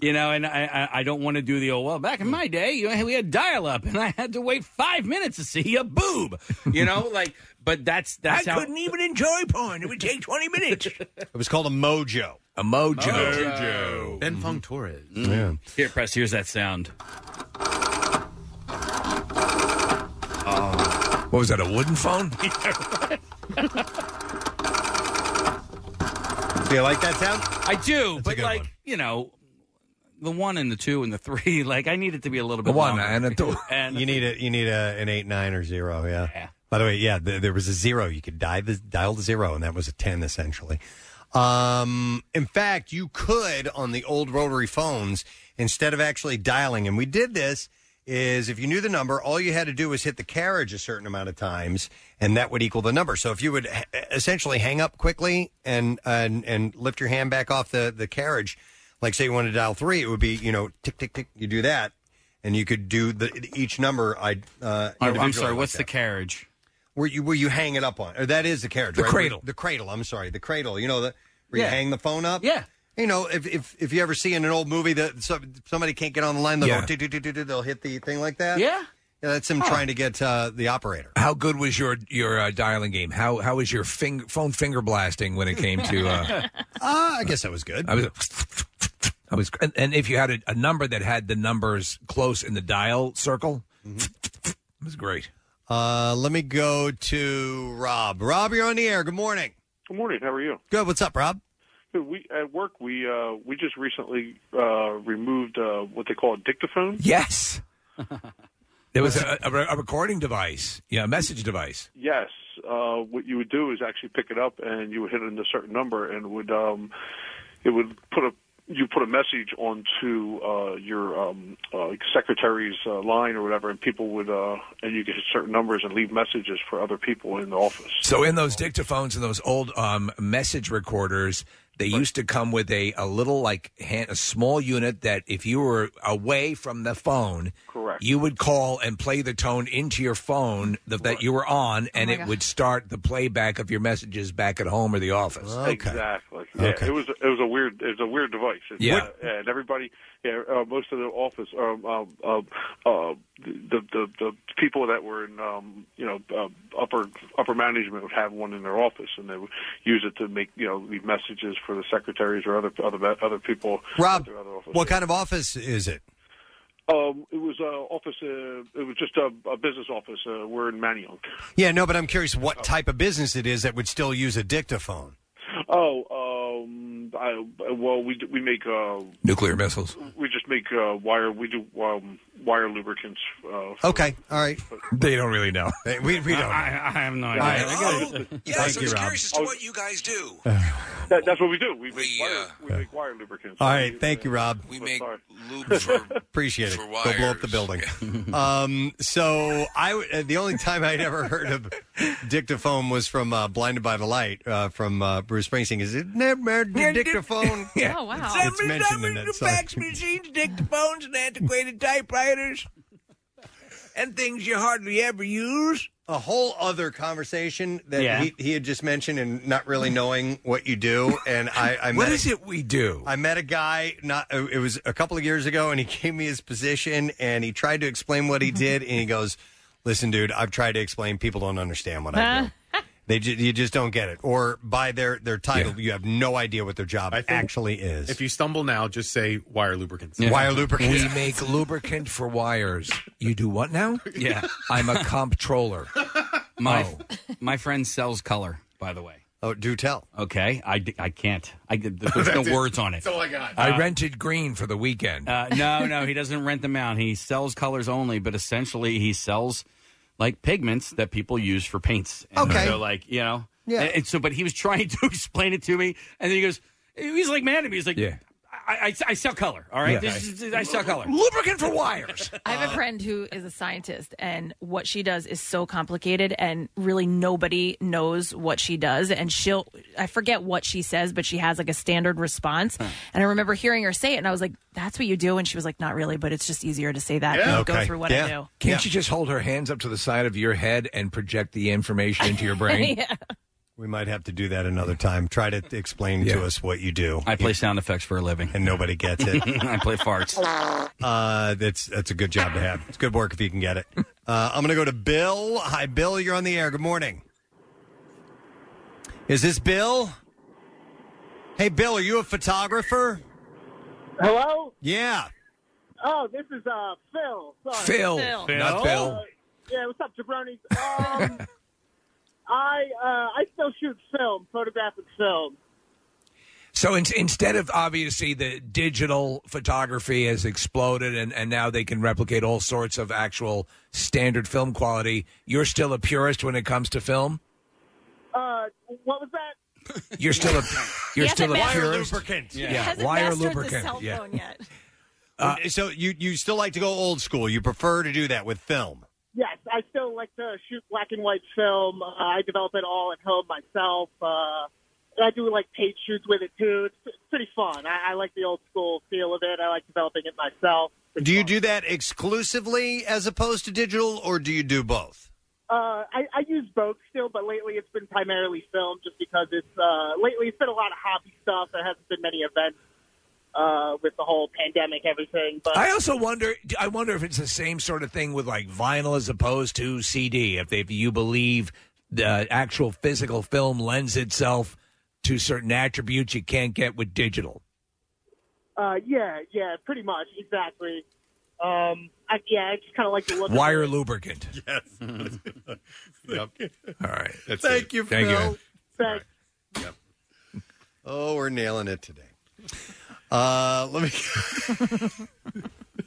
You know, and I, I, I don't want to do the old well. Back in my day, you know, we had dial up, and I had to wait five minutes to see a boob. You know, like, but that's that's I how couldn't even enjoy porn. It would take 20 minutes. It was called a mojo. Mm-hmm. A mojo. Mojo. Ben Fong Torres. Here, press. Here's that sound. What was that? A Oh. wooden phone? Do you like that sound? I do, but like you know, the one and the two and the three. Like I need it to be a little bit one longer. and a two. And you need a you need a, an eight nine or zero. Yeah. By the way, yeah, th- there was a zero. You could dial the dial the zero, and that was a ten essentially. Um, in fact, you could on the old rotary phones instead of actually dialing, and we did this. Is if you knew the number, all you had to do was hit the carriage a certain amount of times, and that would equal the number. So if you would h- essentially hang up quickly and and, and lift your hand back off the, the carriage, like say you wanted to dial three, it would be you know tick tick tick. You do that, and you could do the each number. I uh, I- I'm individually sorry. like What's that. the carriage? where you where you hang it up on? Or that is the carriage, The right? Where- cradle. the cradle. I'm sorry, the cradle. You know the where Yeah. you hang the phone up. Yeah. You know, if, if if you ever see in an old movie that some, somebody can't get on the line, they'll Yeah. go, "Do-do-do-do-do," they'll hit the thing like that. Yeah. Yeah, that's him trying to get uh, the operator. How good was your your uh, dialing game? How how was your finger, phone finger blasting when it came to? Uh, Ah, I guess that was good. I was, I was, and, and if you had a, a number that had the numbers close in the dial circle, Mm-hmm. It was great. Uh, let me go to Rob. Rob, you're on the air. Good morning. Good morning. How are you? Good. What's up, Rob? Good. We at work we uh, we just recently uh, removed uh, what they call a dictaphone. Yes. There was a, a, a recording device, yeah, a message device. Yes. Uh, what you would do is actually pick it up and you would hit it in a certain number and it would um, it would put a you put a message onto uh, your um, uh, secretary's uh, line or whatever, and people would uh, and you could hit certain numbers and leave messages for other people in the office. So in those dictaphones and those old um, message recorders, they used to come with a, a little like hand, a small unit that if you were away from the phone, Correct. you would call and play the tone into your phone that, that you were on, Oh and my it God. would start the playback of your messages back at home or the office. Oh, Exactly. Yeah, Okay. it was it was a weird it was a weird device. It's, Yeah. uh, and everybody, yeah, uh, most of the office, um, um, um, uh, the, the the people that were in um, you know um upper upper management would have one in their office, and they would use it to make you know leave messages for the secretaries or other other other people. Rob, at their other office. what kind of office is it? Um, it was uh, office. Uh, it was just a, a business office. Uh, we're in Manioc. Yeah, no, but I'm curious what type of business it is that would still use a dictaphone. Oh, um, I, well, we d- we make uh, Nuclear missiles. We just make uh, wire. We do um, wire lubricants. Uh, for- Okay, all right. They don't really know. we, we don't. I, I have no idea. I got it. yes, I was curious as to what you guys do. That, that's what we do. We make, uh, wire, we make wire lubricants. Oh, All right, thank you, Rob. We make lube for Appreciate it. For Go blow up the building. um, so I w- uh, the only time I'd ever heard of dictaphone was from uh, "Blinded by the Light" uh, from uh, Bruce Springsteen. Is it never dictaphone? Yeah. Oh, wow. It's- it's mentioned in that song. fax machines, dictaphones, and antiquated typewriters, and things you hardly ever use. A whole other conversation that Yeah. he, he had just mentioned and not really knowing what you do. And I, I What met is it we do? I met a guy. Not uh, it was a couple of years ago, and he gave me his position, and he tried to explain what he did, and he goes, "Listen, dude, I've tried to explain. People don't understand what I do. They ju- you just don't get it, or by their their title, you have no idea what their job actually is." If you stumble now, just say wire lubricants. Wire lubricants. We make lubricant for wires. You do what now? Yeah. I'm a comptroller. Oh. My my friend sells color, by the way. Oh, do tell. Okay, I, d- I can't. I did- there's no That's it. words on it. That's all I got. I rented green for the weekend. Uh, no, no, he doesn't rent them out. He sells colors only, but essentially he sells like pigments that people use for paints. And Okay. So like you know, Yeah. And, and so, but he was trying to explain it to me, and then he goes, he was like mad at me. He's like, yeah. I, I, I sell color, all right? Yeah. This is- I sell color. Lubricant for wires. I have a friend who is a scientist, and what she does is so complicated, and really nobody knows what she does. And she'll, I forget what she says, but she has like a standard response. And I remember hearing her say it, and I was like, that's what you do. And she was like, not really, but it's just easier to say that than go through what I do. Can't you just hold her hands up to the side of your head and project the information into your brain? Yeah. We might have to do that another time. Try to explain to us what you do. I play sound effects for a living, and nobody gets it. I play farts. Uh, that's that's a good job to have. It's good work if you can get it. Uh, I'm going to go to Bill. Hi, Bill. You're on the air. Good morning. Is this Bill? Hey, Bill. Are you a photographer? Hello. Yeah. Oh, this is uh Phil. Sorry. Phil. Phil. Phil. Not Bill. Uh, yeah, what's up, jabronis? Um, I uh, I still shoot film, photographic film. So in, instead of obviously the digital photography has exploded and, and now they can replicate all sorts of actual standard film quality, you're still a purist when it comes to film? Uh, what was that? You're still a you're still a purist. Yeah, wire lubricant. yeah. yet. Uh, so you you still like to go old school? You prefer to do that with film? Yes, I still like to shoot black and white film. Uh, I develop it all at home myself. Uh, and I do like paid shoots with it too. It's, it's pretty fun. I, I like the old school feel of it. I like developing it myself. Do you do that exclusively as opposed to digital, or do you do both? Uh, I, I use both still, but lately it's been primarily film, just because it's uh, lately it's been a lot of hobby stuff. There hasn't been many events uh, with the whole pandemic, everything. But I also wonder. I wonder if it's the same sort of thing with like vinyl as opposed to CD. If, they, if you believe the actual physical film lends itself to certain attributes you can't get with digital. uh, yeah, yeah, pretty much exactly. Um, I, yeah, I just kind of like the look. of Wire it. lubricant. Yes. yep. All right. Thank you, Thank you. Phil. Ed. Thanks. Oh, we're nailing it today. Uh, let me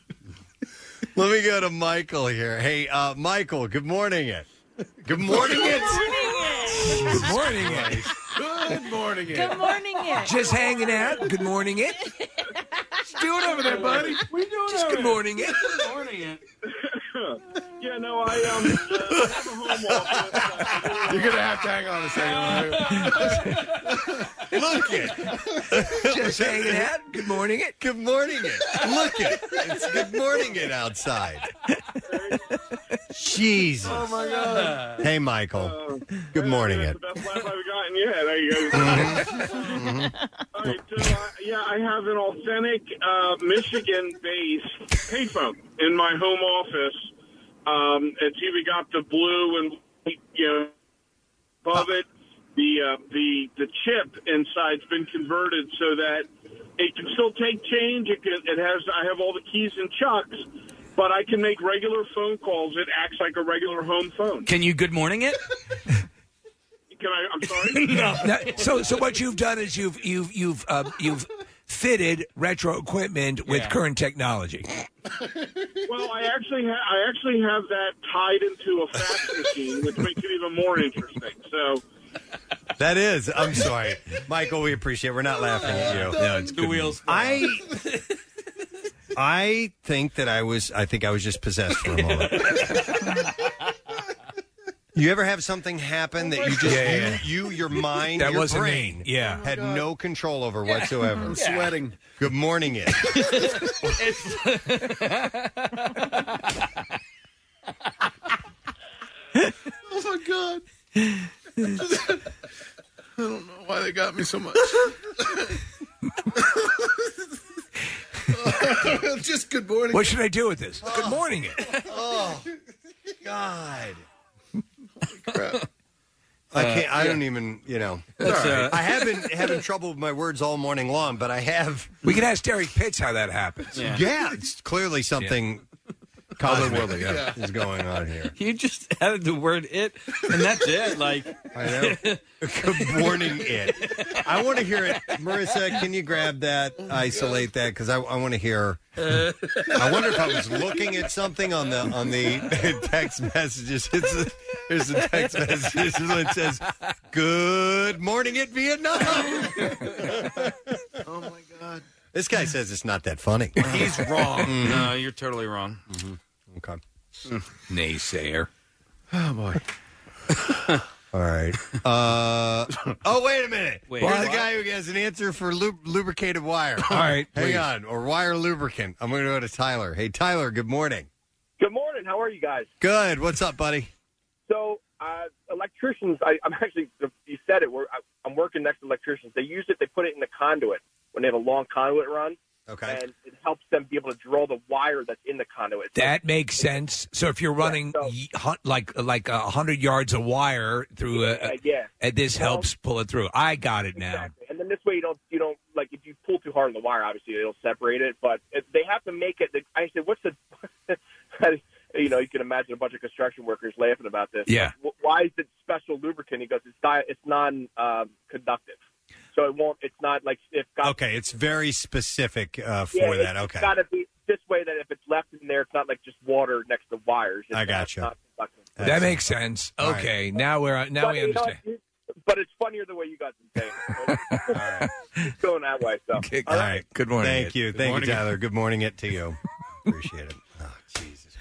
let me go to Michael here. Hey, uh, Michael. Good morning. It. Good morning. It. Good morning, Ed. Good morning, Ed. Good morning, Ed. Just hanging out. Good morning, Ed. Do it over there, buddy. We do it. Just over good there. morning, Ed. Good morning, Ed. yeah, no, I um, uh, have a home office. You're gonna have to hang Ah, on a second. Look it. Just hanging out. Good morning. It. Good morning. It. Look it. It's good morning. It outside. Jesus. Oh my God. Oh. Hey, Michael. Good morning. It. Laugh I've gotten. Yeah, there you go. Mm-hmm. All right, so uh, yeah, I have an authentic uh, Michigan-based payphone in my home office. Um, it's even got the blue and you know above it. The uh, the the chip inside's been converted so that it can still take change. It can, it has I have all the keys and chucks, but I can make regular phone calls. It acts like a regular home phone. Can you good morning it? Can I? I'm sorry. Now, so, so what you've done is you've you've you've uh, you've fitted retro equipment with Yeah. current technology. well, I actually ha- I actually have that tied into a fax machine, which makes it even more interesting. So That is. I'm sorry, Michael. We appreciate. It. We're not laughing at you. No, it's the wheels. I I think that I was. I think I was just possessed for a moment. You ever have something happen that you just Yeah, yeah. You, you your mind That your wasn't brain me. Yeah. Oh, my had God. no control over Yeah. whatsoever. I'm Yeah. sweating. Good morning, it. oh my god. I don't know why they got me so much. Just good morning. What should I do with this? Good morning. It. Oh God. I can't. I Uh, don't even. You know. That's, All right. uh, I have been having trouble with my words all morning long, but I have. We can ask Derek Pitts how that happens. Yeah, it's clearly something cosmic Otherworldly, yeah. is going on here. You just added the word it, and that's it. Like I know. Good morning, it. I want to hear it, Marissa. Can you grab that? Isolate that because I, I want to hear. I wonder if I was looking at something on the on the text messages. It's a, there's a text message that says, "Good morning, it Vietnam." Oh my god. This guy says it's not that funny. He's wrong. Mhm. No, you're totally wrong. Mm-hmm. Okay. Naysayer. Oh boy. All right. Uh, oh, wait a minute. Wait, Here's a what? guy who has an answer for lu- lubricated wire. All right, Hang please. on. Or wire lubricant. I'm going to go to Tyler. Hey, Tyler, good morning. Good morning. How are you guys? Good. What's up, buddy? So, uh, electricians, I, I'm actually, you said it, we're, I, I'm working next to electricians. They use it, they put it in the conduit when they have a long conduit run. Okay. And it helps them be able to draw the wire that's in the conduit. So That makes sense. So if you're running y hun- like like a hundred yards of wire through a, a yeah. and this helps pull it through. I got it now. And then this way, you don't you don't like if you pull too hard on the wire, obviously it'll separate it. But if they have to make it. I said, what's the? you know, you can imagine a bunch of construction workers laughing about this. Yeah. Like, wh- why is it special lubricant? He goes, it's not it's non um, conductive, so it won't. It's not like if God, Okay. It's very specific uh, for yeah, that. It's, Okay. It's got to be this way that if it's left in there, it's not like just water next to wires. It's I not- gotcha. not conductive. that makes sense. All right. Okay, now we're uh, now But, we you know, understand. it's- but it's funnier the way you guys are saying it. It's going that way. So All right. Good morning. Thank Ed. you. Good Thank morning, you, Ed. Tyler. Good morning it to you. Appreciate it. Oh, Jesus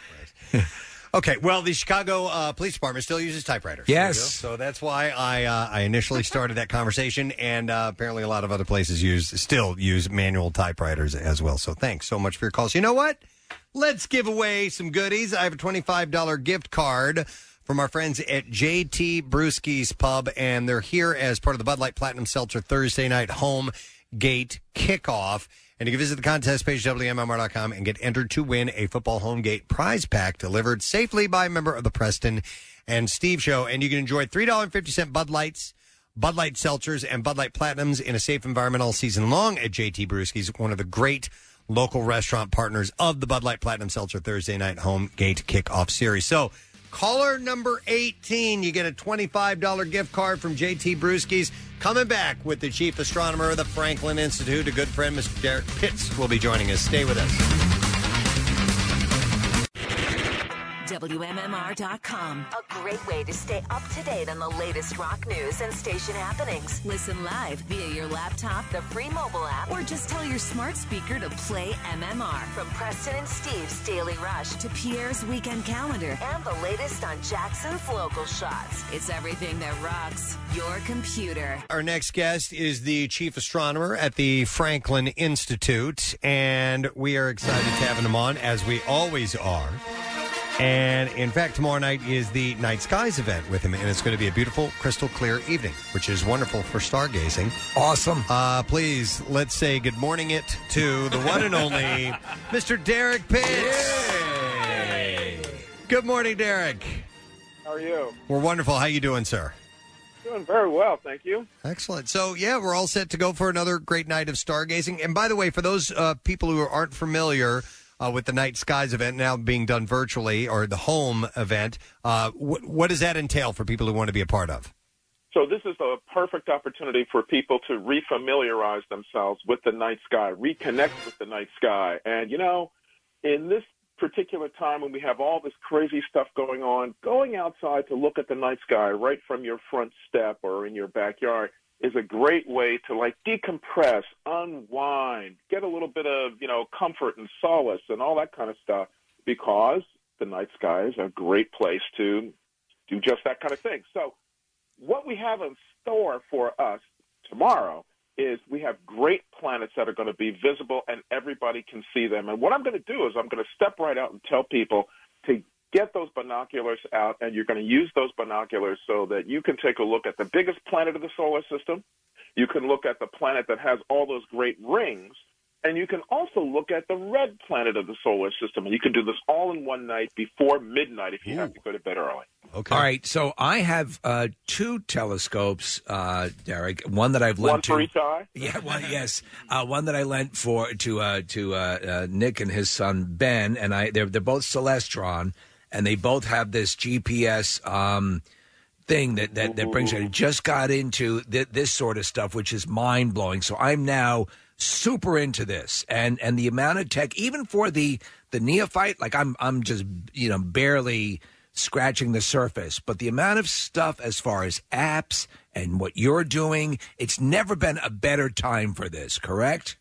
Christ. Okay. Well, the Chicago uh, Police Department still uses typewriters. Yes. So that's why I uh, I initially started that conversation, and uh, apparently a lot of other places use still use manual typewriters as well. So thanks so much for your calls. You know what? Let's give away some goodies. I have a twenty five dollar gift card from our friends at JT Brewski's Pub, and they're here as part of the Bud Light Platinum Seltzer Thursday night home gate kickoff. And you can visit the contest page, WMMR.com, and get entered to win a football home gate prize pack delivered safely by a member of the Preston and Steve Show. And you can enjoy $3.50 Bud Lights, Bud Light Seltzers, and Bud Light Platinums in a safe environment all season long at JT Brewski's, one of the great local restaurant partners of the Bud Light Platinum Seltzer Thursday night home gate kickoff series. So, caller number 18, you get a $25 gift card from JT Brewski's. Coming back with the chief astronomer of the Franklin Institute, a good friend, Mr. Derek Pitts, will be joining us. Stay with us. WMMR.com. A great way to stay up to date on the latest rock news and station happenings. Listen live via your laptop, the free mobile app, or just tell your smart speaker to play MMR. From Preston and Steve's Daily Rush to Pierre's Weekend Calendar and the latest on Jackson's local shots. It's everything that rocks your computer. Our next guest is the chief astronomer at the Franklin Institute, and we are excited to have him on, as we always are. And in fact, tomorrow night is the Night Skies event with him, and it's going to be a beautiful, crystal clear evening, which is wonderful for stargazing. Awesome. Uh, please, let's say good morning it to the one and only Mr. Derek Pitts. Good morning, Derek. How are you? We're wonderful. How you doing, sir? Doing very well, thank you. Excellent. So, yeah, we're all set to go for another great night of stargazing. And by the way, for those uh, people who aren't familiar uh, with the Night Skies event now being done virtually or the home event, uh, wh- what does that entail for people who want to be a part of? So this is a perfect opportunity for people to refamiliarize themselves with the night sky, reconnect with the night sky. And you know, in this particular time when we have all this crazy stuff going on, going outside to look at the night sky right from your front step or in your backyard is a great way to like decompress, unwind, get a little bit of, you know, comfort and solace and all that kind of stuff because the night sky is a great place to do just that kind of thing. So what we have in store for us tomorrow is we have great planets that are going to be visible and everybody can see them. And what I'm going to do is I'm going to step right out and tell people to get those binoculars out and you're going to use those binoculars so that you can take a look at the biggest planet of the solar system. You can look at the planet that has all those great rings. And you can also look at the red planet of the solar system. And you can do this all in one night before midnight if you have to go to bed early. Okay. All right. So I have uh, two telescopes, uh, Derek. One that I've lent One to for each eye? Yeah. One. Yes. Uh, one that I lent for to uh, to uh, uh, Nick and his son Ben, and I. They're they're both Celestron, and they both have this GPS. Um, thing that that, that brings you I just got into th- this sort of stuff which is mind blowing so i'm now super into this and and the amount of tech even for the the neophyte like i'm i'm just you know barely scratching the surface but the amount of stuff as far as apps and what you're doing it's never been a better time for this correct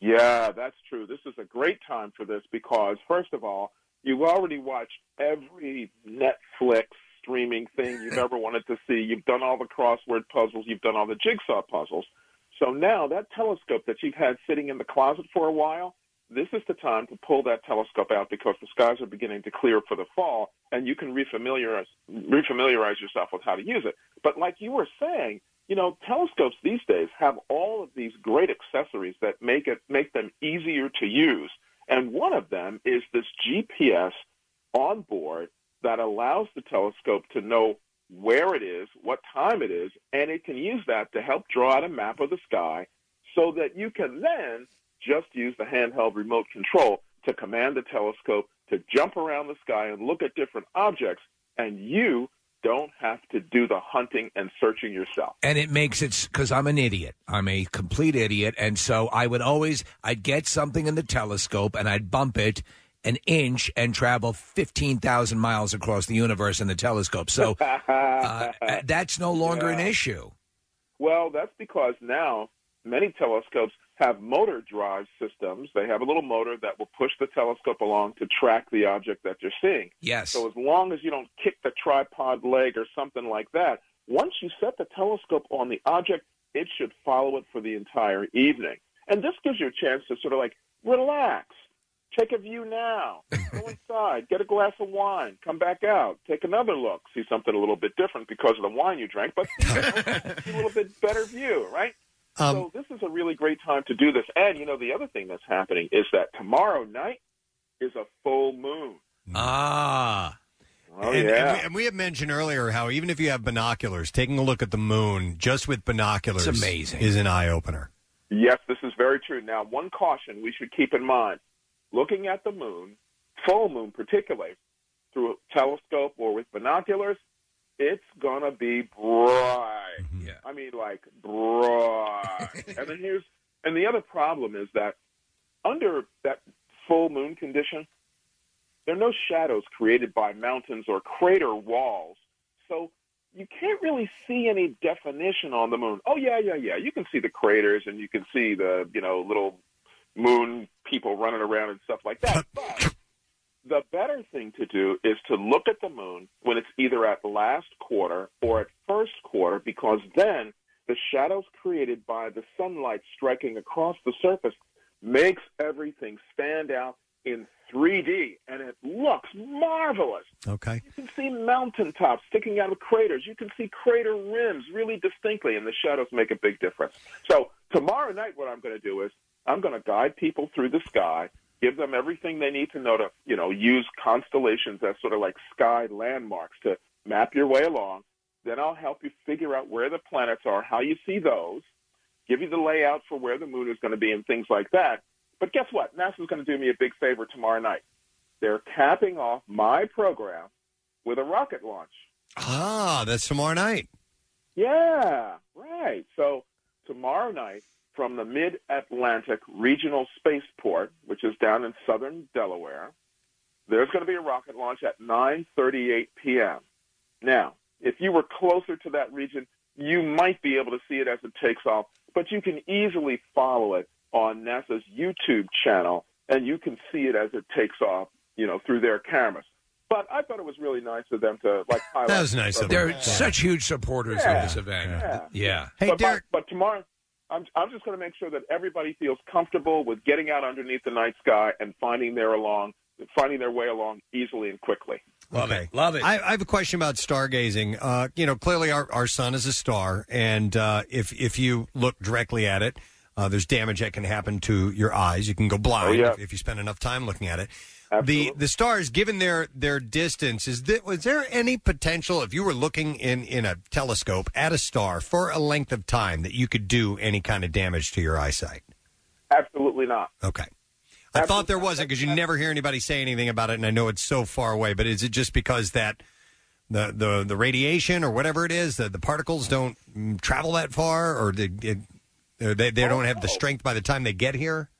Yeah, that's true. This is a great time for this because, first of all, you've already watched every Netflix streaming thing you've ever wanted to see. You've done all the crossword puzzles, you've done all the jigsaw puzzles. So now that telescope that you've had sitting in the closet for a while, this is the time to pull that telescope out because the skies are beginning to clear for the fall, and you can refamiliarize, refamiliarize yourself with how to use it. But like you were saying, you know, telescopes these days have all of these great accessories that make it make them easier to use, and one of them is this GPS on board that allows the telescope to know where it is, what time it is, and it can use that to help draw out a map of the sky so that you can then just use the handheld remote control to command the telescope to jump around the sky and look at different objects, and you don't have to do the hunting and searching yourself. and it makes it because I'm an idiot. I'm a complete idiot, and so I would always I'd get something in the telescope and I'd bump it an inch and travel fifteen thousand miles across the universe in the telescope. So uh, that's no longer an Yeah. issue. Well, that's because now many telescopes have motor drive systems. They have a little motor that will push the telescope along to track the object that you're seeing. Yes. So as long as you don't kick the tripod leg or something like that, once you set the telescope on the object, it should follow it for the entire evening. And this gives you a chance to sort of like relax, take a view now, go inside, get a glass of wine, come back out, take another look, see something a little bit different because of the wine you drank, but a little bit better view, right? so this is a really great time to do this. And you know, the other thing that's happening is that tomorrow night is a full moon. Ah. Oh and, yeah. and, we, and we had mentioned earlier how even if you have binoculars, taking a look at the moon just with binoculars It's amazing. is an eye opener. Yes, this is very true. Now, one caution we should keep in mind looking at the moon, full moon particularly, through a telescope or with binoculars, it's going to be bright. I mean, like, bright. and then here's, and the other problem is that under that full moon condition, there are no shadows created by mountains or crater walls. So you can't really see any definition on the moon. Oh yeah, yeah, yeah. You can see the craters and you can see the, you know, little moon people running around and stuff like that. But the better thing to do is to look at the moon when it's either at last quarter or at first quarter because then the shadows created by the sunlight striking across the surface makes everything stand out in 3D and it looks marvelous. Okay. You can see mountaintops sticking out of craters. You can see crater rims really distinctly, and the shadows make a big difference. So, tomorrow night, what I'm going to do is I'm going to guide people through the sky, give them everything they need to know to, you know, use constellations as sort of like sky landmarks to map your way along. Then I'll help you figure out where the planets are, how you see those, give you the layout for where the moon is going to be, and things like that. But guess what? NASA's going to do me a big favor tomorrow night. They're capping off my program with a rocket launch. Ah, that's tomorrow night. Yeah, right. So tomorrow night from the Mid Atlantic Regional Spaceport, which is down in southern Delaware, there's going to be a rocket launch at 9:38 p.m. Now, if you were closer to that region, you might be able to see it as it takes off, but you can easily follow it on NASA's YouTube channel, and you can see it as it takes off, you know, through their cameras. But I thought it was really nice of them to like highlight. That was nice of them. They're such huge supporters of Yeah. this event. Yeah. Yeah. Hey, but, Derek. But, tomorrow, I'm, I'm just going to make sure that everybody feels comfortable with getting out underneath the night sky and finding their along, finding their way along easily and quickly. Love it. Love it. I, I have a question about stargazing. Uh, you know, clearly our, our sun is a star, and uh, if if you look directly at it, uh, there's damage that can happen to your eyes. You can go blind Oh, yeah. if, if you spend enough time looking at it. The the stars, given their their distance, is that was there any potential if you were looking in in a telescope at a star for a length of time that you could do any kind of damage to your eyesight? Absolutely not. Okay. I thought there wasn't because you never hear anybody say anything about it, and I know it's so far away. But is it just because that the the, the radiation or whatever it is, the, the particles don't mm, travel that far, or they it, or they, they don't have the strength by the time they get here?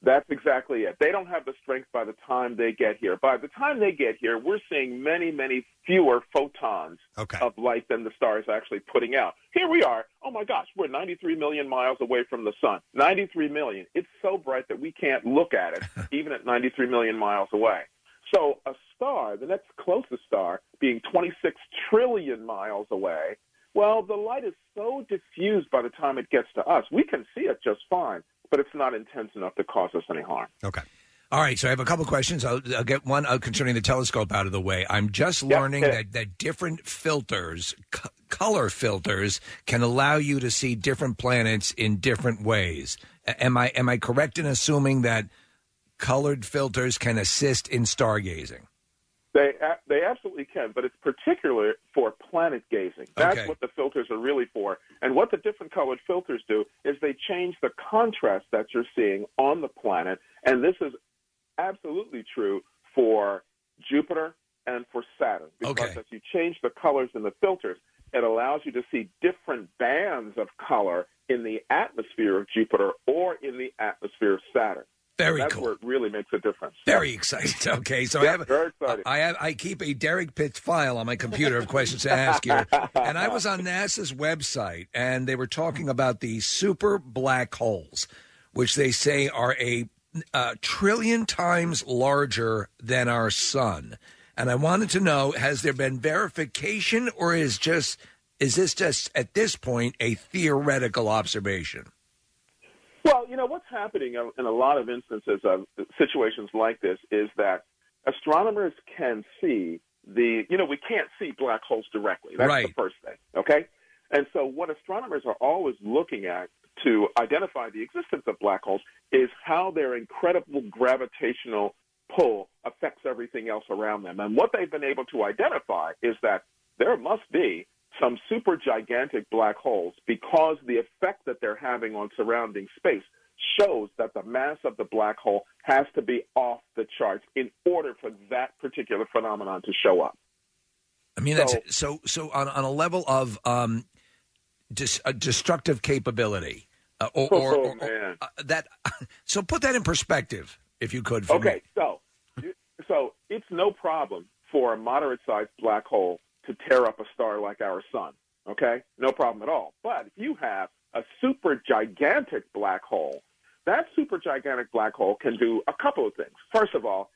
That's exactly it. They don't have the strength by the time they get here. By the time they get here, we're seeing many, many fewer photons of light than the star is actually putting out. Here we are. Oh my gosh, we're 93 million miles away from the sun. 93 million. It's so bright that we can't look at it, even at 93 million miles away. So a star, the next closest star, being 26 trillion miles away, well, the light is so diffused by the time it gets to us, we can see it just fine, but it's not intense enough to cause us any harm. Okay. All right, so I have a couple questions. I'll, I'll get one uh, concerning the telescope out of the way. I'm just Yeah, learning yeah. that, that different filters, c- color filters, can allow you to see different planets in different ways. A- am I am I correct in assuming that colored filters can assist in stargazing? They a- they absolutely can, but it's particular for planet gazing. That's Okay. what the filters are really for. And what the different colored filters do is they change the contrast that you're seeing on the planet. And this is absolutely true for Jupiter and for Saturn because Okay. as you change the colors in the filters, it allows you to see different bands of color in the atmosphere of Jupiter or in the atmosphere of Saturn. Very That's cool. where it really makes a difference. Very excited. Okay, so I have I have I keep a Derek Pitts file on my computer of questions to ask you. And I was on NASA's website and they were talking about the super black holes, which they say are a, uh trillion times larger than our sun. And I wanted to know has there been verification or is just is this just at this point a theoretical observation? Well, you know, what's happening in a lot of instances of situations like this is that astronomers can see the, you know, we can't see black holes directly. That's the Right. first thing, okay? And so what astronomers are always looking at to identify the existence of black holes is how their incredible gravitational pull affects everything else around them. And what they've been able to identify is that there must be some super gigantic black holes because the effect that they're having on surrounding space shows that the mass of the black hole has to be off the charts in order for that particular phenomenon to show up. I mean, that's so so on, on a level of um, dis, uh, destructive capability, uh, or, or, Oh, or- or, uh, that. So put that in perspective, if you could. For okay, me. so so it's no problem for a moderate-sized black hole to tear up a star like our sun. Okay, no problem at all. But if you have a super gigantic black hole, that super gigantic black hole can do a couple of things. First of all,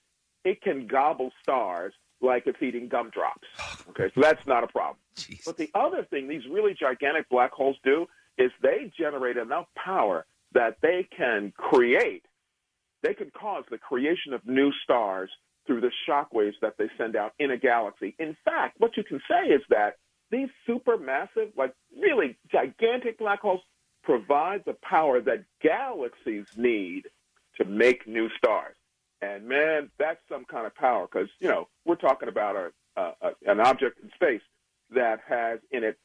it can gobble stars like it's eating gumdrops. Okay, so that's not a problem. But the other thing these really gigantic black holes do is they generate enough power that they can create they could cause the creation of new stars through the shock waves that they send out in a galaxy. In fact, what you can say is that these supermassive, like really gigantic black holes, provide the power that galaxies need to make new stars. And man, that's some kind of power because you know we're talking about a, a, a an object in space that has in it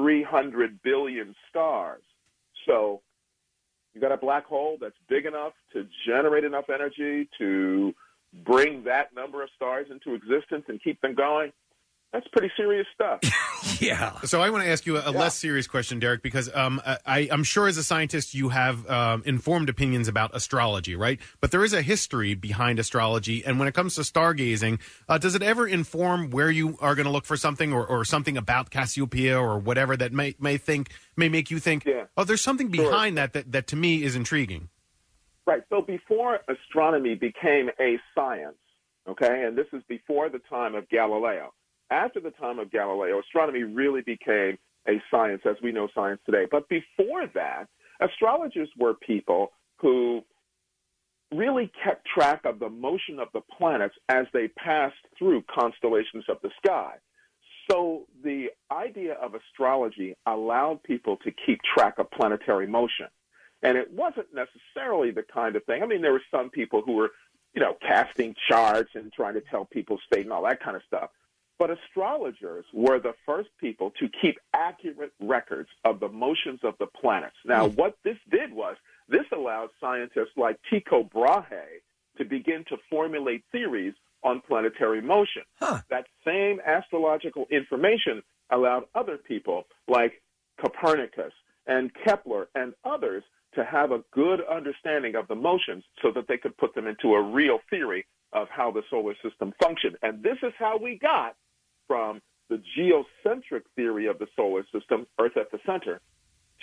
300 billion stars. So you got a black hole that's big enough to generate enough energy to bring that number of stars into existence and keep them going. That's pretty serious stuff. Yeah. So I want to ask you a, a less serious question, Derek, because um, I, I'm sure as a scientist you have um, informed opinions about astrology, right? But there is a history behind astrology, and when it comes to stargazing, uh, does it ever inform where you are going to look for something, or, or something about Cassiopeia, or whatever that may may think may make you think, oh, there's something behind that, that that to me is intriguing. Right. So before astronomy became a science, okay, and this is before the time of Galileo. After the time of Galileo, astronomy really became a science as we know science today. But before that, astrologers were people who really kept track of the motion of the planets as they passed through constellations of the sky. So the idea of astrology allowed people to keep track of planetary motion. And it wasn't necessarily the kind of thing. I mean, there were some people who were, you know, casting charts and trying to tell people's fate and all that kind of stuff. But astrologers were the first people to keep accurate records of the motions of the planets. Now, what this did was this allowed scientists like Tycho Brahe to begin to formulate theories on planetary motion. That same astrological information allowed other people like Copernicus and Kepler and others to have a good understanding of the motions so that they could put them into a real theory of how the solar system functioned. And this is how we got from the geocentric theory of the solar system, Earth at the center,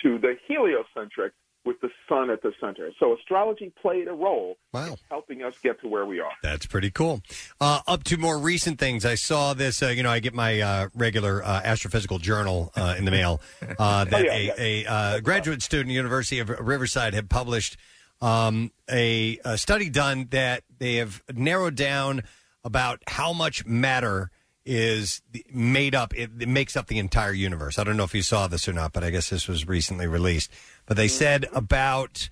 to the heliocentric with the sun at the center. So astrology played a role in helping us get to where we are. That's pretty cool. Uh, up to more recent things, I saw this. Uh, you know, I get my uh, regular uh, astrophysical journal uh, in the mail uh, that a, a uh, graduate student, University of Riverside, had published um, a, a study done that they have narrowed down about how much matter is the- made up. It, it makes up the entire universe. I don't know if you saw this or not, but I guess this was recently released. But they said about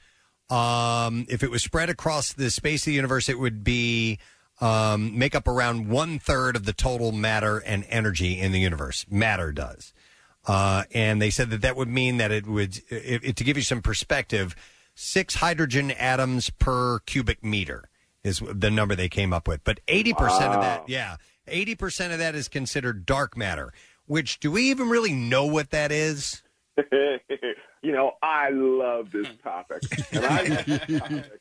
um, if it was spread across the space of the universe, it would be um, make up around one third of the total matter and energy in the universe. Matter does, uh, and they said that that would mean that it would. It, it, to give you some perspective, six hydrogen atoms per cubic meter is the number they came up with. But eighty percent of that, yeah, eighty percent of that is considered dark matter. Which do we even really know what that is? you know, I love this topic. And I, love this topic.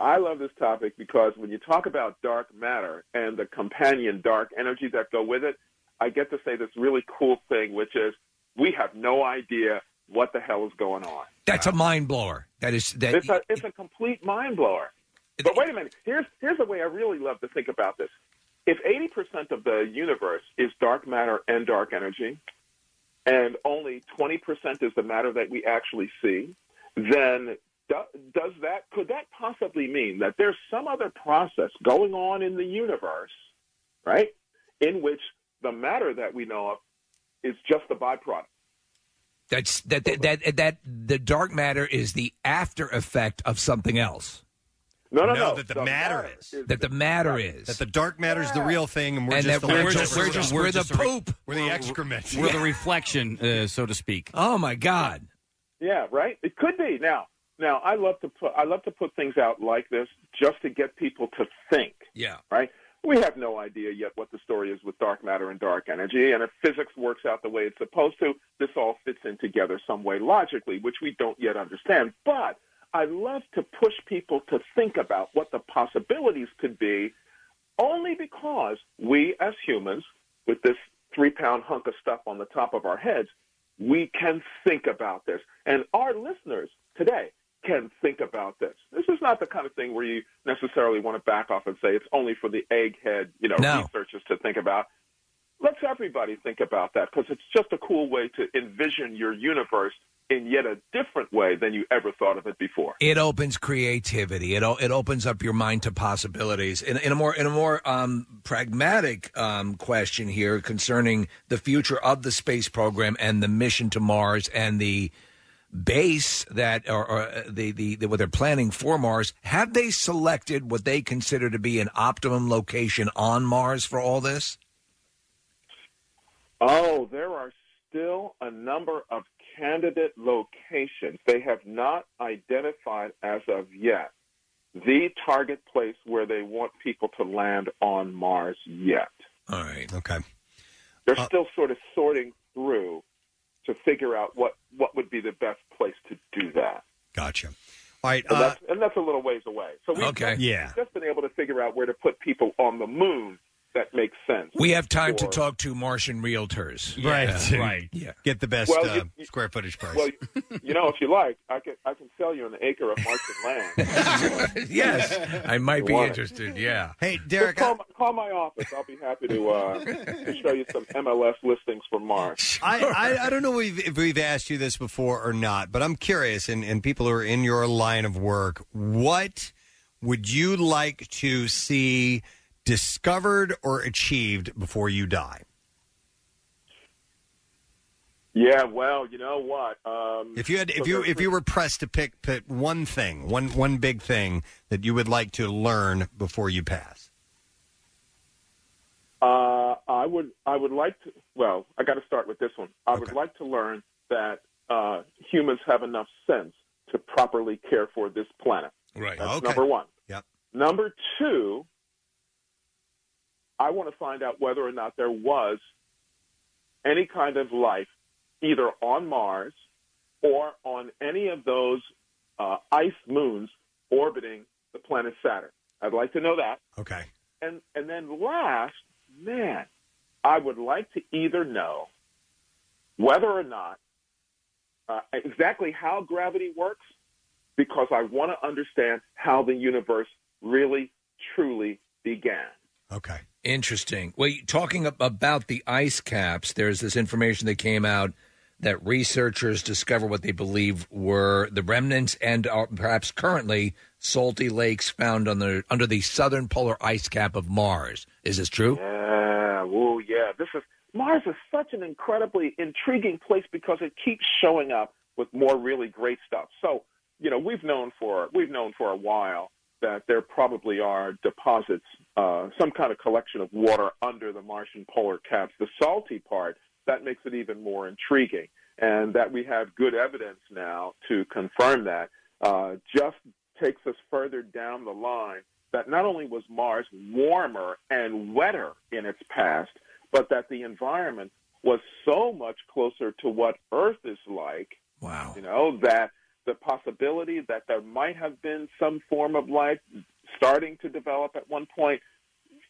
I love this topic because when you talk about dark matter and the companion dark energy that go with it, I get to say this really cool thing, which is we have no idea what the hell is going on. That's a mind blower. That is that. It's a, it's a complete mind blower. But wait a minute. Here's here's the way I really love to think about this. If 80% of the universe is dark matter and dark energy, and only 20% is the matter that we actually see, then do, does that could that possibly mean that there's some other process going on in the universe, right? In which the matter that we know of is just the byproduct. That's that, that that that the dark matter is the after effect of something else. No, no, know no. that the matter is. That the matter is. That the dark matter's the real thing, and we're And just that the we're leftovers. just- we're just- we're the poop. We're the excrement. We're the Yeah. reflection, uh, so to speak. Oh my God! Yeah, right. It could be now. Now I love to put I love to put things out like this just to get people to think. Yeah. Right. We have no idea yet what the story is with dark matter and dark energy, and if physics works out the way it's supposed to, this all fits in together some way logically, which we don't yet understand. But I love to push people to think about what the possibilities could be, only because we as humans, with this three pound hunk of stuff on the top of our heads, we can think about this. And our listeners today can think about this. This is not the kind of thing where you necessarily want to back off and say it's only for the egghead, you know, No. researchers to think about. Let's everybody think about that because it's just a cool way to envision your universe in yet a different way than you ever thought of it before. It opens creativity. It o- it opens up your mind to possibilities. In, in a more in a more um, pragmatic um, question here concerning the future of the space program and the mission to Mars and the base that or, or uh, the, the the what they're planning for Mars. Have they selected what they consider to be an optimum location on Mars for all this? Oh, there are still a number of candidate locations they have not identified as of yet the target place where they want people to land on Mars yet. All right. Uh, Okay. They're still sort of sorting through to figure out what, what would be the best place to do that. Gotcha. All right. And, that's, and that's a little ways away. So we've Uh, Okay. just, Yeah. we've just been able to figure out where to put people on the moon that makes sense. We have time to for- talk to Martian realtors. Right. Yeah. Yeah. Get the best Well, uh, you- you- square footage price. Well, you know, if you like, I can I can sell you an acre of Martian land. yes, I might be Water. interested. Yeah. Hey, Just call, my, call my office. I'll be happy to uh, to show you some MLS listings for Mars. I, I, I don't know if, if we've asked you this before or not, but I'm curious, and, and people who are in your line of work, what would you like to see discovered or achieved before you die? Yeah, well, you know what? Um, If you had, so if you there's- if you were pressed to pick, pick one thing, one one big thing that you would like to learn before you pass. Uh, I would I would like to. Well, I got to start with this one. I would like to learn that uh, humans have enough sense to properly care for this planet. Right. That's number one. Yep. Number two, I want to find out whether or not there was any kind of life either on Mars or on any of those uh, ice moons orbiting the planet Saturn. I'd like to know that. Okay. And and then last, man, I would like to either know whether or not uh, exactly how gravity works, because I want to understand how the universe really, truly began. Okay. Interesting. Well, you- talking ab- about the ice caps, there's this information that came out that researchers discovered what they believe were the remnants and are perhaps currently salty lakes found on the, under the southern polar ice cap of Mars. Is this true? Uh, Yeah. Oh, yeah. This is Mars is such an incredibly intriguing place because it keeps showing up with more really great stuff. So, you know, we've known for we've known for a while that there probably are deposits, uh, some kind of collection of water under the Martian polar caps. The salty part that makes it even more intriguing, and that we have good evidence now to confirm that. Uh, just takes us further down the line that not only was Mars warmer and wetter in its past, but that the environment was so much closer to what Earth is like. Wow. You know, that the possibility that there might have been some form of life starting to develop at one point,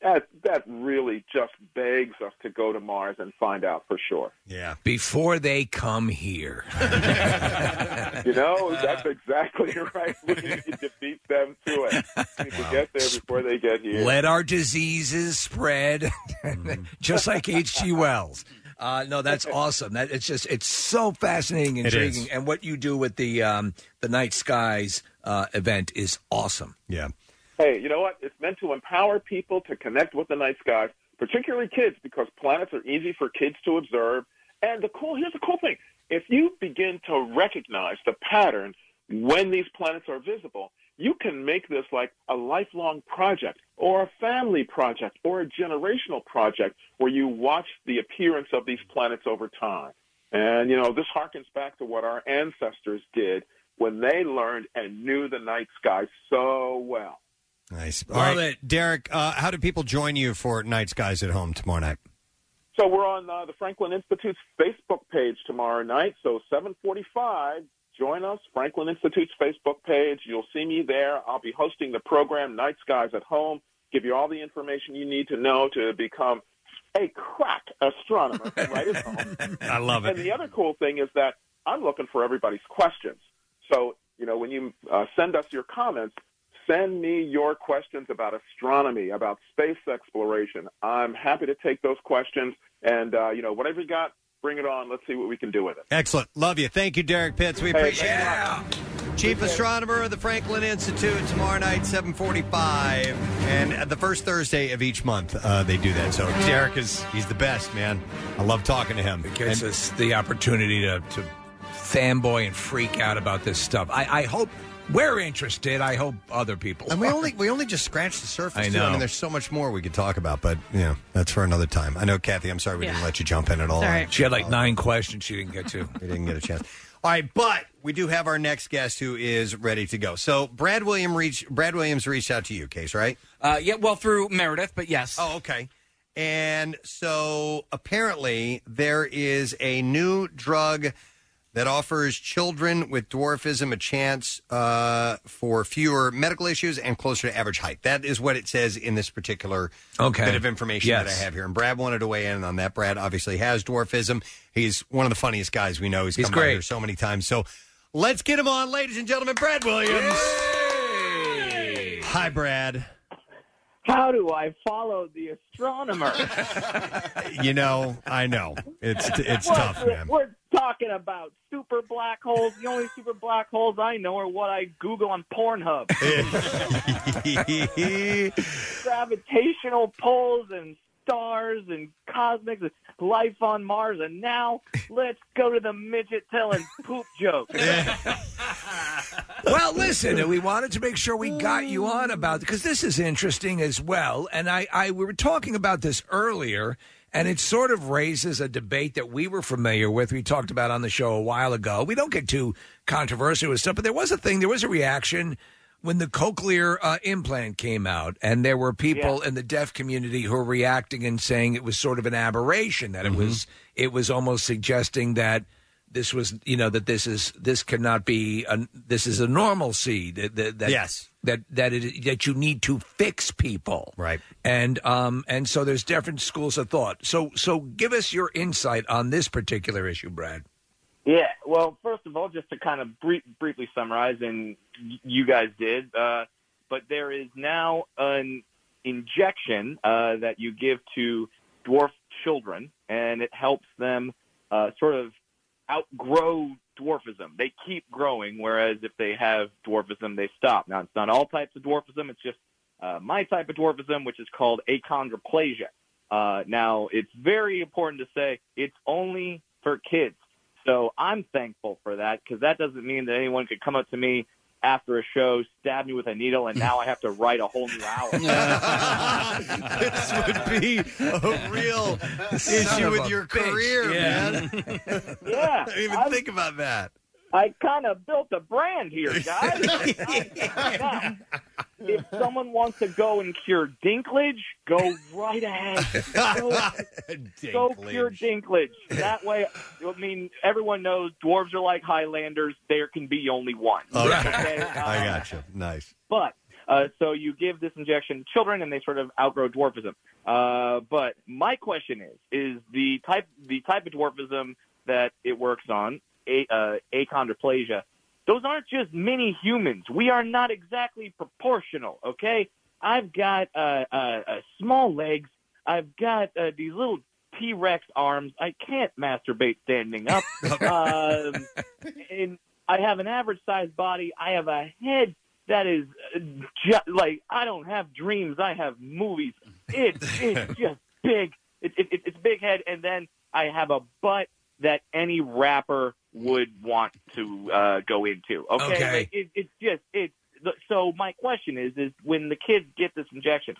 that, that really just begs us to go to Mars and find out for sure. Yeah. Before they come here. You know, that's exactly right. We need to beat them to it. We need to get there before they get here. Let our diseases spread, just like H.G. Wells. Mm-hmm. Uh, no, that's awesome. That it's just it's so fascinating, It is. intriguing, and what you do with the um, the night skies uh, event is awesome. Yeah, Hey, you know what? It's meant to empower people to connect with the night sky, particularly kids, because planets are easy for kids to observe. And the cool here's the cool thing: if you begin to recognize the pattern when these planets are visible, you can make this like a lifelong project or a family project or a generational project where you watch the appearance of these planets over time. And, you know, this harkens back to what our ancestors did when they learned and knew the night sky so well. Nice. All right, Love Derek, uh, how do people join you for Night Skies at Home tomorrow night? So we're on uh, the Franklin Institute's Facebook page tomorrow night. So 7:45, join us, Franklin Institute's Facebook page. You'll see me there. I'll be hosting the program Night Skies at Home. Give you all the information you need to know to become a crack astronomer right at home. I love And the other cool thing is that I'm looking for everybody's questions. So you know, when you uh, send us your comments, send me your questions about astronomy, about space exploration. I'm happy to take those questions. And, uh, you know, whatever you got, bring it on. Let's see what we can do with it. Excellent. Love you. Thank you, Derek Pitts. We Hey, appreciate yeah. it. Chief Astronomer of the Franklin Institute tomorrow night, 745. And uh, the first Thursday of each month, uh, they do that. So Derek is, he's the best, man. I love talking to him. gives us the opportunity to, to fanboy and freak out about this stuff. I, I hope we're interested. I hope other people. And we only we only just scratched the surface. I too. I know. mean, there's so much more we could talk about, but yeah, that's for another time. I know, Kathy. I'm sorry we Yeah. didn't let you jump in at all. It's all right. She had, like, nine questions she didn't get to. we didn't get a chance. All right, but we do have our next guest who is ready to go. So Brad William reach Brad Williams reached out to you, Case, right? Uh, yeah, well, through Meredith, but yes. Oh, okay. And so apparently there is a new drug that offers children with dwarfism a chance uh, for fewer medical issues and closer to average height. That is what it says in this particular Okay. bit of information that Yes. I have here. And Brad wanted to weigh in on that. Brad obviously has dwarfism. He's one of the funniest guys we know. He's, He's come by great. here so many times. So let's get him on, ladies and gentlemen. Brad Williams. Hi, Brad. How do I follow the astronomer? You know, I know it's it's What- tough, man. We're talking about super black holes. The only super black holes I know are what I Google on Pornhub. Gravitational pulls and stars and cosmic life on Mars. And now let's go to the midget telling poop joke. well, listen, we wanted to make sure we got you on about because this is interesting as well. And I, I, we were talking about this earlier, and it sort of raises a debate that we were familiar with. We talked about on the show a while ago. We don't get too controversial with stuff, but there was a thing. There was a reaction when the cochlear uh, implant came out, and there were people in the deaf community who were reacting and saying it was sort of an aberration that it was. It was almost suggesting that this was you know that this is this cannot be a, this is a normalcy that that, that Yes. that that it, that you need to fix people right and um and so there's different schools of thought so so give us your insight on this particular issue brad Yeah. Well, first of all, just to kind of brief, briefly summarize, and y- you guys did, uh, but there is now an injection uh, that you give to dwarf children, and it helps them uh, sort of outgrow dwarfism. They keep growing, whereas if they have dwarfism, they stop. Now, it's not all types of dwarfism. It's just uh, my type of dwarfism, which is called achondroplasia. Uh, now, it's very important to say it's only for kids. So I'm thankful for that because that doesn't mean that anyone could come up to me after a show, stab me with a needle, and now I have to write a whole new hour. this would be a real Son issue of with a your bitch, career, yeah. man. yeah. I didn't even think about that. I kind of built a brand here, guys. Now, if someone wants to go and cure Dinklage, go right ahead. Go, go cure Dinklage. That way, I mean, everyone knows dwarves are like Highlanders. There can be only one. Okay? I got you. Nice. But uh, so you give this injection to children, and they sort of outgrow dwarfism. Uh, but my question is: is the type the type of dwarfism that it works on, a, uh, achondroplasia? Those aren't just mini humans. We are not exactly proportional. Okay, I've got uh, uh, uh, small legs. I've got uh, these little T Rex arms. I can't masturbate standing up. um, and I have an average sized body. I have a head that is uh, ju- like I don't have dreams. I have movies. It, it's just big. It, it, it- it's big head, and then I have a butt that any rapper would want to uh, go into. Okay, Okay. Like, it, it's just it's th- so my question is, is when the kids get this injection,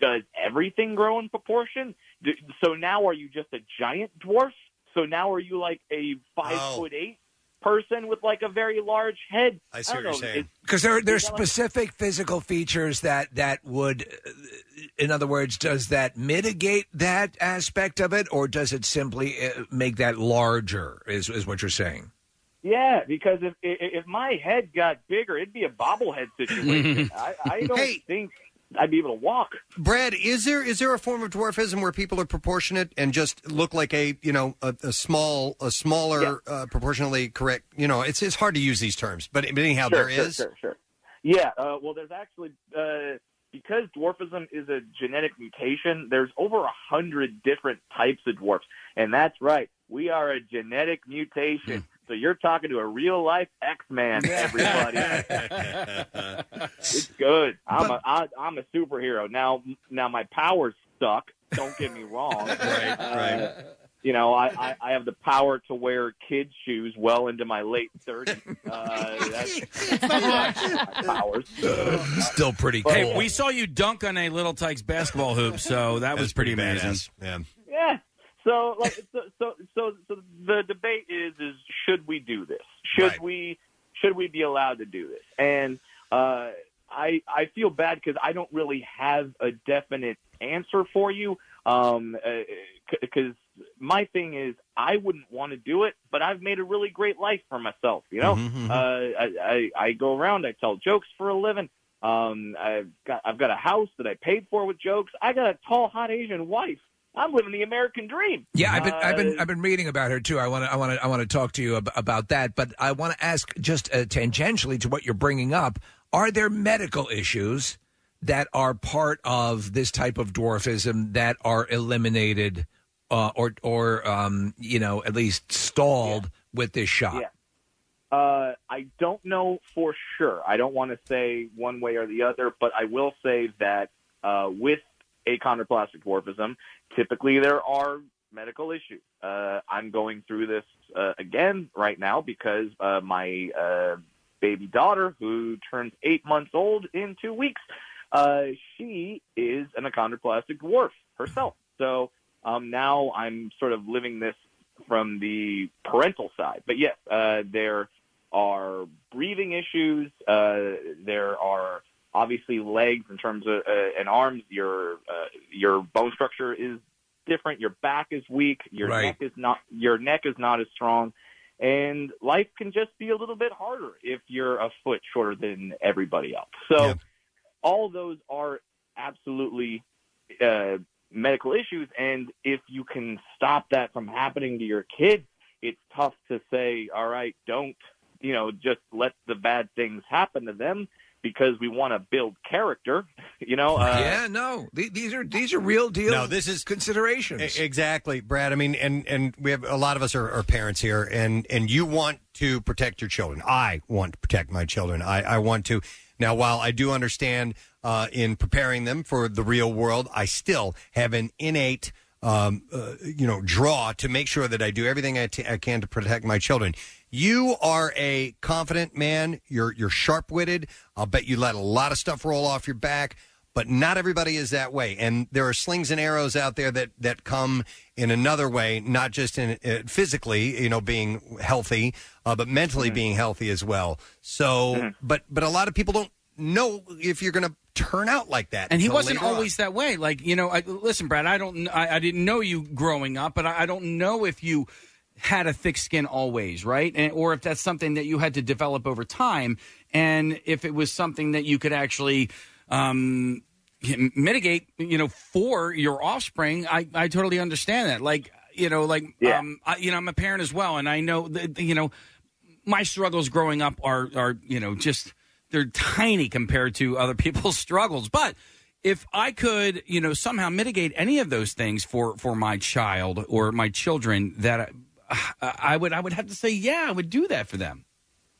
does everything grow in proportion? Do, so now are you just a giant dwarf? So now are you like a five foot eight person with like a very large head? I see what you're saying. Because there there's specific physical features that that would, uh, in other words, does that mitigate that aspect of it, or does it simply uh, make that larger? Is is what you're saying? Yeah, because if i- if my head got bigger, it'd be a bobblehead situation. I, I don't think I'd be able to walk. Brad, is there is there a form of dwarfism where people are proportionate and just look like a you know a, a small a smaller uh, proportionally correct you know it's it's hard to use these terms but, but anyhow Sure, there sure, is sure, sure. Yeah, uh, well, there's actually uh, because dwarfism is a genetic mutation. There's over a hundred different types of dwarfs, and that's right. We are a genetic mutation. So you're talking to a real life X Man, everybody. it's good. I'm a I, I'm a superhero now. Now my powers suck. Don't get me wrong. right, right. You know, I, I, I have the power to wear kid shoes well into my late 30s. Uh, that's, that's powers. Still pretty cool. Hey, we saw you dunk on a Little Tykes basketball hoop, so that was pretty, amazing. Yeah. So like so so so, so the debate is is should we do this? Should we should we be allowed to do this? And uh, I I feel bad because I don't really have a definite answer for you. Um, because my thing is I wouldn't want to do it, but I've made a really great life for myself. You know, Mhm, mhm. uh, I, I I go around, I tell jokes for a living. Um, I've got I've got a house that I paid for with jokes. I got a tall, hot Asian wife. I'm living the American dream. Yeah, I've been, I've Uh, been, I've been reading about her too. I want to, I want to, I want to talk to you ab- about that. But I want to ask just uh, tangentially to what you're bringing up: Are there medical issues that are part of this type of dwarfism that are eliminated, uh, or, or, um, you know, at least stalled with this shot? Yeah. Uh, I don't know for sure. I don't want to say one way or the other, but I will say that uh, with achondroplastic dwarfism, typically there are medical issues. Uh, I'm going through this uh, again right now because uh, my uh, baby daughter, who turns eight months old in two weeks, uh, she is an achondroplastic dwarf herself. So um, now I'm sort of living this from the parental side. But yes, uh, there are breathing issues. Uh, there are obviously legs in terms of uh, and arms. Your uh, your bone structure is different. Your back is weak. Your Right. neck is not your neck is not as strong. And life can just be a little bit harder if you're a foot shorter than everybody else. So all those are absolutely uh, medical issues. And if you can stop that from happening to your kids, it's tough to say, all right, don't, you know, just let the bad things happen to them because we want to build character, you know? Uh, yeah, no, The- these are these are real deal. No, this is considerations. E- Exactly, Brad. I mean, and and we have a lot of us are, are parents here, and and you want to protect your children. I want to protect my children. I I want to. Now, while I do understand uh, in preparing them for the real world, I still have an innate. Um, uh, you know, draw to make sure that I do everything I, t- I can to protect my children. You are a confident man. You're you're sharp witted. I'll bet you let a lot of stuff roll off your back but not everybody is that way and there are slings and arrows out there that that come in another way not just in uh, physically you know being healthy uh, but mentally being healthy as well so but but a lot of people don't know if you're going to turn out like that And he until wasn't later on. always that way. Like you know, I, listen, Brad. I don't. kn- I, I didn't know you growing up, but I, I don't know if you had a thick skin always, right? And, or if that's something that you had to develop over time, and if it was something that you could actually. Um, mitigate you know for your offspring i i totally understand that like you know like Yeah. um I, you know i'm a parent as well and i know that you know my struggles growing up are are you know just they're tiny compared to other people's struggles but if i could you know somehow mitigate any of those things for for my child or my children that i, I would i would have to say yeah i would do that for them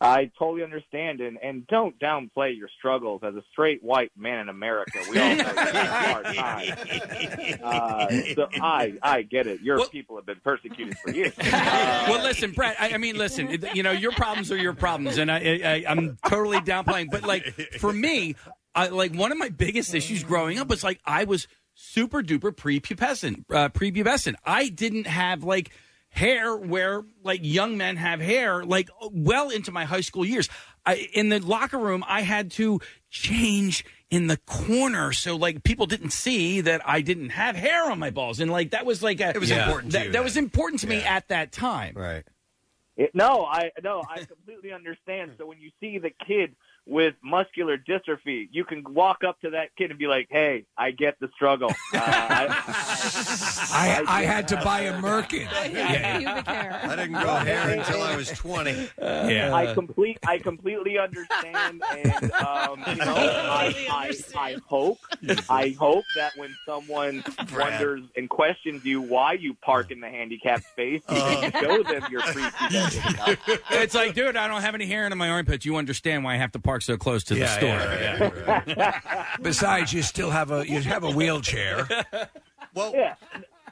I totally understand, and, and don't downplay your struggles as a straight white man in America. We all know it's a hard time. Uh, so I, I get it. Your people have been persecuted for years. well, listen, Brett. I, I mean, listen. it- You know, your problems are your problems, and I, I, I'm totally downplaying. But like for me, I, like one of my biggest issues growing up was like I was super duper prepubescent. Uh, prepubescent. I didn't have like hair where like young men have hair like well into my high school years I, in the locker room i had to change in the corner so like people didn't see that i didn't have hair on my balls and like that was like a, It was important to that, you that then. was important to me at that time right It, no, I no, I completely understand. So when you see the kid with muscular dystrophy, you can walk up to that kid and be like, "Hey, I get the struggle." Uh, I, I had to buy a Merkin. I didn't grow hair until I was 20. Yeah. I complete. I completely understand, and um, you know, I, I, I hope, I hope that when someone wonders and questions you why you park in the handicapped space, you can show them your free. it's like, dude, I don't have any hair in my armpit. You understand why I have to park so close to the Yeah, store. yeah, Besides, you still have a you have a wheelchair. Well, yeah.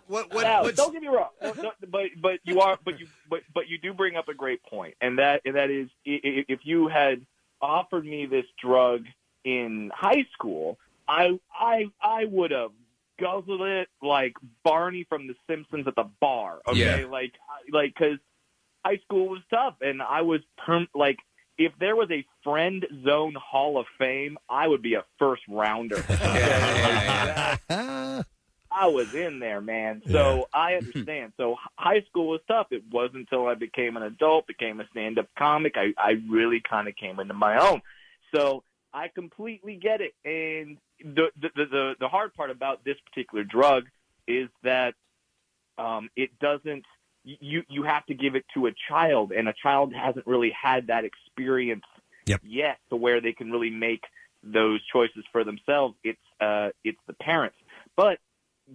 What, what, now, don't get me wrong, No, no, but but you are, but you but but you do bring up a great point, and that and that is i- i- if you had offered me this drug in high school, I I I would have guzzled it like Barney from The Simpsons at the bar. Okay, Yeah. like I- like because high school was tough, and I was perm- like. If there was a friend zone Hall of Fame, I would be a first rounder. I was in there, man. So I understand. So h- high school was tough. It wasn't until I became an adult, became a stand-up comic, I, I really kind of came into my own. So I completely get it. And the the, the the the hard part about this particular drug is that um, it doesn't. You you have to give it to a child, and a child hasn't really had that experience yet to where they can really make those choices for themselves. It's uh, it's the parents, but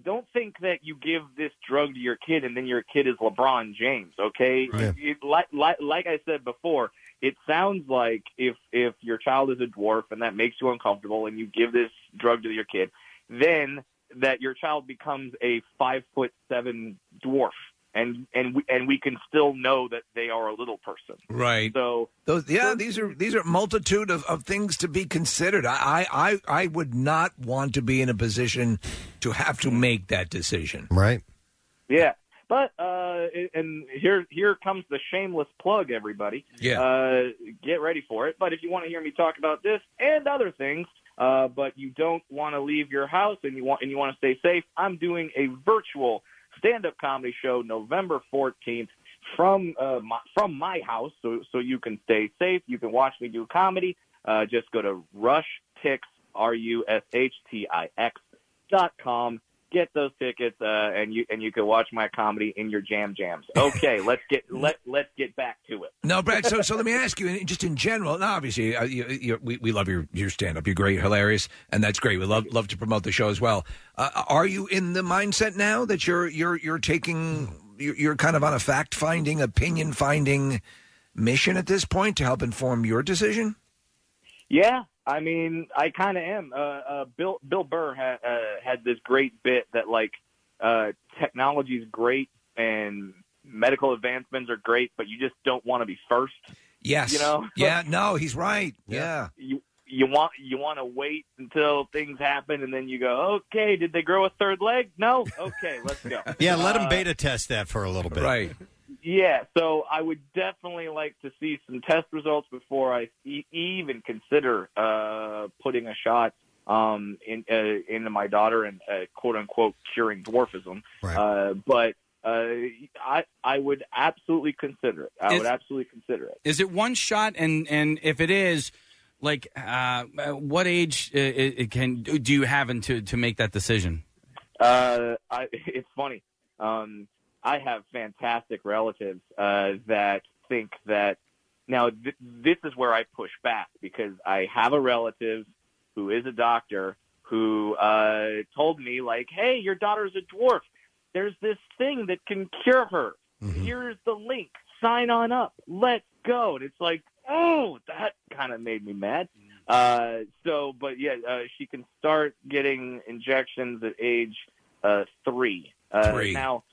don't think that you give this drug to your kid and then your kid is LeBron James. Okay, Right. It- like, like like I said before, it sounds like if if your child is a dwarf and that makes you uncomfortable, and you give this drug to your kid, then that your child becomes a five foot seven dwarf, and and we, and we can still know that they are a little person. Right. So those yeah, these are these are multitude of, of things to be considered. I, I I I would not want to be in a position to have to make that decision. Right. Yeah. But uh, and here here comes the shameless plug, everybody. Yeah. Uh, get ready for it. But if you want to hear me talk about this and other things, uh, but you don't want to leave your house and you want and you want to stay safe, I'm doing a virtual stand-up comedy show November 14th from uh, my, from my house, so so you can stay safe. You can watch me do comedy. Uh, just go to rushtix r u s h t i x dot com. Get those tickets, uh, and you and you can watch my comedy in your jam jams. Okay, let's get let let's get back to it. No, Brad. So, so let me ask you, and just in general. Now, obviously, uh, you, you, we we love your your stand up. You're great, hilarious, and that's great. We love love to promote the show as well. Uh, are you in the mindset now that you're you're you're taking you're, you're kind of on a fact finding, opinion finding mission at this point to help inform your decision? Yeah, I mean, I kind of am. Uh, uh, Bill Bill Burr ha- uh, had this great bit that like uh, technology is great and medical advancements are great, but you just don't want to be first. Yes. You know? Yeah. No, he's right. Yeah. You you want you want to wait until things happen, and then you go, okay, did they grow a third leg? No, okay, let's go. Yeah, let them Uh, beta test that for a little bit. Right. Yeah, so I would definitely like to see some test results before I e- even consider uh, putting a shot um, in, uh, into my daughter and uh, quote unquote curing dwarfism. Uh, but uh, I I would absolutely consider it. I would Is- absolutely consider it. Is it one shot? And and if it is, like, uh, what age uh, it, it can do you have to to make that decision? Uh, I, it's funny. Um, I have fantastic relatives uh, that think that. Now, th- this is where I push back because I have a relative who is a doctor who uh, told me, like, hey, your daughter's a dwarf. There's this thing that can cure her. Here's the link. Sign on up. Let's go. And it's like, oh, that kind of made me mad. Mm-hmm. Uh, so, but yeah, uh, she can start getting injections at age uh, three. Uh, Three. Now,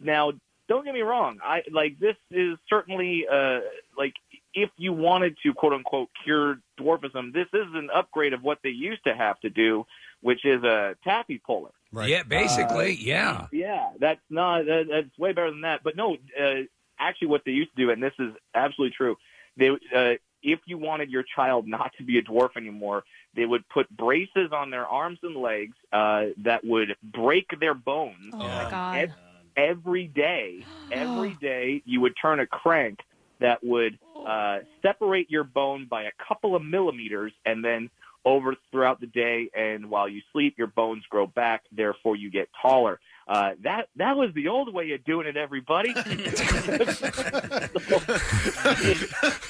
now, don't get me wrong. I like this is certainly uh, like if you wanted to quote unquote cure dwarfism, this is an upgrade of what they used to have to do, which is a taffy puller. Right. Yeah, basically, yeah. Yeah, that's not that, that's way better than that. But no, uh, actually, what they used to do, and this is absolutely true, they uh, if you wanted your child not to be a dwarf anymore, they would put braces on their arms and legs uh, that would break their bones. Oh, my God. Um, Ev- every day, every day, you would turn a crank that would Oh. uh, separate your bone by a couple of millimeters, and then over throughout the day, and while you sleep, your bones grow back. Therefore, you get taller. Uh, that that was the old way of doing it, everybody.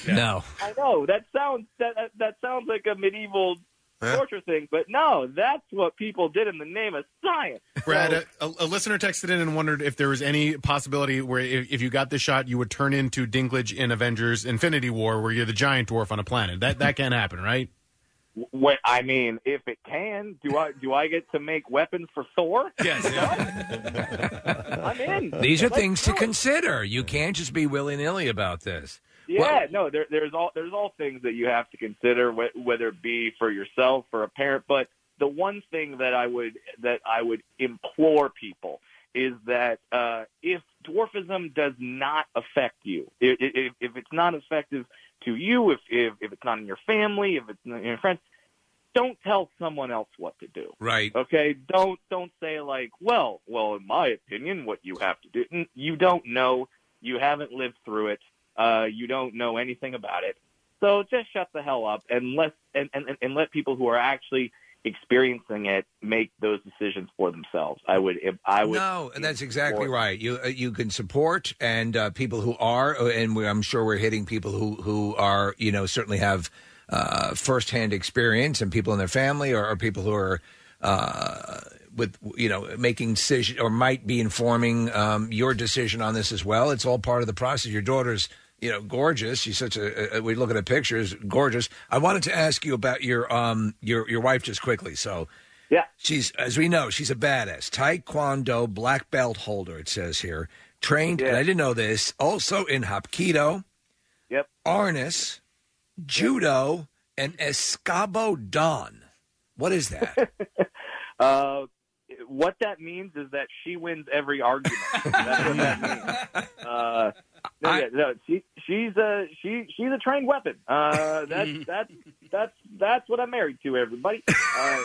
No. I know that sounds that that, that sounds like a medieval Huh? torture thing, but no, that's what people did in the name of science. Brad, a, a, a listener texted in and wondered if there was any possibility where if, if you got the shot, you would turn into Dinklage in Avengers Infinity War, where you're the giant dwarf on a planet. That that can't happen, right? What I mean, if it can, do I do I get to make weapons for Thor? Yes, I'm in. These are Let's things to do it. consider. You can't just be willy nilly about this. Yeah, no, there, there's all there's all things that you have to consider, wh- whether it be for yourself or a parent. But the one thing that I would that I would implore people is that uh, if dwarfism does not affect you, if, if, if it's not effective to you, if, if if it's not in your family, if it's not in your friends, don't tell someone else what to do. Right. Okay, don't don't say like, well, well, in my opinion, what you have to do. N- You don't know. You haven't lived through it. Uh, you don't know anything about it. So just shut the hell up and let and, and, and- and let people who are actually experiencing it make those decisions for themselves. I would if I would no, and that's exactly right. You uh, you can support and uh, people who are, uh, and we, I'm sure we're hitting people who who are, you know, certainly have uh, firsthand experience, and people in their family or, or people who are. Uh, with you know making decision or might be informing um, your decision on this as well. It's all part of the process. Your daughter's you know gorgeous. She's such a, a we look at her pictures, gorgeous. I wanted to ask you about your um your your wife just quickly. So yeah, she's as we know she's a badass Taekwondo black belt holder. It says here trained, and I didn't know this. Also in Hapkido, yep, Arnis, Judo, and Escabo Don. What is that? Uh, what that means is that she wins every argument. That's what that means. Uh, no, yeah, no, she, she's a she she's a trained weapon. Uh, that's that's that's that's what I'm married to. Everybody. Uh,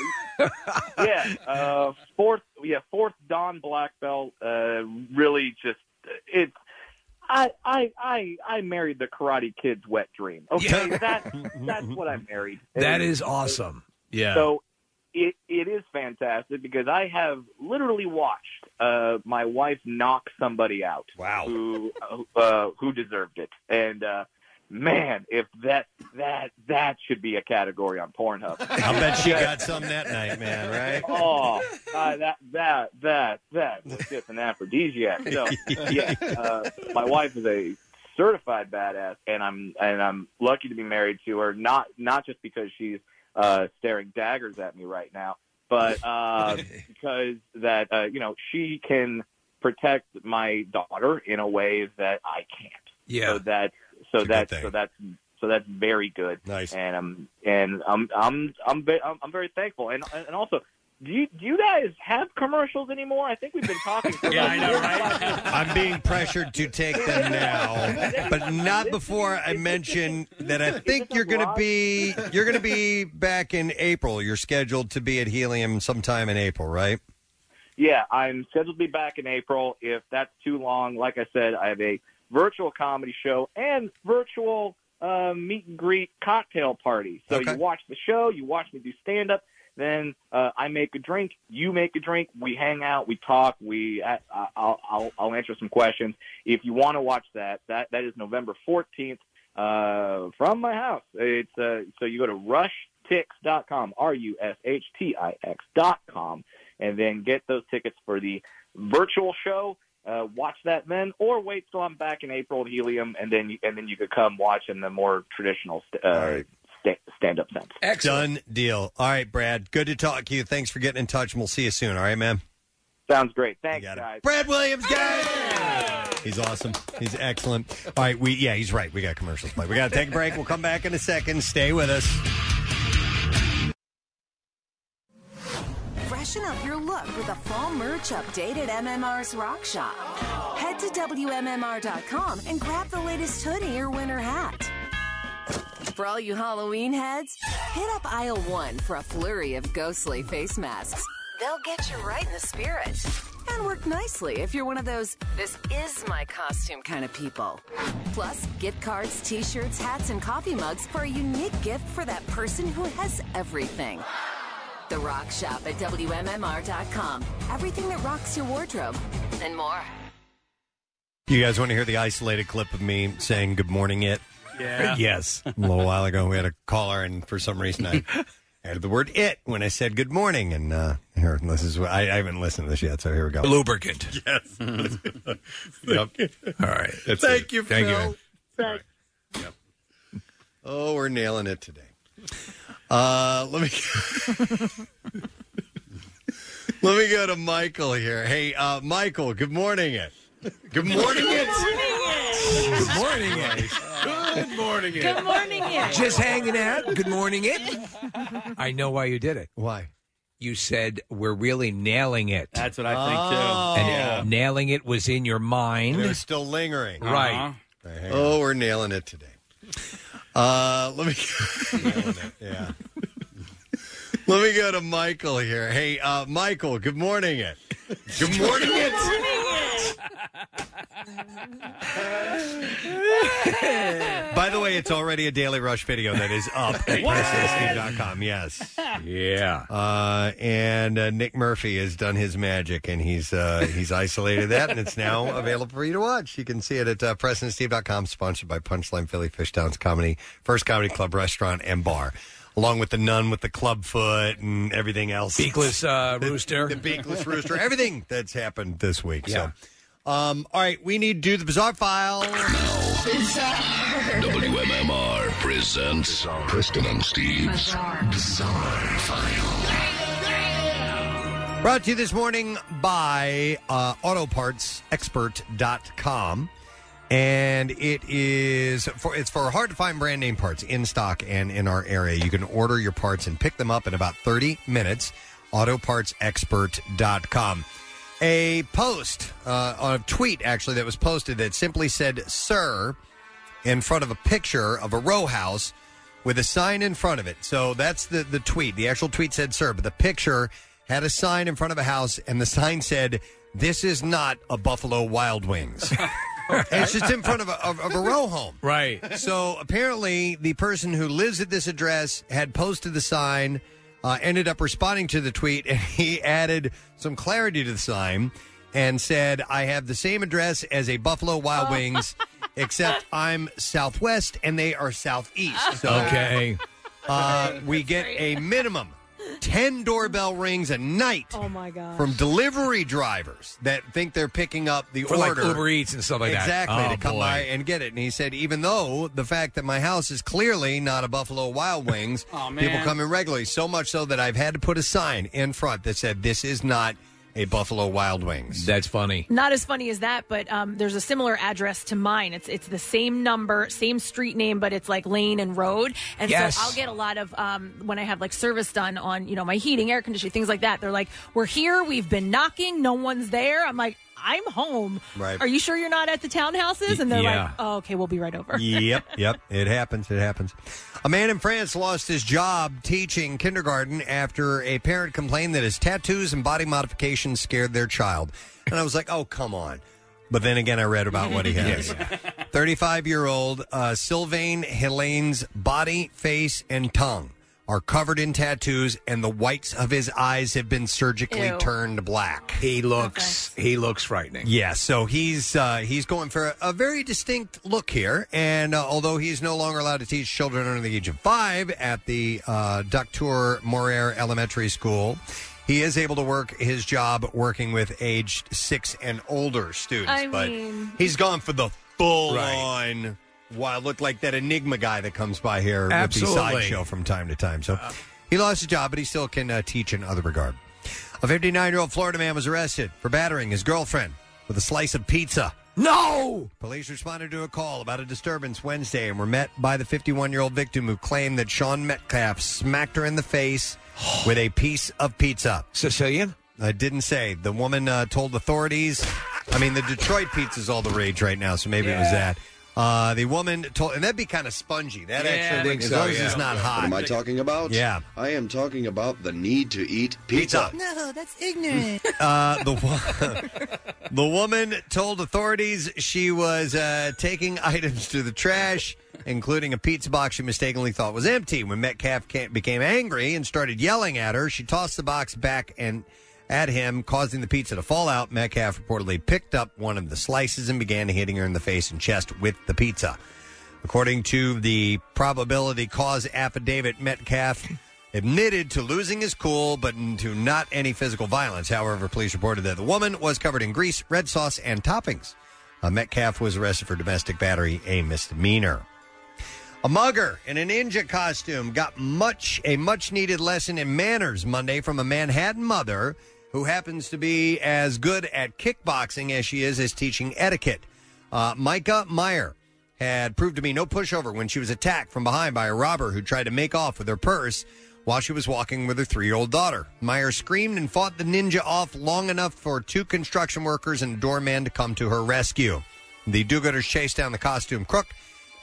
yeah, uh, fourth yeah fourth Don black belt. Uh, really, just it's. I, I I I married the Karate Kid's wet dream. Okay, Yeah. that's that's what I married. that And- is awesome. Yeah. so it it is fantastic because I have literally watched uh, my wife knock somebody out. Wow. Who uh, who deserved it? And uh, man, if that that that should be a category on Pornhub. I bet she got some that night, man. Right? Oh, uh, that that that that was just an aphrodisiac. So yeah, uh, my wife is a certified badass, and I'm and I'm lucky to be married to her. Not not just because she's uh, staring daggers at me right now, but uh, because that uh, you know she can protect my daughter in a way that I can't. Yeah. So that so that so that's so that's very good. Nice. And I'm and I'm I'm I'm ve- I'm, I'm very thankful. And and also, do you do you guys have commercials anymore? I think we've been talking. For yeah, I know, right? I'm being pressured to take them now, but not before I mention that I think you're going to be you're going to be back in April. You're scheduled to be at Helium sometime in April, right? Yeah, I'm scheduled to be back in April. If that's too long, like I said, I have a virtual comedy show and virtual uh, meet and greet cocktail party. So you watch the show, you watch me do stand up, then uh, I make a drink, you make a drink, we hang out, we talk, we I, I- I'll, I'll I'll answer some questions. If you want to watch that, that that is November 14th uh, from my house. It's uh, so you go to rushtix.com, r u s h t i x dot com, and then get those tickets for the virtual show. uh, watch that then, or wait till I'm back in April at Helium, and then you, and then you could come watch in the more traditional st- uh, sta- stand-up sense. Excellent. Done deal. All right, Brad. Good to talk to you. Thanks for getting in touch, and we'll see you soon. All right, man. Sounds great. Thanks, guys. Brad Williams, guys. He's awesome. He's excellent. All right, we yeah, he's right. We got commercials to play. We got to take a break. We'll come back in a second. Stay with us. Freshen up your look with a fall merch update at MMR's Rock Shop. Head to WMMR.com and grab the latest hoodie or winter hat. For all you Halloween heads, hit up aisle one for a flurry of ghostly face masks. They'll get you right in the spirit and work nicely if you're one of those this is my costume kind of people. Plus, gift cards, t shirts, hats, and coffee mugs for a unique gift for that person who has everything. The Rock Shop at WMMR.com. Everything that rocks your wardrobe and more. You guys want to hear the isolated clip of me saying good morning it? Yeah. yes. A little while ago, we had a caller, and for some reason, I added the word it when I said good morning. And uh, here, this is what I, I haven't listened to this yet, so here we go. Lubricant. Yes. Yep. All right. That's Thank it. you, Thank you, Phil. man. Oh, we're nailing it today. Uh, let me let me go to Michael here. Hey, uh, Michael. Good morning. It. Good morning. It. Good morning. It. Good morning. Good Ed. morning, Ed. Just hanging out. Good morning, it. I know why you did it. Why? You said we're really nailing it. That's what I think, too. And Yeah. nailing it was in your mind. They're still lingering. Right. Oh, we're nailing it today. Uh, let me yeah. let me go to Michael here. Hey, uh, Michael. Good morning. It. Good morning. It. By the way, it's already a Daily Rush video that is up at PrestonSteve.com. Yes. Yeah. Uh, and uh, Nick Murphy has done his magic, and he's uh, he's isolated that, and it's now available for you to watch. You can see it at uh, PrestonSteve.com, sponsored by Punchline Philly Fishtown's Comedy, First Comedy Club Restaurant and Bar. Along with the nun with the club foot and everything else. Beakless uh, rooster. The, the beakless rooster. Everything that's happened this week. So, um, all right, we need to do the bizarre file. WMMR presents Preston and Steve's Bizarre, File. Brought to you this morning by uh, AutoPartsExpert.com. And it is for it's for hard to find brand name parts in stock and in our area. You can order your parts and pick them up in about 30 minutes. AutoPartsExpert.com. A post uh, on a tweet actually that was posted that simply said "Sir" in front of a picture of a row house with a sign in front of it. So that's the, the tweet. The actual tweet said, sir, but the picture had a sign in front of a house, and the sign said, this is not a Buffalo Wild Wings. And it's just in front of a, of, of a row home. Right. So apparently, the person who lives at this address had posted the sign, uh, ended up responding to the tweet, and he added some clarity to the sign and said, I have the same address as a Buffalo Oh. Wild Wings, except I'm southwest and they are Oh. southeast. So, Okay. Uh, we get a minimum 10 doorbell rings a night Oh my god. from delivery drivers that think they're picking up the For like order. Uber Eats and stuff like that. exactly, Oh, to come boy. by and get it. And he said, even though the fact that my house is clearly not a Buffalo Wild Wings, Aw, man. people come in regularly, so much so that I've had to put a sign in front that said, this is not a Buffalo Wild Wings. That's funny. Not as funny as that, but um, there's a similar address to mine. It's it's the same number, same street name, but it's like lane and road. And Yes. so I'll get a lot of um, when I have like service done on you know my heating, air conditioning, things like that. They're like, "We're here. We've been knocking. No one's there." I'm like, "I'm home. Right. Are you sure you're not at the townhouses?" And they're yeah. like, oh, "Okay, we'll be right over." yep, yep. It happens. It happens. A man in France lost his job teaching kindergarten after a parent complained that his tattoos and body modifications scared their child. And I was like, oh, come on. But then again, I read about what he has. 35 year old uh, Sylvain Helane's body, face, and tongue are covered in tattoos, and the whites of his eyes have been surgically Ew. turned black. He looks he looks frightening. Yeah, so he's uh, he's going for a, a very distinct look here, and uh, although he's no longer allowed to teach children under the age of five at the uh, Docteur Morer Elementary School, He is able to work his job working with aged six and older students, I but mean- he's gone for the full Right. on. Wow, look like that Enigma guy that comes by here Absolutely. with the sideshow from time to time. So he lost his job, but he still can uh, teach in other regard. A 59 year old Florida man was arrested for battering his girlfriend with a slice of pizza. No! Police responded to a call about a disturbance Wednesday and were met by the 51 year old victim who claimed that Sean Metcalf smacked her in the face with a piece of pizza. Sicilian? I didn't say. The woman uh, told authorities. I mean, the Detroit pizza's all the rage right now, so maybe it was Yeah. that. Uh, the woman told, and that'd be kind of spongy. That actually, as long as it's not hot. What am I talking about? Yeah. I am talking about the need to eat pizza. No, that's ignorant. Uh, the wo- the woman told authorities she was uh, taking items to the trash, including a pizza box she mistakenly thought was empty. When Metcalf ca- became angry and started yelling at her, she tossed the box back and at him, causing the pizza to fall out. Metcalf reportedly picked up one of the slices and began hitting her in the face and chest with the pizza. According to the probability cause affidavit, Metcalf admitted to losing his cool, but to not any physical violence. However, police reported that the woman was covered in grease, red sauce, and toppings. Uh, Metcalf was arrested for domestic battery, a misdemeanor. A mugger in a ninja costume got much a much needed lesson in manners Monday from a Manhattan mother who happens to be as good at kickboxing as she is as teaching etiquette. Uh, Micah Meyer had proved to be no pushover when she was attacked from behind by a robber who tried to make off with her purse while she was walking with her three year old daughter. Meyer screamed and fought the ninja off long enough for two construction workers and a doorman to come to her rescue. The do gooders chased down the costume crook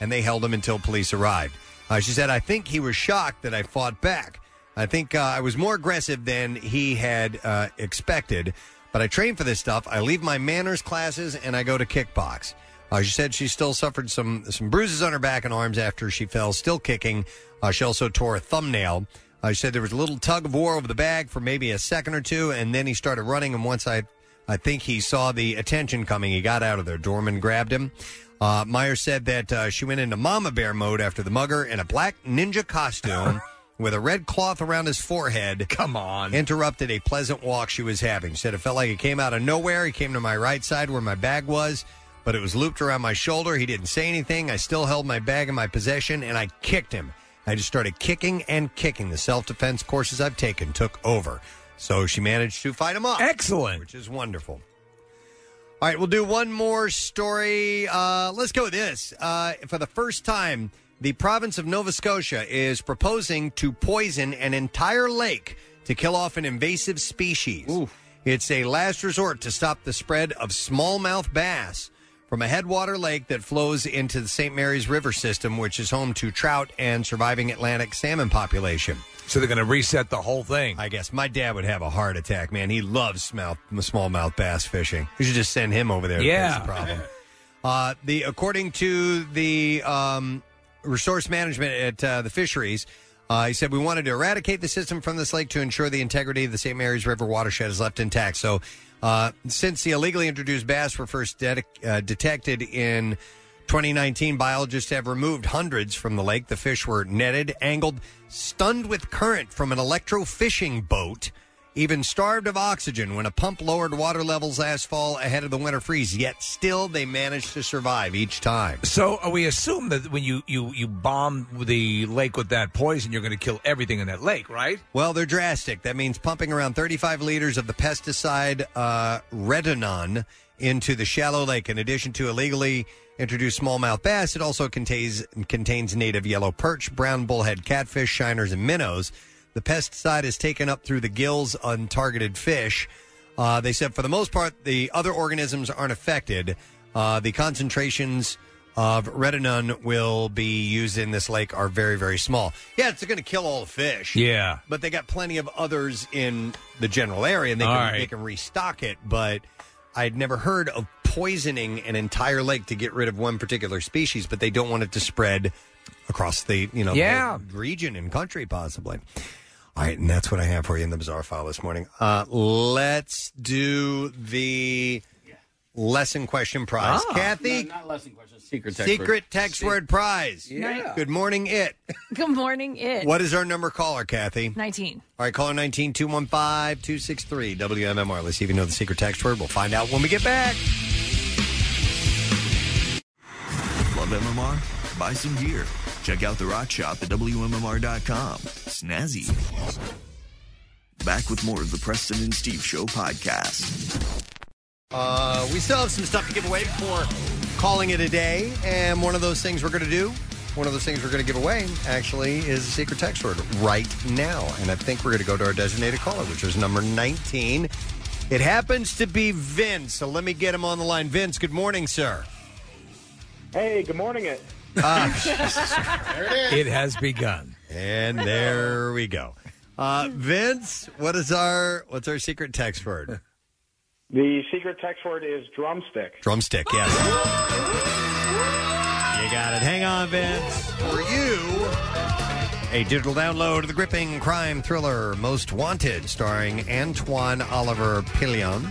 and they held him until police arrived. Uh, she said, I think he was shocked that I fought back. I think uh, I was more aggressive than he had uh, expected, but I train for this stuff. I leave my manners classes and I go to kickbox. Uh, she said she still suffered some, some bruises on her back and arms after she fell, still kicking. Uh, she also tore a thumbnail. Uh, she said there was a little tug of war over the bag for maybe a second or two, and then he started running. And once I I think he saw the attention coming. He got out of there. Dorman grabbed him. Uh, Meyer said that uh, she went into mama bear mode after the mugger in a black ninja costume with a red cloth around his forehead. Come on. Interrupted a pleasant walk she was having. She said it felt like it came out of nowhere. He came to my right side where my bag was, but it was looped around my shoulder. He didn't say anything. I still held my bag in my possession and I kicked him. I just started kicking and kicking. The self defense courses I've taken took over. So she managed to fight him off. Excellent. Which is wonderful. All right, we'll do one more story. Uh, let's go with this. Uh, for the first time, the province of Nova Scotia is proposing to poison an entire lake to kill off an invasive species. It's a last resort to stop the spread of smallmouth bass from a headwater lake that flows into the St. Mary's River system, which is home to trout and surviving Atlantic salmon population. So they're going to reset the whole thing. I guess my dad would have a heart attack, man. He loves smouth, smallmouth bass fishing. You should just send him over there. to fix Yeah. the problem. Uh, the according to the um, resource management at uh, the fisheries, uh, he said we wanted to eradicate the system from this lake to ensure the integrity of the St. Mary's River watershed is left intact. So, uh, since the illegally introduced bass were first dedic uh, detected in 2019, biologists have removed hundreds from the lake. The fish were netted, angled, stunned with current from an electrofishing boat even starved of oxygen when a pump lowered water levels last fall ahead of the winter freeze, yet still they managed to survive each time. So uh, we assume that when you, you, you bomb the lake with that poison, you're going to kill everything in that lake, right? Well, they're drastic. That means pumping around 35 liters of the pesticide uh, Redonon into the shallow lake. In addition to illegally introduced smallmouth bass, it also contains contains native yellow perch, brown bullhead catfish, shiners, and minnows. The pesticide is taken up through the gills on targeted fish. Uh, they said for the most part, the other organisms aren't affected. Uh, the concentrations of retinone will be used in this lake are very, very small. Yeah, it's going to kill all the fish. Yeah. But they got plenty of others in the general area and they All can, right. they can restock it. But I'd never heard of poisoning an entire lake to get rid of one particular species, but they don't want it to spread across the, you know, the Yeah. whole region and country possibly. All right, and that's what I have for you in the bizarre file this morning. Uh, let's do the lesson question prize. Ah. Kathy, No, not lesson questions. Secret text. secret text word prize. Yeah. Good morning, it. Good morning, it. What is our number caller, Kathy? 19. All right, caller 19 215 263 WMMR. Let's see if you know the secret text word. We'll find out when we get back. Love MMR? Buy some gear. Check out the rock shop at WMMR.com. Snazzy. Back with more of the Preston and Steve Show podcast. Uh, we still have some stuff to give away for calling it a day. And one of those things we're going to do, one of those things we're going to give away, actually, is a secret text word right now. And I think we're going to go to our designated caller, which is number 19. It happens to be Vince. So let me get him on the line. Vince, good morning, sir. Uh, Hey, good morning, it. It has begun. And there we go. Uh, Vince, what is our what's our secret text word? The secret text word is drumstick. Drumstick, yes. You got it. Hang on, Vince. For you, a digital download of the gripping crime thriller Most Wanted, starring Antoine Oliver Pillion,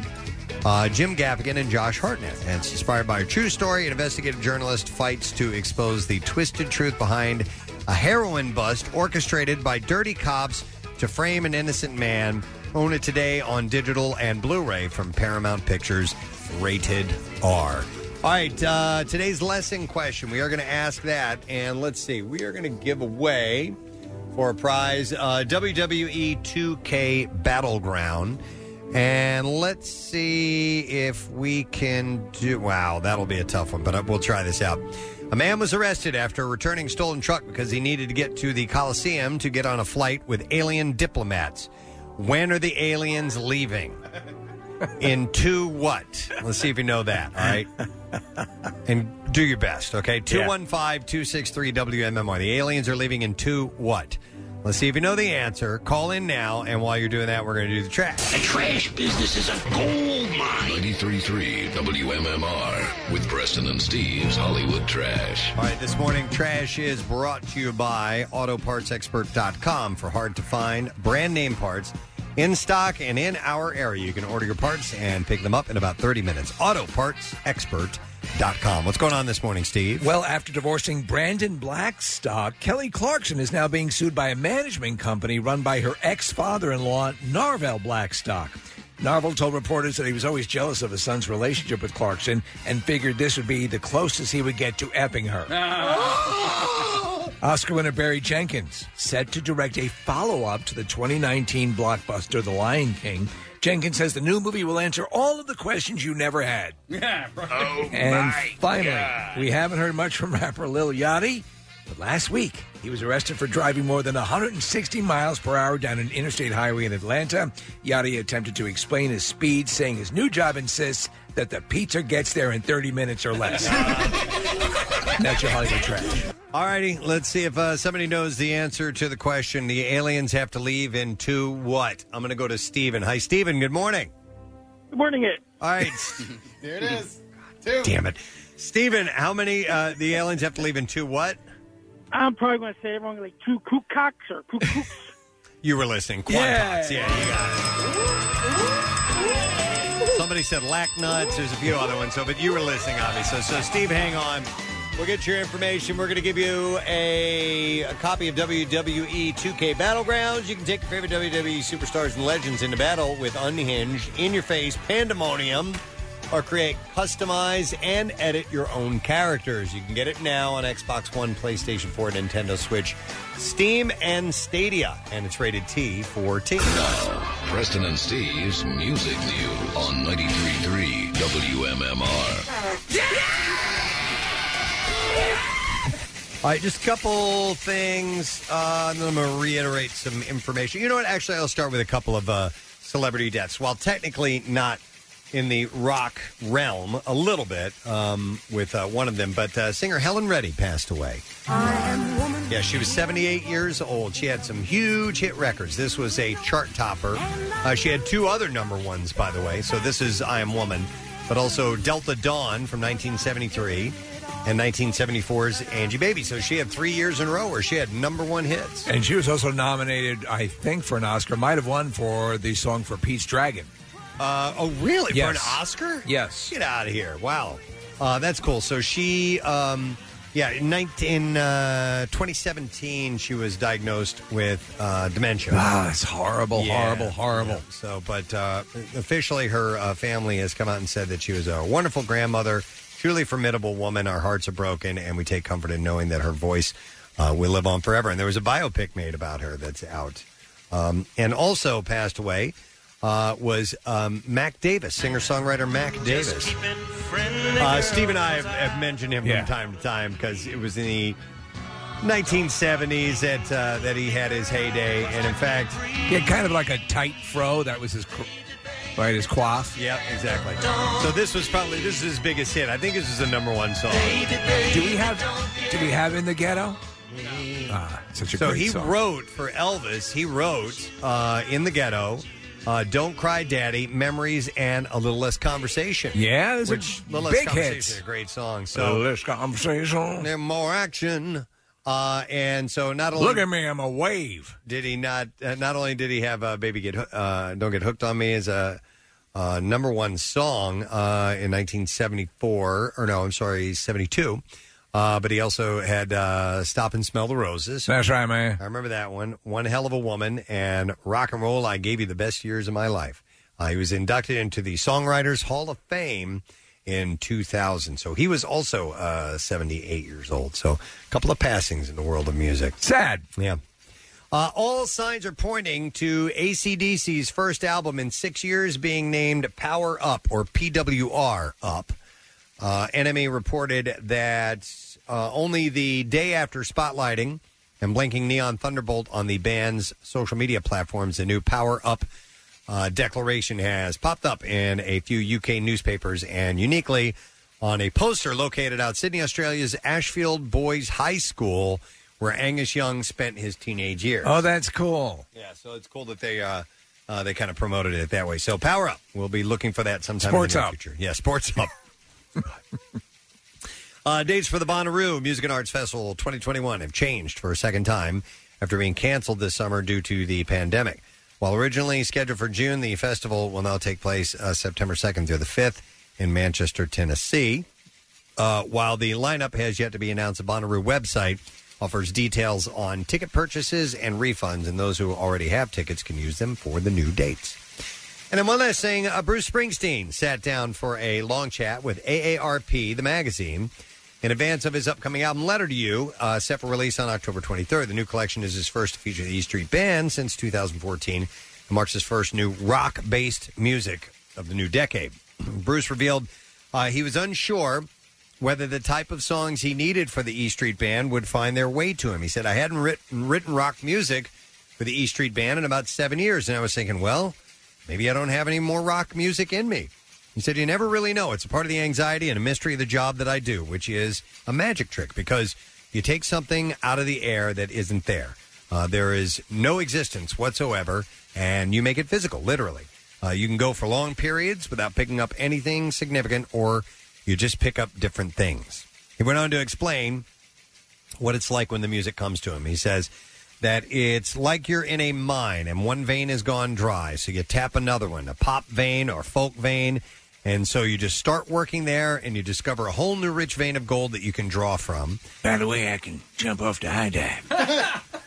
uh, Jim Gaffigan, and Josh Hartnett. And it's inspired by a true story. An investigative journalist fights to expose the twisted truth behind a heroin bust orchestrated by dirty cops to frame an innocent man. Own it today on digital and Blu ray from Paramount Pictures, rated R. All right, uh, today's lesson question. We are going to ask that, and let's see. We are going to give away for a prize uh, WWE 2K Battleground, and let's see if we can do. Wow, that'll be a tough one, but uh, we'll try this out. A man was arrested after returning stolen truck because he needed to get to the Coliseum to get on a flight with alien diplomats. When are the aliens leaving? In two what? Let's see if you know that. All right. And do your best, okay? 215 263 WMMR. The aliens are leaving in two what? Let's see if you know the answer. Call in now, and while you're doing that, we're going to do the trash. The trash business is a gold mine. 93.3 WMMR with Preston and Steve's Hollywood Trash. All right, this morning, trash is brought to you by AutoPartsExpert.com for hard to find brand name parts in stock and in our area. You can order your parts and pick them up in about 30 minutes. AutoPartsExpert.com. What's going on this morning, Steve? Well, after divorcing Brandon Blackstock, Kelly Clarkson is now being sued by a management company run by her ex father in law, Narvel Blackstock. Narvel told reporters that he was always jealous of his son's relationship with Clarkson and figured this would be the closest he would get to epping her. Oscar winner Barry Jenkins, set to direct a follow up to the 2019 blockbuster The Lion King. Jenkins says the new movie will answer all of the questions you never had. Yeah, Oh, and finally, we haven't heard much from rapper Lil Yachty, but last week he was arrested for driving more than 160 miles per hour down an interstate highway in Atlanta. Yachty attempted to explain his speed, saying his new job insists that the pizza gets there in 30 minutes or less. That's your Hollywood trash. All righty, let's see if uh, somebody knows the answer to the question. The aliens have to leave in two what? I'm going to go to Steven. Hi, Steven. Good morning. Good morning, it. All right. there it is. Two. Damn it. Steven, how many uh, the aliens have to leave in two what? I'm probably going to say it wrong, like two kook cocks or kook kooks. You were listening. Quad Yeah. Tots. Yeah, you got it. Somebody said lack nuts. There's a few other ones. So, but you were listening, obviously. So, Steve, hang on. We'll get your information. We're going to give you a, a copy of WWE 2K Battlegrounds. You can take your favorite WWE superstars and legends into battle with Unhinged, In Your Face, Pandemonium, or create, customize, and edit your own characters. You can get it now on Xbox One, PlayStation 4, Nintendo Switch, Steam, and Stadia. And it's rated T for T. Preston and Steve's Music News on 93.3 WMMR. All right, just a couple things, uh, and then I'm going to reiterate some information. You know what? Actually, I'll start with a couple of uh, celebrity deaths. While technically not in the rock realm, a little bit um, with uh, one of them, but uh, singer Helen Reddy passed away. Yeah, she was 78 years old. She had some huge hit records. This was a chart topper. Uh, she had two other number ones, by the way. So this is I Am Woman, but also Delta Dawn from 1973 and 1974's Angie Baby. So she had three years in a row where she had number one hits. And she was also nominated, I think, for an Oscar, might have won for the song for Pete's Dragon. Uh, oh, really? For an Yes. Oscar? Yes. Get out of here. Wow. Uh, that's cool. So she, um, yeah, in, 19, in uh, 2017, she was diagnosed with uh, dementia. Ah, it's horrible, horrible, horrible. So, but uh, officially, her uh, family has come out and said that she was a wonderful grandmother, truly formidable woman. Our hearts are broken, and we take comfort in knowing that her voice uh, will live on forever. And there was a biopic made about her that's out. Um, and also passed away uh, was um, Mac Davis, singer songwriter Mac Davis. Uh, Steve and I have, have mentioned him from time to time because it was in the 1970s that uh, that he had his heyday, and in fact, he had kind of like a tight fro. That was his, cr- right? His quaff. Yep, exactly. So this was probably this is his biggest hit. I think this is the number one song. Do we have? Do we have in the ghetto? Mm. Ah, such a so great he song. wrote for Elvis. He wrote uh, in the ghetto. Uh, Don't cry, Daddy. Memories and a little less conversation. Yeah, those are which little less big conversation hits. is a great song. A So Little Less Conversation. There more action. Uh, and so not only Look at me, I'm a wave. Did he not? Uh, not only did he have uh, "Baby Get Hoo- uh, Don't Get Hooked on Me" as a uh, number one song uh, in 1974, or no, I'm sorry, 72. Uh, but he also had uh, "Stop and Smell the Roses." That's right, man. I remember that one. "One Hell of a Woman" and "Rock and Roll." I gave you the best years of my life. Uh, he was inducted into the Songwriters Hall of Fame in 2000. So he was also uh, 78 years old. So a couple of passings in the world of music. Sad. Yeah. Uh, all signs are pointing to ACDC's first album in six years being named Power Up or PWR Up. Uh, NME reported that uh, only the day after spotlighting and blinking neon thunderbolt on the band's social media platforms, the new Power Up uh, declaration has popped up in a few UK newspapers and uniquely on a poster located out Sydney, Australia's Ashfield Boys High School, where Angus Young spent his teenage years. Oh, that's cool. Yeah, so it's cool that they uh, uh, they kind of promoted it that way. So Power Up, we'll be looking for that sometime Sports in the near Up. future. Yeah, Sports Up. uh, dates for the Bonnaroo Music and Arts Festival 2021 have changed for a second time after being canceled this summer due to the pandemic. While originally scheduled for June, the festival will now take place uh, September 2nd through the 5th in Manchester, Tennessee. Uh, while the lineup has yet to be announced, the Bonnaroo website offers details on ticket purchases and refunds, and those who already have tickets can use them for the new dates. And then one last thing uh, Bruce Springsteen sat down for a long chat with AARP, the magazine, in advance of his upcoming album, Letter to You, uh, set for release on October 23rd. The new collection is his first to feature the E Street Band since 2014 and marks his first new rock based music of the new decade. Bruce revealed uh, he was unsure whether the type of songs he needed for the E Street Band would find their way to him. He said, I hadn't written, written rock music for the E Street Band in about seven years. And I was thinking, well, maybe I don't have any more rock music in me. He said, You never really know. It's a part of the anxiety and a mystery of the job that I do, which is a magic trick because you take something out of the air that isn't there. Uh, there is no existence whatsoever, and you make it physical, literally. Uh, you can go for long periods without picking up anything significant, or you just pick up different things. He went on to explain what it's like when the music comes to him. He says that it's like you're in a mine and one vein has gone dry, so you tap another one, a pop vein or folk vein, and so you just start working there and you discover a whole new rich vein of gold that you can draw from. By the way, I can jump off the high dive.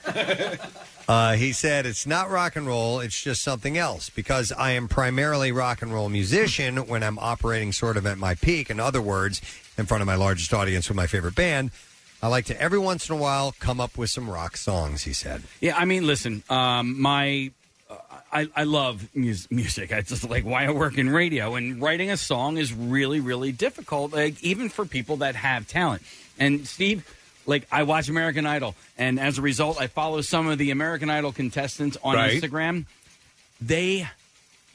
Uh, he said, "It's not rock and roll. It's just something else. Because I am primarily rock and roll musician when I'm operating sort of at my peak. In other words, in front of my largest audience with my favorite band, I like to every once in a while come up with some rock songs." He said. Yeah, I mean, listen, um, my. uh, I, I love mus- music. It's just like why I work in radio. And writing a song is really, really difficult, like, even for people that have talent. And Steve, like I watch American Idol, and as a result, I follow some of the American Idol contestants on Right. Instagram. They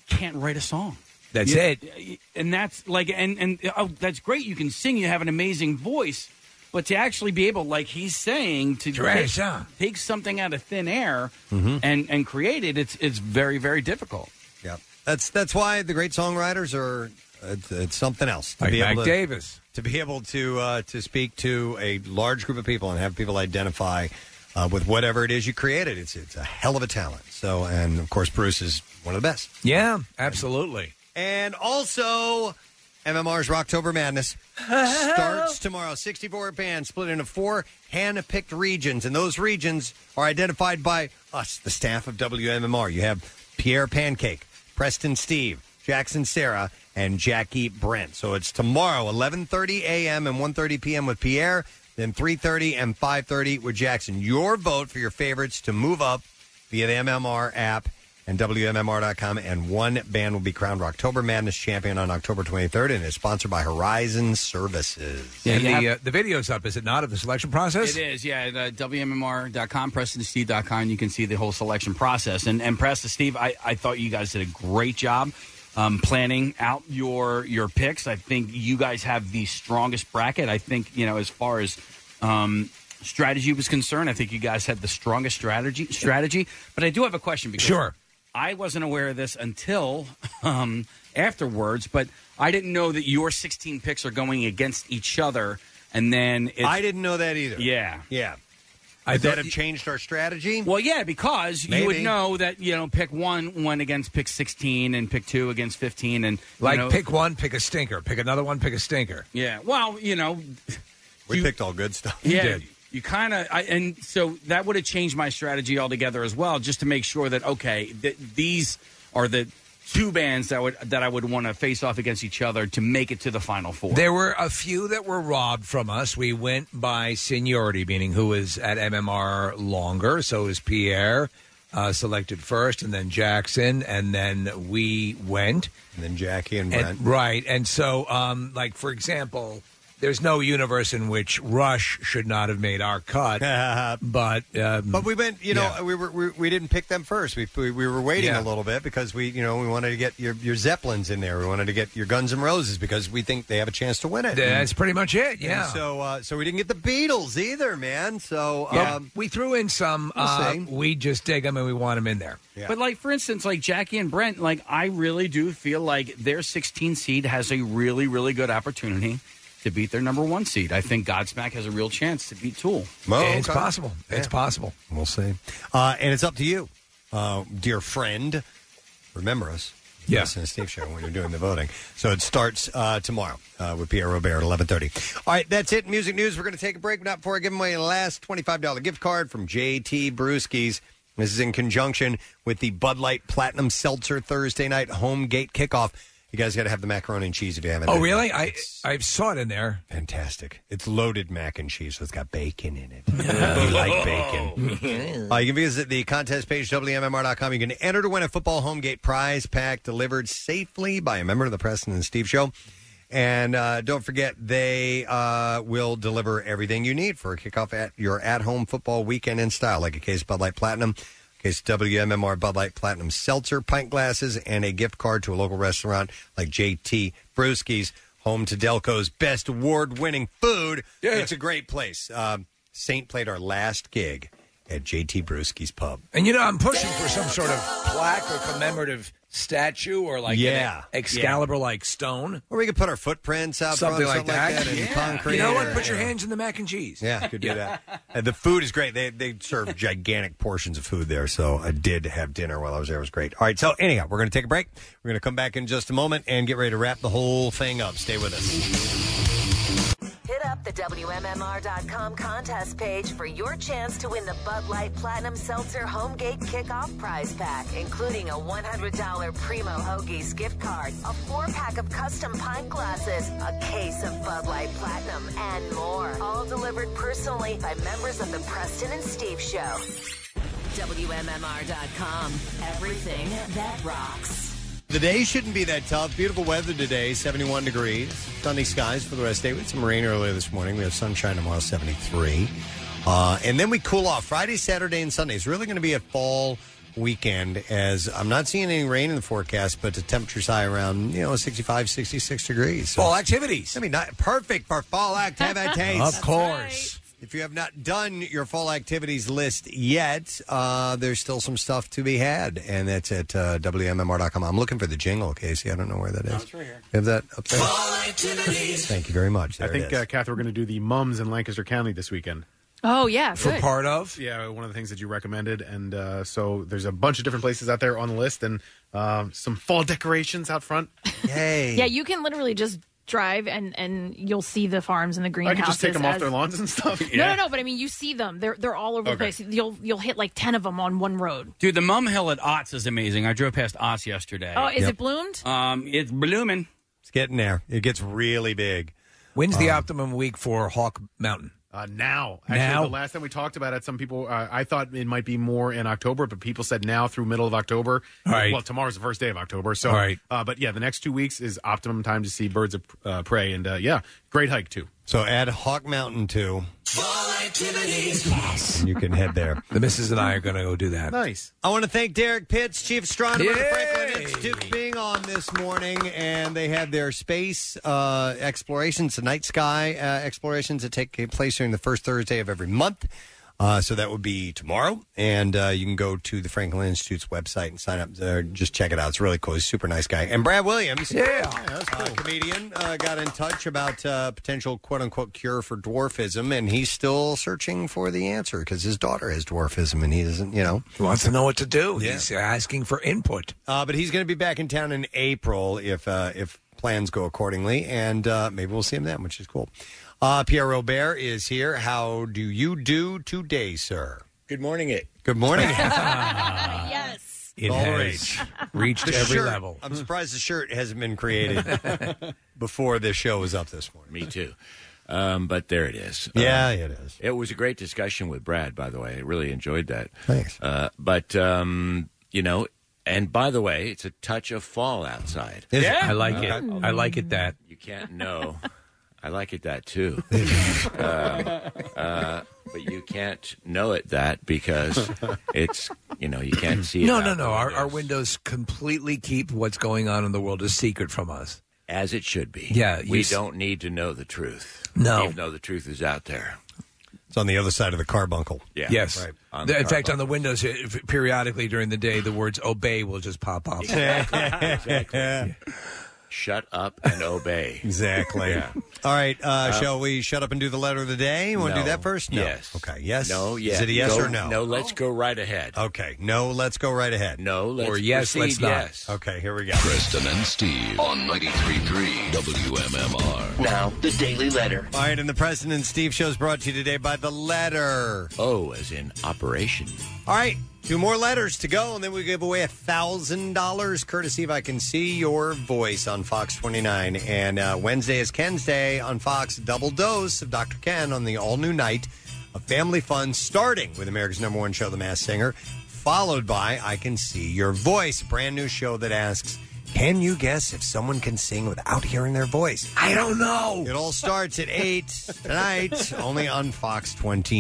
can't write a song. That's You- it. and that's like and and oh, that's great. You can sing. You have an amazing voice, but to actually be able, like he's saying, to To write a take- song. take something out of thin air Mhm. and and create it, it's it's very very difficult. Yeah, that's that's why the great songwriters are it's, it's something else. Like Mac able to, Davis. to be able to uh, to speak to a large group of people and have people identify uh, with whatever it is you created. It's it's a hell of a talent. So, and of course, Bruce is one of the best. Yeah, absolutely. And also, MMR's Rocktober Madness starts tomorrow. 64 bands split into four hand picked regions, and those regions are identified by us, the staff of WMMR. You have Pierre Pancake, Preston Steve, Jackson Sarah, and Jackie Brent. So it's tomorrow, 11:30 a.m. and 1:30 p.m. with Pierre, then 3:30 and 5:30 with Jackson. Your vote for your favorites to move up via the MMR app and WMMR.com. And one band will be crowned October Madness champion on October 23rd and is sponsored by Horizon Services. and the, uh, the video's up, is it not, of the selection process? It is, yeah. At, uh, WMMR.com, PrestonSteve.com. You can see the whole selection process. And, and Preston Steve, I, I thought you guys did a great job um, planning out your your picks. I think you guys have the strongest bracket. I think, you know, as far as um, strategy was concerned, I think you guys had the strongest strategy. strategy. But I do have a question. Because Sure. I wasn't aware of this until um, afterwards, but I didn't know that your 16 picks are going against each other. And then it's, I didn't know that either. Yeah. Yeah. I Would thought that have changed our strategy? Well, yeah, because you would Maybe. know that you know pick one went against pick sixteen and pick two against fifteen and you Like know- pick one, pick a stinker. Pick another one, pick a stinker. yeah. Well, you know, We picked all good stuff. yeah, you kind of I and so that would have changed my strategy altogether as well, just to make sure that okay, th- these are the two bands that would that I would want to face off against each other to make it to the final four. There were a few that were robbed from us. We went by seniority, meaning who was at MMR longer. So it was Pierre uh, selected first, and then Jackson, and then we went. And then Jackie and And- Brent. right. And so, um, like, for example, there's no universe in which Rush should not have made our cut. but um, But we went, you know, we were we, we didn't pick them first. We we, we were waiting Yeah. a little bit because we, you know, we wanted to get your your Zeppelins in there. We wanted to get your Guns N' Roses because we think they have a chance to win it. That's pretty much it, And yeah. so uh, so we didn't get the Beatles either, man. So Yeah. um, we threw in some. We'll uh, see. we just dig them and we want them in there. But like for instance, like Jackie and Brent, like I really do feel like their 16 seed has a really really good opportunity to beat their number one seed. I think Godsmack has a real chance to beat Tool. it's possible. It's possible. We'll see. Uh, and it's up to you, uh, dear friend. Remember us. Yes, and Steve Show when you're doing the voting. So it starts uh, tomorrow uh, with Pierre Robert at eleven thirty. All right, that's it. Music news. We're going to take a break, but not before I give away the last twenty-five dollar gift card from JT Brewskis. This is in conjunction with the Bud Light Platinum Seltzer Thursday night home gate kickoff. You guys got to have the macaroni and cheese if you haven't. Oh, had it. really? I I saw it in there. Fantastic. It's loaded mac and cheese, so it's got bacon in it. We like bacon. Uh, you can visit the contest page, WMMR.com. You can enter to win a football home gate prize pack delivered safely by a member of the Preston and Steve Show. And uh, don't forget, they uh, will deliver everything you need for a kickoff at your at home football weekend in style, like a case of Bud Light Platinum, a case of WMMR Bud Light Platinum Seltzer pint glasses, and a gift card to a local restaurant like JT Brewski's, home to Delco's best award winning food. It's a great place. Um, Saint played our last gig at JT Brewski's Pub. And you know, I'm pushing for some sort of plaque or commemorative statue or like an Yeah. Excalibur like stone. Or we could put our footprints out front something or like something that. like that in Yeah. concrete You know or- what? Put your yeah. hands in the mac and cheese. Yeah, could do that. And the food is great. They they serve gigantic portions of food there. So I did have dinner while I was there. It was great. All right. So anyhow, we're going to take a break. We're going to come back in just a moment and get ready to wrap the whole thing up. Stay with us. Hit up the WMMR.com contest page for your chance to win the Bud Light Platinum Seltzer Homegate Kickoff Prize Pack, including a $100 Primo Hoagies gift card, a four pack of custom pint glasses, a case of Bud Light Platinum, and more. All delivered personally by members of the Preston and Steve Show. WMMR.com. Everything that rocks. The day shouldn't be that tough. Beautiful weather today, 71 degrees. Sunny skies for the rest of the day. We had some rain earlier this morning. We have sunshine tomorrow, 73. Uh, and then we cool off Friday, Saturday, and Sunday. It's really going to be a fall weekend as I'm not seeing any rain in the forecast, but the temperature's high around, you know, 65, 66 degrees. So Fall activities. I mean, not perfect for fall activities. Of course. If you have not done your fall activities list yet, uh, there's still some stuff to be had, and that's at uh, WMMR.com. I'm looking for the jingle, Casey. I don't know where that is. it's right here. You have that up there? activities. Thank you very much. I There it think, is. uh, Kath, we're going to do the mums in Lancaster County this weekend. Oh yeah, good. of yeah one of the things that you recommended and uh, so there's a bunch of different places out there on the list and uh, some fall decorations out front yay Yeah, you can literally just drive and and you'll see the farms and the i greenhouses. could just take them off as- their lawns and stuff No, no, no. But I mean, you see them. They're they're all over the Okay. place. You'll you'll hit like ten of them on one road. Dude, the Mum Hill at Otts is amazing. I drove past Otts yesterday. Oh, is it bloomed? Um, it's blooming. It's getting there. It gets really big. When's Um, the optimum week for Hawk Mountain? Uh, now, actually, Now? the last time we talked about it, some people uh, I thought it might be more in October, but people said now through middle of October. All right. Well, tomorrow's the first day of October, so All right. uh, but yeah, the next two weeks is optimum time to see birds of uh, prey, and uh, yeah, great hike too. So add Hawk Mountain too. activities. and you can head there. The missus and I are going to go do that. Nice. I want to thank Derek Pitts, Chief Astronomer of the Yay! Franklin Institute, for being on this morning. And they had their space uh, explorations, the night sky uh, explorations that take place during the first Thursday of every month. Uh, so that would be tomorrow. And uh, you can go to the Franklin Institute's website and sign up there. Just check it out. It's really cool. He's a super nice guy. And Brad Williams, Yeah. uh, comedian, uh, got in touch about uh, potential quote unquote cure for dwarfism. And he's still searching for the answer because his daughter has dwarfism and he doesn't, you know. He wants to know what to do. He's asking for input. Uh, but he's going to be back in town in April if uh, if plans go accordingly, and uh, maybe we'll see him then, which is cool. Uh, Pierre Robert is here. How do you do today, sir? Good morning, it. Good morning. yes. It All has right. reached The every shirt- level. I'm surprised the shirt hasn't been created before this show was up this morning. Me too. Um, but there it is. Yeah, Um, it is. It was a great discussion with Brad, by the way. I really enjoyed that. Thanks. Uh, but, um, you know, and by the way, it's a touch of fall outside. Is it? Yeah. I like it. I like it that. You can't know. I like it that too. um, uh, but you can't know it that because it's, you know, you can't see it. No, out no, the no. Our, window. our windows completely keep what's going on in the world a secret from us. As it should be. Yeah, you We s- don't need to know the truth. No. Even though the truth is out there. It's on the other side of the carbuncle. Yeah. Yes. Right. The- On the in fact, carbuncle. on the windows, eh, f- periodically during the day, the words obey will just pop up. Exactly. Shut up and obey. Exactly. Yeah. All right. Uh, Uh, shall we shut up and do the letter of the day? You want to No. do that first? No. Yes. Okay. Yes. No. Yeah. Is it a yes Go- or no? No. Let's go right ahead. Okay. No. Let's go right ahead. No. Let's or yes. Let's proceed, not. Yes. Okay. Here we go. Preston and Steve on 93.3 WMMR. Now, the Daily Letter. All right, and the President and Steve show is brought to you today by the letter. Oh, as in operation. All right, two more letters to go, and then we give away a thousand dollars courtesy of I Can See Your Voice on Fox 29. And uh, Wednesday is Ken's Day on Fox. Double dose of Dr. Ken on the all new night of family fun, starting with America's number one show, The Masked Singer, followed by I Can See Your Voice, a brand new show that asks. Can you guess if someone can sing without hearing their voice? I don't know. It all starts at 8 tonight, only on Fox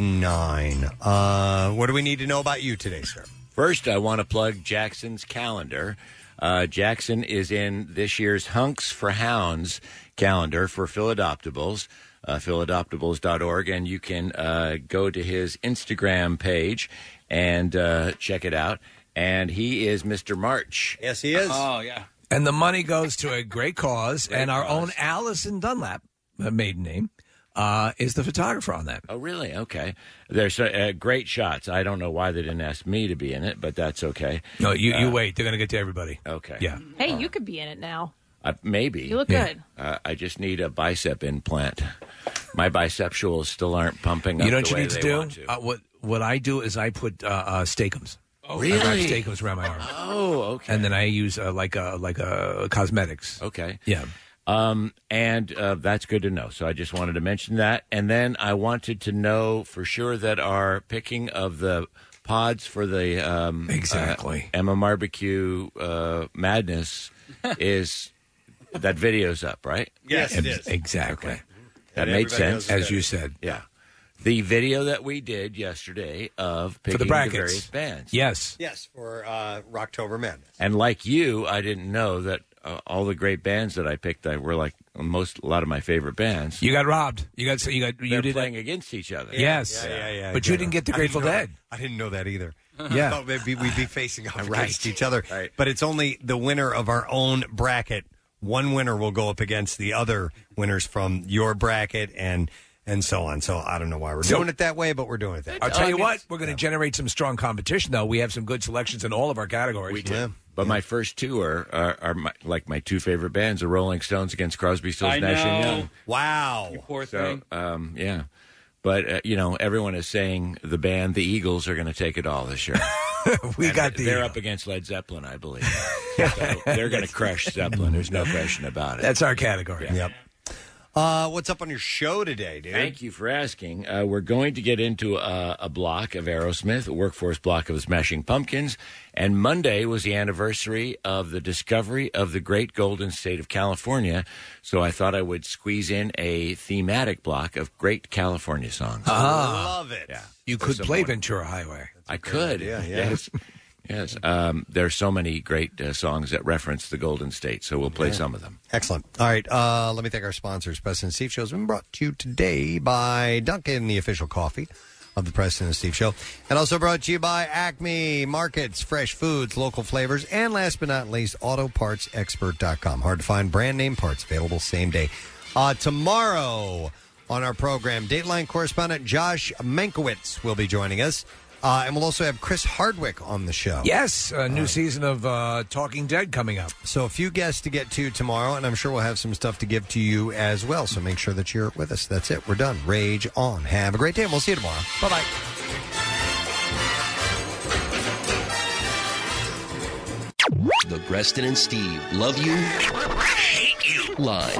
29. Uh, what do we need to know about you today, sir? First, I want to plug Jackson's calendar. Uh, Jackson is in this year's Hunks for Hounds calendar for Philadoptables, uh, philadoptables.org, and you can uh, go to his Instagram page and uh, check it out. And he is Mr. March. Yes, he is. Oh, yeah. And the money goes to a great cause, and our own Allison Dunlap, a maiden name, uh, is the photographer on that. Oh, really? Okay. There's uh, great shots. I don't know why they didn't ask me to be in it, but that's okay. No, you, you Uh, wait. They're going to get to everybody. Okay. Yeah. Hey, you could be in it now. Uh, maybe. You look Yeah. good. Uh, I just need a bicep implant. My bicepsuals still aren't pumping up You know what the you way need to they do? want to. Uh, what What I do is I put uh, uh, steakums. Oh, I wrap really? steakums around my arm. Oh, okay. And then I use uh, like a like a cosmetics. Okay. Yeah. Um, and uh, that's good to know. So I just wanted to mention that. And then I wanted to know for sure that our picking of the pods for the um, exactly Emma Barbecue uh, Madness is that video's up, right? Yes, it is. Exactly. That And made everybody knows sense, it's As good. you said. Yeah, the video that we did yesterday of For picking the brackets. various bands. Yes. Yes, for uh, Rocktober Madness. And like you, I didn't know that uh, all the great bands that I picked that were like most a lot of my favorite bands. You got robbed. You got you got you They're did playing against each other. Yes. But you didn't get the Grateful Dead. I didn't know that either. Yeah. I thought maybe we'd be facing off Right. against each other. But it's only the winner of our own bracket. One winner will go up against the other winners from your bracket, and and so on. So I don't know why we're So- doing it that way, but we're doing it that way. I'll tell you what, we're going to generate some strong competition, though. We have some good selections in all of our categories. We do. But my first two are, are, are my, like my two favorite bands are Rolling Stones against Crosby, Stills, I Nash and know. Young. Wow. You poor So, um, yeah. But, uh, you know, everyone is saying the band, the Eagles, are going to take it all this year. we got the. They're up against Led Zeppelin, I believe. so they're going to crush Zeppelin. There's no question about it. That's our category. Yep. Uh, what's up on your show today, dude? Thank you for asking. Uh, we're going to get into a, a block of Aerosmith, a workforce block of Smashing Pumpkins, and Monday was the anniversary of the discovery of the great golden state of California. So I thought I would squeeze in a thematic block of great California songs. Uh-huh. Ah. Love it. You So could play someone- Ventura Highway. I could. idea, yeah. Yes. Yes. Um, there are so many great uh, songs that reference the Golden State, so we'll play Yeah. some of them. Excellent. All right. Uh, let me thank our sponsors. President Steve Show has been brought to you today by Dunkin', the official coffee of the President Steve Show. And also brought to you by Acme Markets, fresh foods, local flavors, and last but not least, autopartsexpert.com. Hard to find brand name parts available same day. Uh, tomorrow on our program, Dateline correspondent Josh Mankiewicz will be joining us. Uh, and we'll also have Chris Hardwick on the show. Yes, a new Uh, season of uh, Talking Dead coming up. so a few guests to get to tomorrow, and I'm sure we'll have some stuff to give to you as well. So make sure that you're with us. That's it. We're done. Rage on. Have a great day, and we'll see you tomorrow. Bye bye. The Preston and Steve love you, hate you line.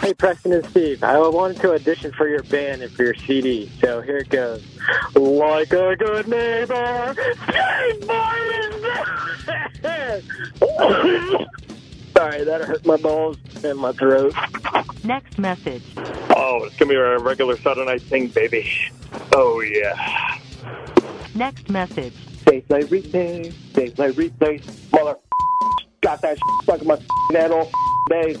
Hey, Preston and Steve, I wanted to audition for your band and for your CD, so here it goes. Like a good neighbor, Steve Martin. Sorry, that hurt my balls and my throat. Next message. Oh, it's gonna be a regular Saturday night thing, baby. Oh yeah. Next message. Save my replay, save my replay, mother. Got that stuck in my metal, babe.